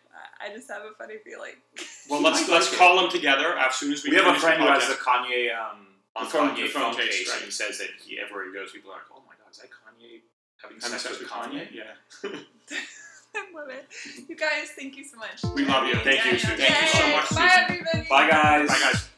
Speaker 1: I- I just have a funny feeling.
Speaker 2: Well, let's let's call them together as soon as we.
Speaker 4: We have a
Speaker 2: finish the
Speaker 4: friend who has
Speaker 2: podcast.
Speaker 4: the Kanye um,
Speaker 2: The
Speaker 4: on
Speaker 2: phone-
Speaker 4: Kanye
Speaker 2: the phone
Speaker 4: phone
Speaker 2: case,
Speaker 4: case,
Speaker 2: right.
Speaker 4: and he says that he, everywhere he goes, people are like, "Oh my god, is that Kanye having
Speaker 2: Having sex with Kanye? Yeah.
Speaker 1: I love it. You guys, thank you so much.
Speaker 2: We love you.
Speaker 4: Thank you,
Speaker 1: Yeah,
Speaker 4: Susan.
Speaker 1: yeah,
Speaker 2: Thank you so
Speaker 1: yeah.
Speaker 2: much,
Speaker 1: Bye,
Speaker 2: Susan.
Speaker 1: everybody.
Speaker 4: Bye guys.
Speaker 2: Bye, guys.